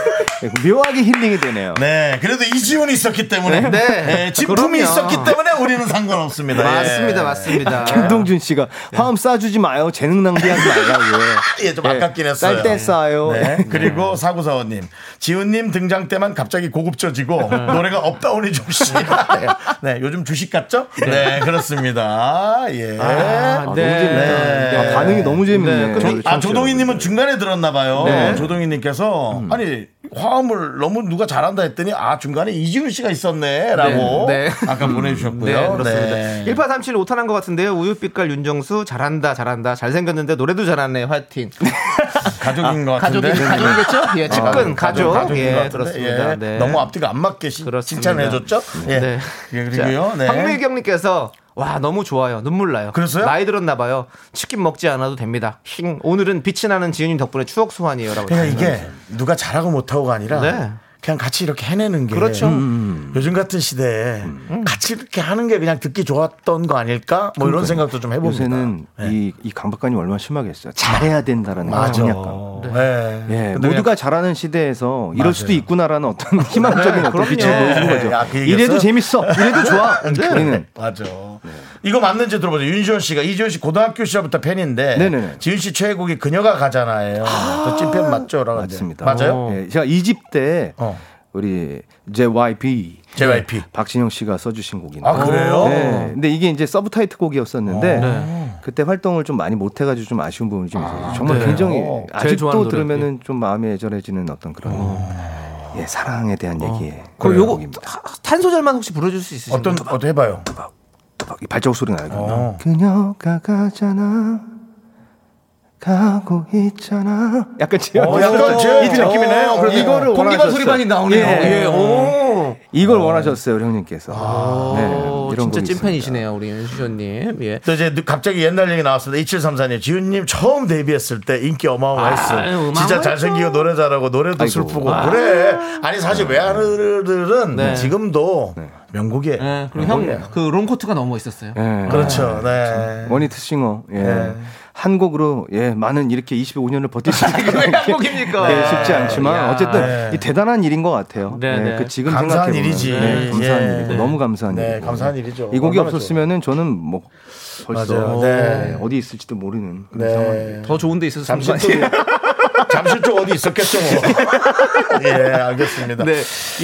[SPEAKER 9] 예, 묘하게 힐링이 되네요.
[SPEAKER 1] 네, 그래도 이지훈이 있었기 때문에
[SPEAKER 9] 네.
[SPEAKER 1] 네. 예, 진품이
[SPEAKER 9] 그럼요.
[SPEAKER 1] 있었기 때문에 우리는
[SPEAKER 2] 네.
[SPEAKER 1] 상관없습니다. 예.
[SPEAKER 9] 맞습니다,
[SPEAKER 2] 맞습니다.
[SPEAKER 9] 김동준 씨가 화음 쏴주지 마요. 재능 낭비하지 말라고.
[SPEAKER 1] 예, 좀 아깝긴 했어요.
[SPEAKER 9] 쌀때 싸요.
[SPEAKER 1] 네. 그리고 사구사원님, 지훈님 등장 때만 갑자기 고급져지고
[SPEAKER 9] 네.
[SPEAKER 1] 노래가 업다운이 좀 심하네요. 네, 요즘 주식 같죠? 네, 그렇습니다. 예.
[SPEAKER 9] 아, 너무 재밌다. 아, 반응이 너무 재밌네.
[SPEAKER 1] 네. 조, 아, 조동희님은 중간에 들었나봐요.
[SPEAKER 9] 네.
[SPEAKER 1] 조동희님께서
[SPEAKER 2] 음.
[SPEAKER 1] 아니 화음을 너무 누가 잘한다 했더니 아 중간에 이지훈 씨가 있었네라고
[SPEAKER 2] 네, 네.
[SPEAKER 1] 아까 보내주셨고요.
[SPEAKER 2] 네, 그렇습니다.
[SPEAKER 1] 네.
[SPEAKER 2] 1837 오탄한 것 같은데요. 우유빛깔 윤정수 잘한다, 잘한다, 잘생겼는데 노래도 잘하네. 화이팅.
[SPEAKER 1] 가족인 것 같은데.
[SPEAKER 2] 아, 가족이 가족이겠죠? 예, 측근 가족.
[SPEAKER 1] 네. 아, 가족인 것
[SPEAKER 2] 예,
[SPEAKER 1] 같은데.
[SPEAKER 2] 그렇습니다.
[SPEAKER 1] 예.
[SPEAKER 2] 네.
[SPEAKER 1] 너무 앞뒤가 안 맞게 시- 칭찬을 해줬죠? 예.
[SPEAKER 2] 네.
[SPEAKER 1] 예, 그리고요. 네.
[SPEAKER 2] 황미경님께서 와 너무 좋아요. 눈물 나요.
[SPEAKER 1] 그래서요?
[SPEAKER 2] 나이 들었나 봐요. 치킨 먹지 않아도 됩니다. 힝. 오늘은 빛이 나는 지은님 덕분에 추억 소환이에요라고.
[SPEAKER 1] 그러니까 이게 누가 잘하고 못하고가 아니라
[SPEAKER 2] 네.
[SPEAKER 1] 그냥 같이 이렇게 해내는 게 음,
[SPEAKER 2] 그렇죠. 음.
[SPEAKER 1] 요즘 같은 시대에 같이 이렇게 하는 게 그냥 듣기 좋았던 거 아닐까? 뭐 이런
[SPEAKER 9] 그러니까요.
[SPEAKER 1] 생각도 좀 해봅니다. 네.
[SPEAKER 9] 요새는 이, 이 강박관이 얼마나 심하게 했어요. 잘해야 된다라는
[SPEAKER 1] 맞아.
[SPEAKER 9] 강박감.
[SPEAKER 1] 네.
[SPEAKER 9] 예,
[SPEAKER 1] 근데
[SPEAKER 9] 모두가 잘하는 시대에서 이럴
[SPEAKER 1] 맞아요.
[SPEAKER 9] 수도 있구나라는 어떤 희망적인
[SPEAKER 1] 네,
[SPEAKER 9] 어떤
[SPEAKER 1] 그럼요.
[SPEAKER 9] 빛을 보여주는 거죠.
[SPEAKER 1] 야, 그 얘기였어요?
[SPEAKER 9] 이래도 재밌어. 이래도 좋아.
[SPEAKER 1] 네.
[SPEAKER 9] 우리는.
[SPEAKER 1] 맞아. 이거 맞는지 들어보죠. 윤시원 씨가 이지현 씨 고등학교 시절부터 팬인데
[SPEAKER 9] 네네네.
[SPEAKER 1] 지윤 씨 최애곡이 그녀가 가잖아요. 저 찐팬 맞죠? 라고
[SPEAKER 9] 맞습니다.
[SPEAKER 1] 맞아요? 어.
[SPEAKER 9] 예, 제가 이 집 때 우리 JYP
[SPEAKER 1] JYP.
[SPEAKER 9] 박진영 씨가 써주신 곡인데.
[SPEAKER 1] 아, 그래요?
[SPEAKER 9] 네. 근데 이게 이제 서브 타이틀 곡이었었는데
[SPEAKER 1] 어. 네.
[SPEAKER 9] 그때 활동을 좀 많이 못해가지고 좀 아쉬운 부분이 좀 있어요. 정말
[SPEAKER 2] 네.
[SPEAKER 9] 굉장히
[SPEAKER 2] 어. 제일
[SPEAKER 9] 아직도
[SPEAKER 2] 좋아하는 노래.
[SPEAKER 9] 들으면은 좀 마음이 애절해지는 어떤 그런 예, 사랑에
[SPEAKER 1] 어.
[SPEAKER 9] 대한 얘기에.
[SPEAKER 2] 그럼 요거 한 소절만 혹시 불러줄 수 있으신가요?
[SPEAKER 1] 어떤 어떤 해봐요.
[SPEAKER 9] 발자국 소리 나요.
[SPEAKER 1] 어.
[SPEAKER 9] 그녀가 가잖아 가고 있잖아.
[SPEAKER 2] 약간
[SPEAKER 9] 제
[SPEAKER 2] 어, 약간 제-
[SPEAKER 9] 이 느낌이네요.
[SPEAKER 2] 어, 그러네요.
[SPEAKER 9] 이거를
[SPEAKER 2] 공기반
[SPEAKER 9] 원하셨어요.
[SPEAKER 2] 소리반이 나오네요. 예, 오.
[SPEAKER 9] 이걸 원하셨어요, 우리 형님께서. 네,
[SPEAKER 2] 어, 진짜
[SPEAKER 9] 곡이
[SPEAKER 2] 찐팬이시네요, 우리 윤수현님. 예.
[SPEAKER 1] 또 이제 갑자기 옛날 얘기 나왔습니다. 2734님, 지훈님 처음 데뷔했을 때 인기 어마어마했어.
[SPEAKER 2] 아유, 어마어마했죠.
[SPEAKER 1] 진짜 잘생기고 노래 잘하고 노래도
[SPEAKER 9] 아이고.
[SPEAKER 1] 슬프고
[SPEAKER 9] 아.
[SPEAKER 1] 그래. 아니 사실 외아들은
[SPEAKER 2] 네.
[SPEAKER 1] 지금도
[SPEAKER 9] 네,
[SPEAKER 1] 명곡이에요.
[SPEAKER 2] 그리고 형, 그 롱코트가 너무 멋있었어요.
[SPEAKER 9] 예.
[SPEAKER 2] 아,
[SPEAKER 1] 그렇죠. 네.
[SPEAKER 9] 참. 원히트 싱어. 예.
[SPEAKER 1] 네.
[SPEAKER 9] 한 곡으로 예, 많은 이렇게 25년을 버티시는 게
[SPEAKER 2] 왜한 곡입니까?
[SPEAKER 9] 예, 쉽지 않지만
[SPEAKER 2] 네. 이야.
[SPEAKER 9] 어쨌든
[SPEAKER 2] 네.
[SPEAKER 9] 이 대단한 일인 것 같아요.
[SPEAKER 2] 네,
[SPEAKER 9] 예,
[SPEAKER 2] 네.
[SPEAKER 9] 그 지금
[SPEAKER 1] 감사한
[SPEAKER 9] 생각해보면.
[SPEAKER 1] 일이지.
[SPEAKER 9] 네, 감사한
[SPEAKER 1] 예.
[SPEAKER 9] 일이고
[SPEAKER 1] 네.
[SPEAKER 9] 너무 감사한
[SPEAKER 1] 네,
[SPEAKER 9] 일이고.
[SPEAKER 1] 감사한 일이죠.
[SPEAKER 9] 이 곡이
[SPEAKER 1] 얼마나
[SPEAKER 9] 없었으면은 저는 뭐
[SPEAKER 1] 맞아요.
[SPEAKER 9] 벌써
[SPEAKER 1] 네.
[SPEAKER 9] 예, 어디 있을지도 모르는 그런
[SPEAKER 1] 네.
[SPEAKER 9] 상황이에요. 더
[SPEAKER 2] 좋은 데 있어서
[SPEAKER 1] 잠실 쪽 잠실 쪽 어디 있었겠죠. 뭐. 예, 알겠습니다.
[SPEAKER 2] 네.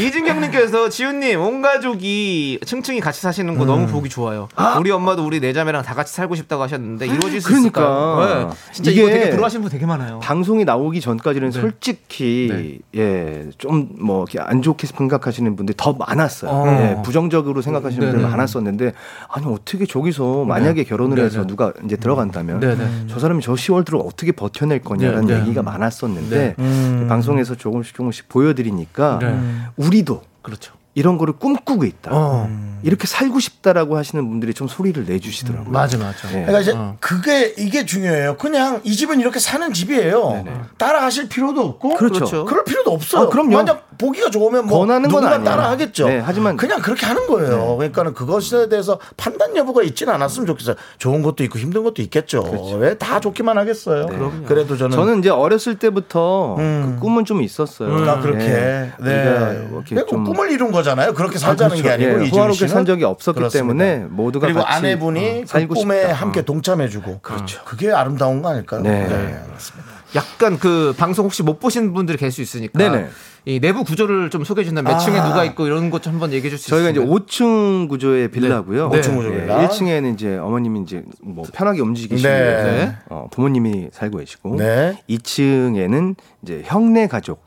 [SPEAKER 2] 이진경님께서 지훈님 온 가족이 층층이 같이 사시는 거
[SPEAKER 9] 음.
[SPEAKER 2] 너무 보기 좋아요. 우리 엄마도 우리 내자매랑 다 같이 살고 싶다고 하셨는데 이루어질 수
[SPEAKER 9] 그러니까.
[SPEAKER 2] 있을까요? 네. 진짜 이거 되게 부러워하시는 분 되게 많아요.
[SPEAKER 9] 방송이 나오기 전까지는
[SPEAKER 2] 네.
[SPEAKER 9] 솔직히 예, 좀 뭐 안 좋게 생각하시는 분들이 더 많았어요.
[SPEAKER 2] 어.
[SPEAKER 9] 예, 부정적으로 생각하시는
[SPEAKER 2] 네네.
[SPEAKER 9] 분들이 많았었는데 아니 어떻게 저기서 만약에 결혼을
[SPEAKER 2] 네네. 음.
[SPEAKER 9] 해서 누가 이제 들어간다면
[SPEAKER 2] 네네.
[SPEAKER 9] 저 사람이 저 10월들을 어떻게 버텨낼 거냐라는
[SPEAKER 2] 네, 네.
[SPEAKER 9] 얘기가 많았었는데
[SPEAKER 2] 네.
[SPEAKER 9] 이 방송에서 조금씩 조금씩 보여드리니까
[SPEAKER 2] 네.
[SPEAKER 9] 우리도
[SPEAKER 2] 그렇죠. 어.
[SPEAKER 9] 이런 거를 꿈꾸고 있다. 이렇게 살고 싶다라고 하시는 분들이 좀 소리를 내주시더라고요.
[SPEAKER 2] 맞아, 맞아.
[SPEAKER 9] 예.
[SPEAKER 1] 그러니까 이제 그게 이게 중요해요. 그냥 이 집은 이렇게 사는 집이에요. 따라하실 필요도 없고
[SPEAKER 9] 그렇죠. 그렇죠.
[SPEAKER 1] 그럴 필요도 없어요.
[SPEAKER 9] 아, 그럼요.
[SPEAKER 1] 만약 보기가 좋으면 뭐
[SPEAKER 9] 권하는 건
[SPEAKER 1] 누구나
[SPEAKER 9] 아니에요.
[SPEAKER 1] 따라하겠죠.
[SPEAKER 9] 네, 하지만 네.
[SPEAKER 1] 그냥 그렇게 하는 거예요. 그러니까는 그것에 대해서 판단 여부가 있지는 않았으면 좋겠어요. 좋은 것도 있고 힘든 것도 있겠죠. 왜 다 좋기만 하겠어요. 그래도 저는
[SPEAKER 9] 그렇죠. 네. 저는 이제 어렸을 때부터 그 꿈은 좀 있었어요.
[SPEAKER 1] 음, 나 그렇게.
[SPEAKER 9] 예.
[SPEAKER 1] 네.
[SPEAKER 9] 우리가 이렇게
[SPEAKER 1] 그리고
[SPEAKER 9] 좀
[SPEAKER 1] 꿈을 이룬 거잖아요. 그렇게
[SPEAKER 9] 아,
[SPEAKER 1] 살자는
[SPEAKER 9] 그렇죠.
[SPEAKER 1] 게 아니고
[SPEAKER 9] 예,
[SPEAKER 1] 이지훈
[SPEAKER 9] 호화롭게
[SPEAKER 1] 씨는
[SPEAKER 9] 산 적이 없었기
[SPEAKER 1] 그렇습니다.
[SPEAKER 9] 때문에 모두가
[SPEAKER 1] 그리고
[SPEAKER 9] 같이,
[SPEAKER 1] 아내분이
[SPEAKER 9] 어, 살고
[SPEAKER 1] 그 꿈에
[SPEAKER 9] 싶다.
[SPEAKER 1] 함께 동참해주고 그렇죠. 그게 아름다운 거 아닐까요?
[SPEAKER 9] 네.
[SPEAKER 2] 약간 그 방송 혹시 못 보신 분들이 계실 수 있으니까
[SPEAKER 9] 네네.
[SPEAKER 2] 이 내부 구조를 좀 소개해 준다면 몇
[SPEAKER 9] 아.
[SPEAKER 2] 층에 누가 있고 이런 것 좀 한번 얘기해 줄 수 있어요.
[SPEAKER 9] 저희가 이제 5층 구조의 빌라고요.
[SPEAKER 2] 네. 5층 구조 빌라.
[SPEAKER 9] 1층에는 이제 어머님이 이제 뭐 편하게 움직이시고
[SPEAKER 1] 네.
[SPEAKER 9] 네. 어, 부모님이 살고 계시고
[SPEAKER 1] 네.
[SPEAKER 9] 2층에는 이제 형네 가족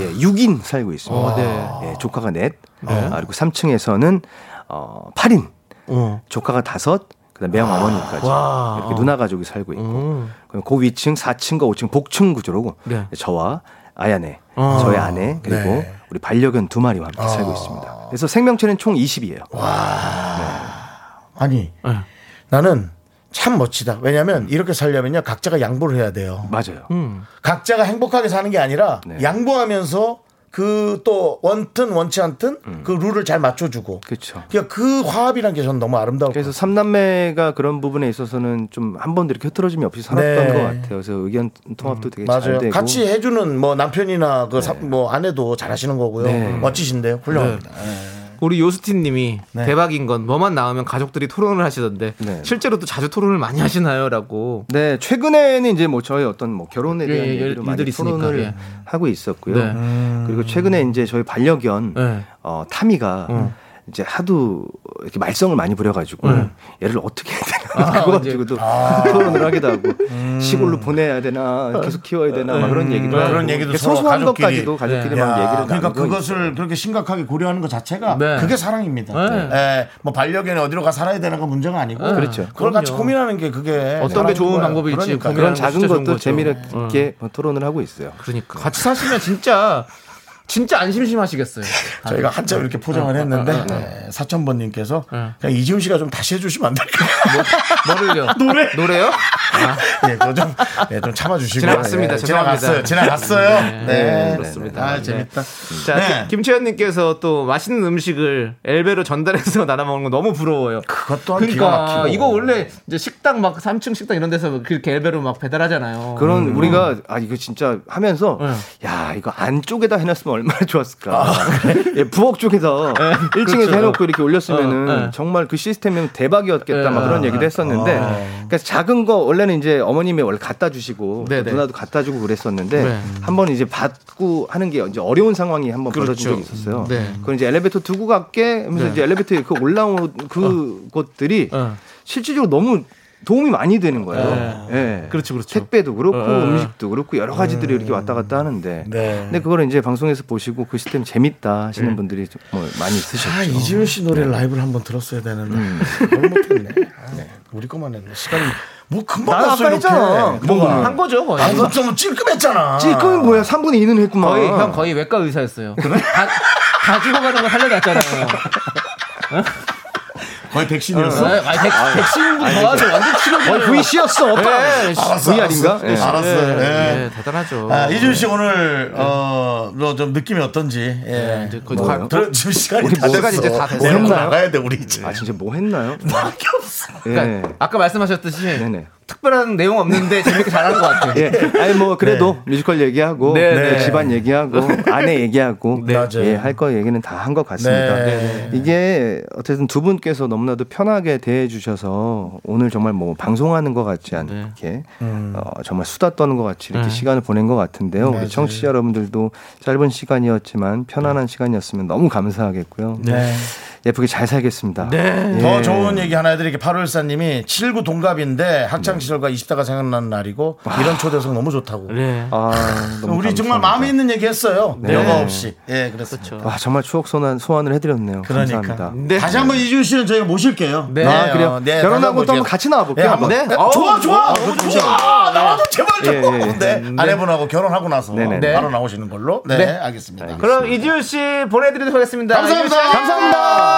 [SPEAKER 9] 예, 6인 살고 있습니다.
[SPEAKER 2] 어, 네.
[SPEAKER 9] 예, 조카가 넷 아, 그리고 3층에서는 어, 8인 조카가 다섯 그다음 매형 어머니까지
[SPEAKER 2] 아, 와. 음.
[SPEAKER 9] 이렇게 누나 가족이 살고 있고 그럼 그 위층 4층과 5층 복층 구조로
[SPEAKER 2] 네.
[SPEAKER 9] 저와 아야네
[SPEAKER 2] 어.
[SPEAKER 9] 저의 아내 그리고
[SPEAKER 2] 네. 아.
[SPEAKER 9] 우리 반려견 두 마리와 함께 살고 있습니다. 그래서 생명체는 총 20이에요.
[SPEAKER 1] 아니
[SPEAKER 9] 네.
[SPEAKER 1] 나는 참 멋지다. 왜냐하면 이렇게 살려면요 각자가 양보를 해야 돼요.
[SPEAKER 9] 맞아요.
[SPEAKER 2] 음.
[SPEAKER 1] 각자가 행복하게 사는 게 아니라
[SPEAKER 9] 네.
[SPEAKER 1] 양보하면서 그 또 원튼 원치 않든 그 룰을 잘 맞춰주고
[SPEAKER 9] 음. 그렇죠.
[SPEAKER 1] 그러니까 그 화합이란 게 저는 너무 아름다울 것
[SPEAKER 9] 그래서 삼남매가 그런 부분에 있어서는 좀 한 번도 이렇게 흐트러짐이 없이 살았던
[SPEAKER 1] 네. 음,
[SPEAKER 9] 것 같아요. 그래서 의견 통합도 되게 잘
[SPEAKER 1] 맞아요.
[SPEAKER 9] 되고
[SPEAKER 1] 같이 해주는 뭐 남편이나 그 뭐 아내도 잘하시는 거고요.
[SPEAKER 9] 네.
[SPEAKER 1] 멋지신데요. 훌륭합니다.
[SPEAKER 2] 우리 요스틴 님이
[SPEAKER 1] 네.
[SPEAKER 2] 대박인 건 뭐만 나오면 가족들이 토론을 하시던데
[SPEAKER 9] 네.
[SPEAKER 2] 실제로도 자주 토론을 많이 하시나요라고.
[SPEAKER 9] 네 최근에는 이제 뭐 저희 어떤 뭐 결혼에
[SPEAKER 2] 예,
[SPEAKER 9] 대한
[SPEAKER 2] 예,
[SPEAKER 9] 얘기를
[SPEAKER 2] 일들이
[SPEAKER 9] 많이
[SPEAKER 2] 있으니까,
[SPEAKER 9] 토론을
[SPEAKER 2] 예.
[SPEAKER 9] 하고 있었고요.
[SPEAKER 2] 네.
[SPEAKER 1] 음.
[SPEAKER 9] 그리고 최근에 이제 저희 반려견
[SPEAKER 2] 네.
[SPEAKER 9] 어, 타미가 이제 하도 이렇게 말썽을 많이 부려가지고 얘를 어떻게 해야 되나
[SPEAKER 2] 아,
[SPEAKER 9] 그거
[SPEAKER 2] 이제.
[SPEAKER 9] 가지고도 토론을 하기도 하고
[SPEAKER 1] 음.
[SPEAKER 9] 시골로 보내야 되나 계속 키워야 되나 막 그런 얘기도 하고
[SPEAKER 1] 그런 얘기도
[SPEAKER 9] 이렇게
[SPEAKER 1] 서로
[SPEAKER 9] 소소한
[SPEAKER 1] 가족끼리.
[SPEAKER 9] 것까지도 가족끼리
[SPEAKER 1] 음. 야,
[SPEAKER 9] 막 얘기를
[SPEAKER 1] 그러니까
[SPEAKER 9] 나누고
[SPEAKER 1] 그것을 그렇게 심각하게 고려하는 것 자체가
[SPEAKER 9] 네.
[SPEAKER 1] 그게 사랑입니다.
[SPEAKER 9] 네.
[SPEAKER 1] 예, 뭐 반려견이 어디로 가 살아야 되는 건 문제가 아니고
[SPEAKER 9] 네. 그렇죠.
[SPEAKER 1] 그걸 같이
[SPEAKER 9] 그럼요.
[SPEAKER 1] 고민하는 게 그게
[SPEAKER 2] 어떤 게 좋은 방법일지
[SPEAKER 1] 그러니까.
[SPEAKER 2] 고민하는
[SPEAKER 9] 그런
[SPEAKER 2] 거
[SPEAKER 9] 작은
[SPEAKER 2] 진짜 좋은
[SPEAKER 9] 것도
[SPEAKER 2] 거죠.
[SPEAKER 9] 재미있게 뭐 토론을 하고 있어요.
[SPEAKER 2] 그러니까 같이 사시면 진짜 진짜 안 심심하시겠어요.
[SPEAKER 1] 저희가 한참 이렇게 포장을
[SPEAKER 2] 네.
[SPEAKER 1] 했는데 네, 사천번님께서 그냥 이지훈 씨가 좀 다시 해주시면 안 될까요?
[SPEAKER 2] 뭐를요?
[SPEAKER 1] 노래
[SPEAKER 2] 노래요? 아.
[SPEAKER 1] 예, 그거 좀, 예, 좀 참아주시고
[SPEAKER 2] 지나갔습니다.
[SPEAKER 1] 예,
[SPEAKER 2] 죄송합니다.
[SPEAKER 1] 지나갔어요. 지나갔어요.
[SPEAKER 2] 네,
[SPEAKER 1] 네,
[SPEAKER 2] 네, 그렇습니다.
[SPEAKER 1] 아
[SPEAKER 2] 네.
[SPEAKER 1] 재밌다.
[SPEAKER 2] 자,
[SPEAKER 1] 네.
[SPEAKER 2] 김채연님께서 또 맛있는 음식을 엘베로 전달해서 나눠 먹는 거 너무 부러워요.
[SPEAKER 1] 그것 또한 기가
[SPEAKER 2] 그러니까
[SPEAKER 1] 막히고.
[SPEAKER 2] 이거 원래 이제 식당 막 3층 식당 이런 데서 그렇게 엘베로 막 배달하잖아요. 음.
[SPEAKER 9] 그런 우리가 아 이거 진짜 하면서 야 이거 안쪽에다 해놨으면 얼마나 좋았을까. 예, 부엌 쪽에서 1층에서
[SPEAKER 2] 아, 그렇죠.
[SPEAKER 9] 해놓고 이렇게 올렸으면은
[SPEAKER 2] 어, 네.
[SPEAKER 9] 정말 그 시스템이면 대박이었겠다 막 그런
[SPEAKER 2] 네.
[SPEAKER 9] 얘기도 했었는데
[SPEAKER 2] 아.
[SPEAKER 9] 그러니까 작은 거 원래는 이제 어머님이 원래 갖다 주시고 또
[SPEAKER 2] 네네.
[SPEAKER 9] 누나도 갖다 주고 그랬었는데
[SPEAKER 2] 네.
[SPEAKER 9] 한번 이제 받고 하는 게 이제 어려운 상황이 한번
[SPEAKER 2] 그렇죠.
[SPEAKER 9] 벌어진 적이 있었어요.
[SPEAKER 2] 네.
[SPEAKER 9] 그걸 이제 엘리베이터 두고 갈게 하면서
[SPEAKER 2] 네.
[SPEAKER 9] 이제 엘리베이터에 그 올라온 그것들이
[SPEAKER 2] 어.
[SPEAKER 9] 실질적으로 너무 도움이 많이 되는 거예요. 예.
[SPEAKER 2] 그렇죠, 그렇죠.
[SPEAKER 9] 택배도 그렇고
[SPEAKER 2] 어.
[SPEAKER 9] 음식도 그렇고 여러 가지들이 이렇게 왔다 갔다 하는데
[SPEAKER 1] 네.
[SPEAKER 9] 근데 그걸 이제 방송에서 보시고 그 시스템 재밌다
[SPEAKER 2] 네.
[SPEAKER 9] 하시는 분들이 좀뭐 많이 있으셨죠. 네. 음.
[SPEAKER 1] 아 이지훈 씨 노래를 라이브를 한번 들었어야 되는데 뭘 네. 못했네. 아, 우리 것만 했네. 시간 뭐 금방
[SPEAKER 9] 나는
[SPEAKER 1] 갔어
[SPEAKER 9] 아까
[SPEAKER 1] 이렇게.
[SPEAKER 9] 했잖아.
[SPEAKER 1] 금방
[SPEAKER 9] 뭐가?
[SPEAKER 1] 한
[SPEAKER 2] 거죠 거의.
[SPEAKER 1] 나도 좀 찔끔했잖아.
[SPEAKER 9] 찌끔이 뭐야? 3분의 2는 했구만.
[SPEAKER 2] 거의 형 거의 외과 의사였어요. 다, 다 죽어가는 거 살려놨잖아요.
[SPEAKER 1] 거의 백신이었어.
[SPEAKER 9] 네.
[SPEAKER 2] 어, 아니, 백- 백신보다 더 하죠. 완전 치료죠.
[SPEAKER 9] 거의 VC였어.
[SPEAKER 2] 예,
[SPEAKER 1] 알았어,
[SPEAKER 9] VR 인가?
[SPEAKER 1] 알았어.
[SPEAKER 9] 네.
[SPEAKER 1] 예, 알았어요. 예.
[SPEAKER 2] 예, 대단하죠.
[SPEAKER 1] 아, 이준 씨 오늘 어좀 느낌이 어떤지 예.
[SPEAKER 2] 네, 이제 그 거의
[SPEAKER 1] 뭐,
[SPEAKER 2] 가-
[SPEAKER 1] 들은 지금 시간이
[SPEAKER 9] 네. 우리
[SPEAKER 1] 다
[SPEAKER 9] 뭐-
[SPEAKER 1] 됐어.
[SPEAKER 9] 시간이 이제 다 됐어요.
[SPEAKER 1] 내려고
[SPEAKER 9] 했나요?
[SPEAKER 1] 나가야 돼 우리 이제.
[SPEAKER 9] 아 진짜 뭐 했나요? 예.
[SPEAKER 2] 그러니까 아까 말씀하셨듯이
[SPEAKER 9] 네네.
[SPEAKER 2] 특별한 내용 없는데 재밌게 잘하는 것 같아요.
[SPEAKER 9] 예. 아니 뭐 그래도 뮤지컬 얘기하고
[SPEAKER 2] 네,
[SPEAKER 9] 또
[SPEAKER 2] 네.
[SPEAKER 9] 집안 얘기하고 아내 얘기하고 예, 할 거 얘기는 다 한 것 같습니다.
[SPEAKER 1] 네.
[SPEAKER 9] 이게 어쨌든 두 분께서 너무나도 편하게 대해 주셔서 오늘 정말 뭐 방송하는 것 같지
[SPEAKER 1] 네.
[SPEAKER 9] 않게
[SPEAKER 1] 음.
[SPEAKER 9] 어, 정말 수다 떠는 것 같이 이렇게
[SPEAKER 2] 네.
[SPEAKER 9] 시간을 보낸 것 같은데요.
[SPEAKER 1] 네,
[SPEAKER 9] 우리 청취자 여러분들도 짧은 시간이었지만 편안한 시간이었으면 너무 감사하겠고요.
[SPEAKER 1] 네.
[SPEAKER 9] 예쁘게 잘 살겠습니다. 예.
[SPEAKER 1] 더 좋은 얘기 하나 해드릴게요. 8월사님이 79 동갑인데 학창시절과 20대가 생각나는 날이고 이런 초대석 너무 좋다고.
[SPEAKER 2] 네.
[SPEAKER 9] 아, 너무
[SPEAKER 1] 우리 정말
[SPEAKER 9] 감사합니다.
[SPEAKER 1] 마음에 있는 얘기 했어요.
[SPEAKER 9] 네.
[SPEAKER 1] 여과 없이. 예, 그랬어요.
[SPEAKER 9] 와, 정말 추억 소환, 소환을 해드렸네요.
[SPEAKER 1] 그러니까.
[SPEAKER 9] 감사합니다.
[SPEAKER 1] 다시 한번 이준 씨는 저희가 모실게요.
[SPEAKER 9] 네. 아, 그래요? 결혼하고 또 한번 같이 나와볼게요.
[SPEAKER 1] 어, 네, 한번.
[SPEAKER 9] 네.
[SPEAKER 1] 네,
[SPEAKER 9] 어우,
[SPEAKER 1] 좋아, 좋아.
[SPEAKER 9] 어,
[SPEAKER 1] 너무
[SPEAKER 9] 그거
[SPEAKER 1] 좋아. 네. 나와도 제발
[SPEAKER 9] 예,
[SPEAKER 1] 좀.
[SPEAKER 9] 예, 예.
[SPEAKER 1] 네. 아내분하고 결혼하고 나서
[SPEAKER 9] 네네.
[SPEAKER 1] 바로 나오시는 걸로. 네,
[SPEAKER 2] 네.
[SPEAKER 1] 알겠습니다.
[SPEAKER 2] 그럼 이지훈 씨 보내드리도록 하겠습니다.
[SPEAKER 1] 감사합니다.
[SPEAKER 2] 이지훈 씨, 감사합니다.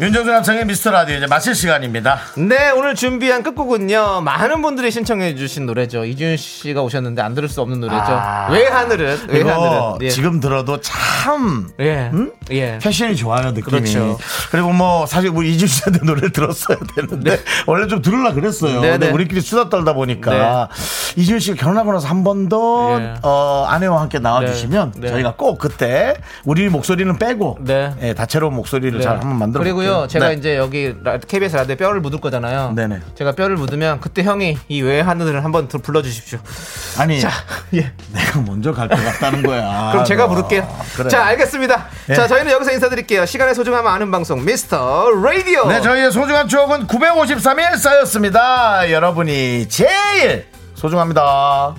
[SPEAKER 1] 윤정수 남창의 미스터 라디오 이제 마칠 시간입니다.
[SPEAKER 2] 네, 오늘 준비한 끝곡은요. 많은 분들이 신청해 주신 노래죠. 이준 씨가 오셨는데 안 들을 수 없는 노래죠.
[SPEAKER 1] 아.
[SPEAKER 2] 왜 하늘은? 왜
[SPEAKER 1] 이거
[SPEAKER 2] 하늘은? 예.
[SPEAKER 1] 지금 들어도 참
[SPEAKER 2] 예.
[SPEAKER 1] 음?
[SPEAKER 2] 예.
[SPEAKER 1] 패션이 좋아요 느낌이.
[SPEAKER 2] 그렇죠.
[SPEAKER 1] 그리고 뭐 사실 우리 이준 씨한테 노래를 들었어야 되는데 원래 좀 들으려 그랬어요.
[SPEAKER 2] 네,
[SPEAKER 1] 근데
[SPEAKER 2] 네.
[SPEAKER 1] 우리끼리 수다 떨다 보니까 이준 씨가 결혼하고 나서 한 번 더
[SPEAKER 2] 예.
[SPEAKER 1] 어, 아내와 함께 나와주시면
[SPEAKER 2] 네. 네.
[SPEAKER 1] 저희가 꼭 그때 우리 목소리는 빼고
[SPEAKER 2] 네.
[SPEAKER 1] 예, 다채로운 목소리를 잘 한번 만들어.
[SPEAKER 2] 그리고요,
[SPEAKER 1] 볼게요.
[SPEAKER 2] 제가
[SPEAKER 1] 네.
[SPEAKER 2] 이제 여기 라- KBS 라디오 뼈를 묻을 거잖아요.
[SPEAKER 1] 네네.
[SPEAKER 2] 제가 뼈를 묻으면 그때 형이 이 왜 하늘을 한번 들- 불러주십시오.
[SPEAKER 1] 아니
[SPEAKER 2] 자, 예.
[SPEAKER 1] 내가 먼저 갈 것 같다는 거야.
[SPEAKER 2] 그럼 제가
[SPEAKER 1] 너.
[SPEAKER 2] 부를게요.
[SPEAKER 1] 아, 네. 그래.
[SPEAKER 2] 자, 알겠습니다.
[SPEAKER 1] 예.
[SPEAKER 2] 자, 저희는 여기서 인사드릴게요. 시간의 소중함 아는 방송 미스터 라디오.
[SPEAKER 1] 네, 저희의 소중한 추억은 953일 쌓였습니다. 여러분이 제일 소중합니다.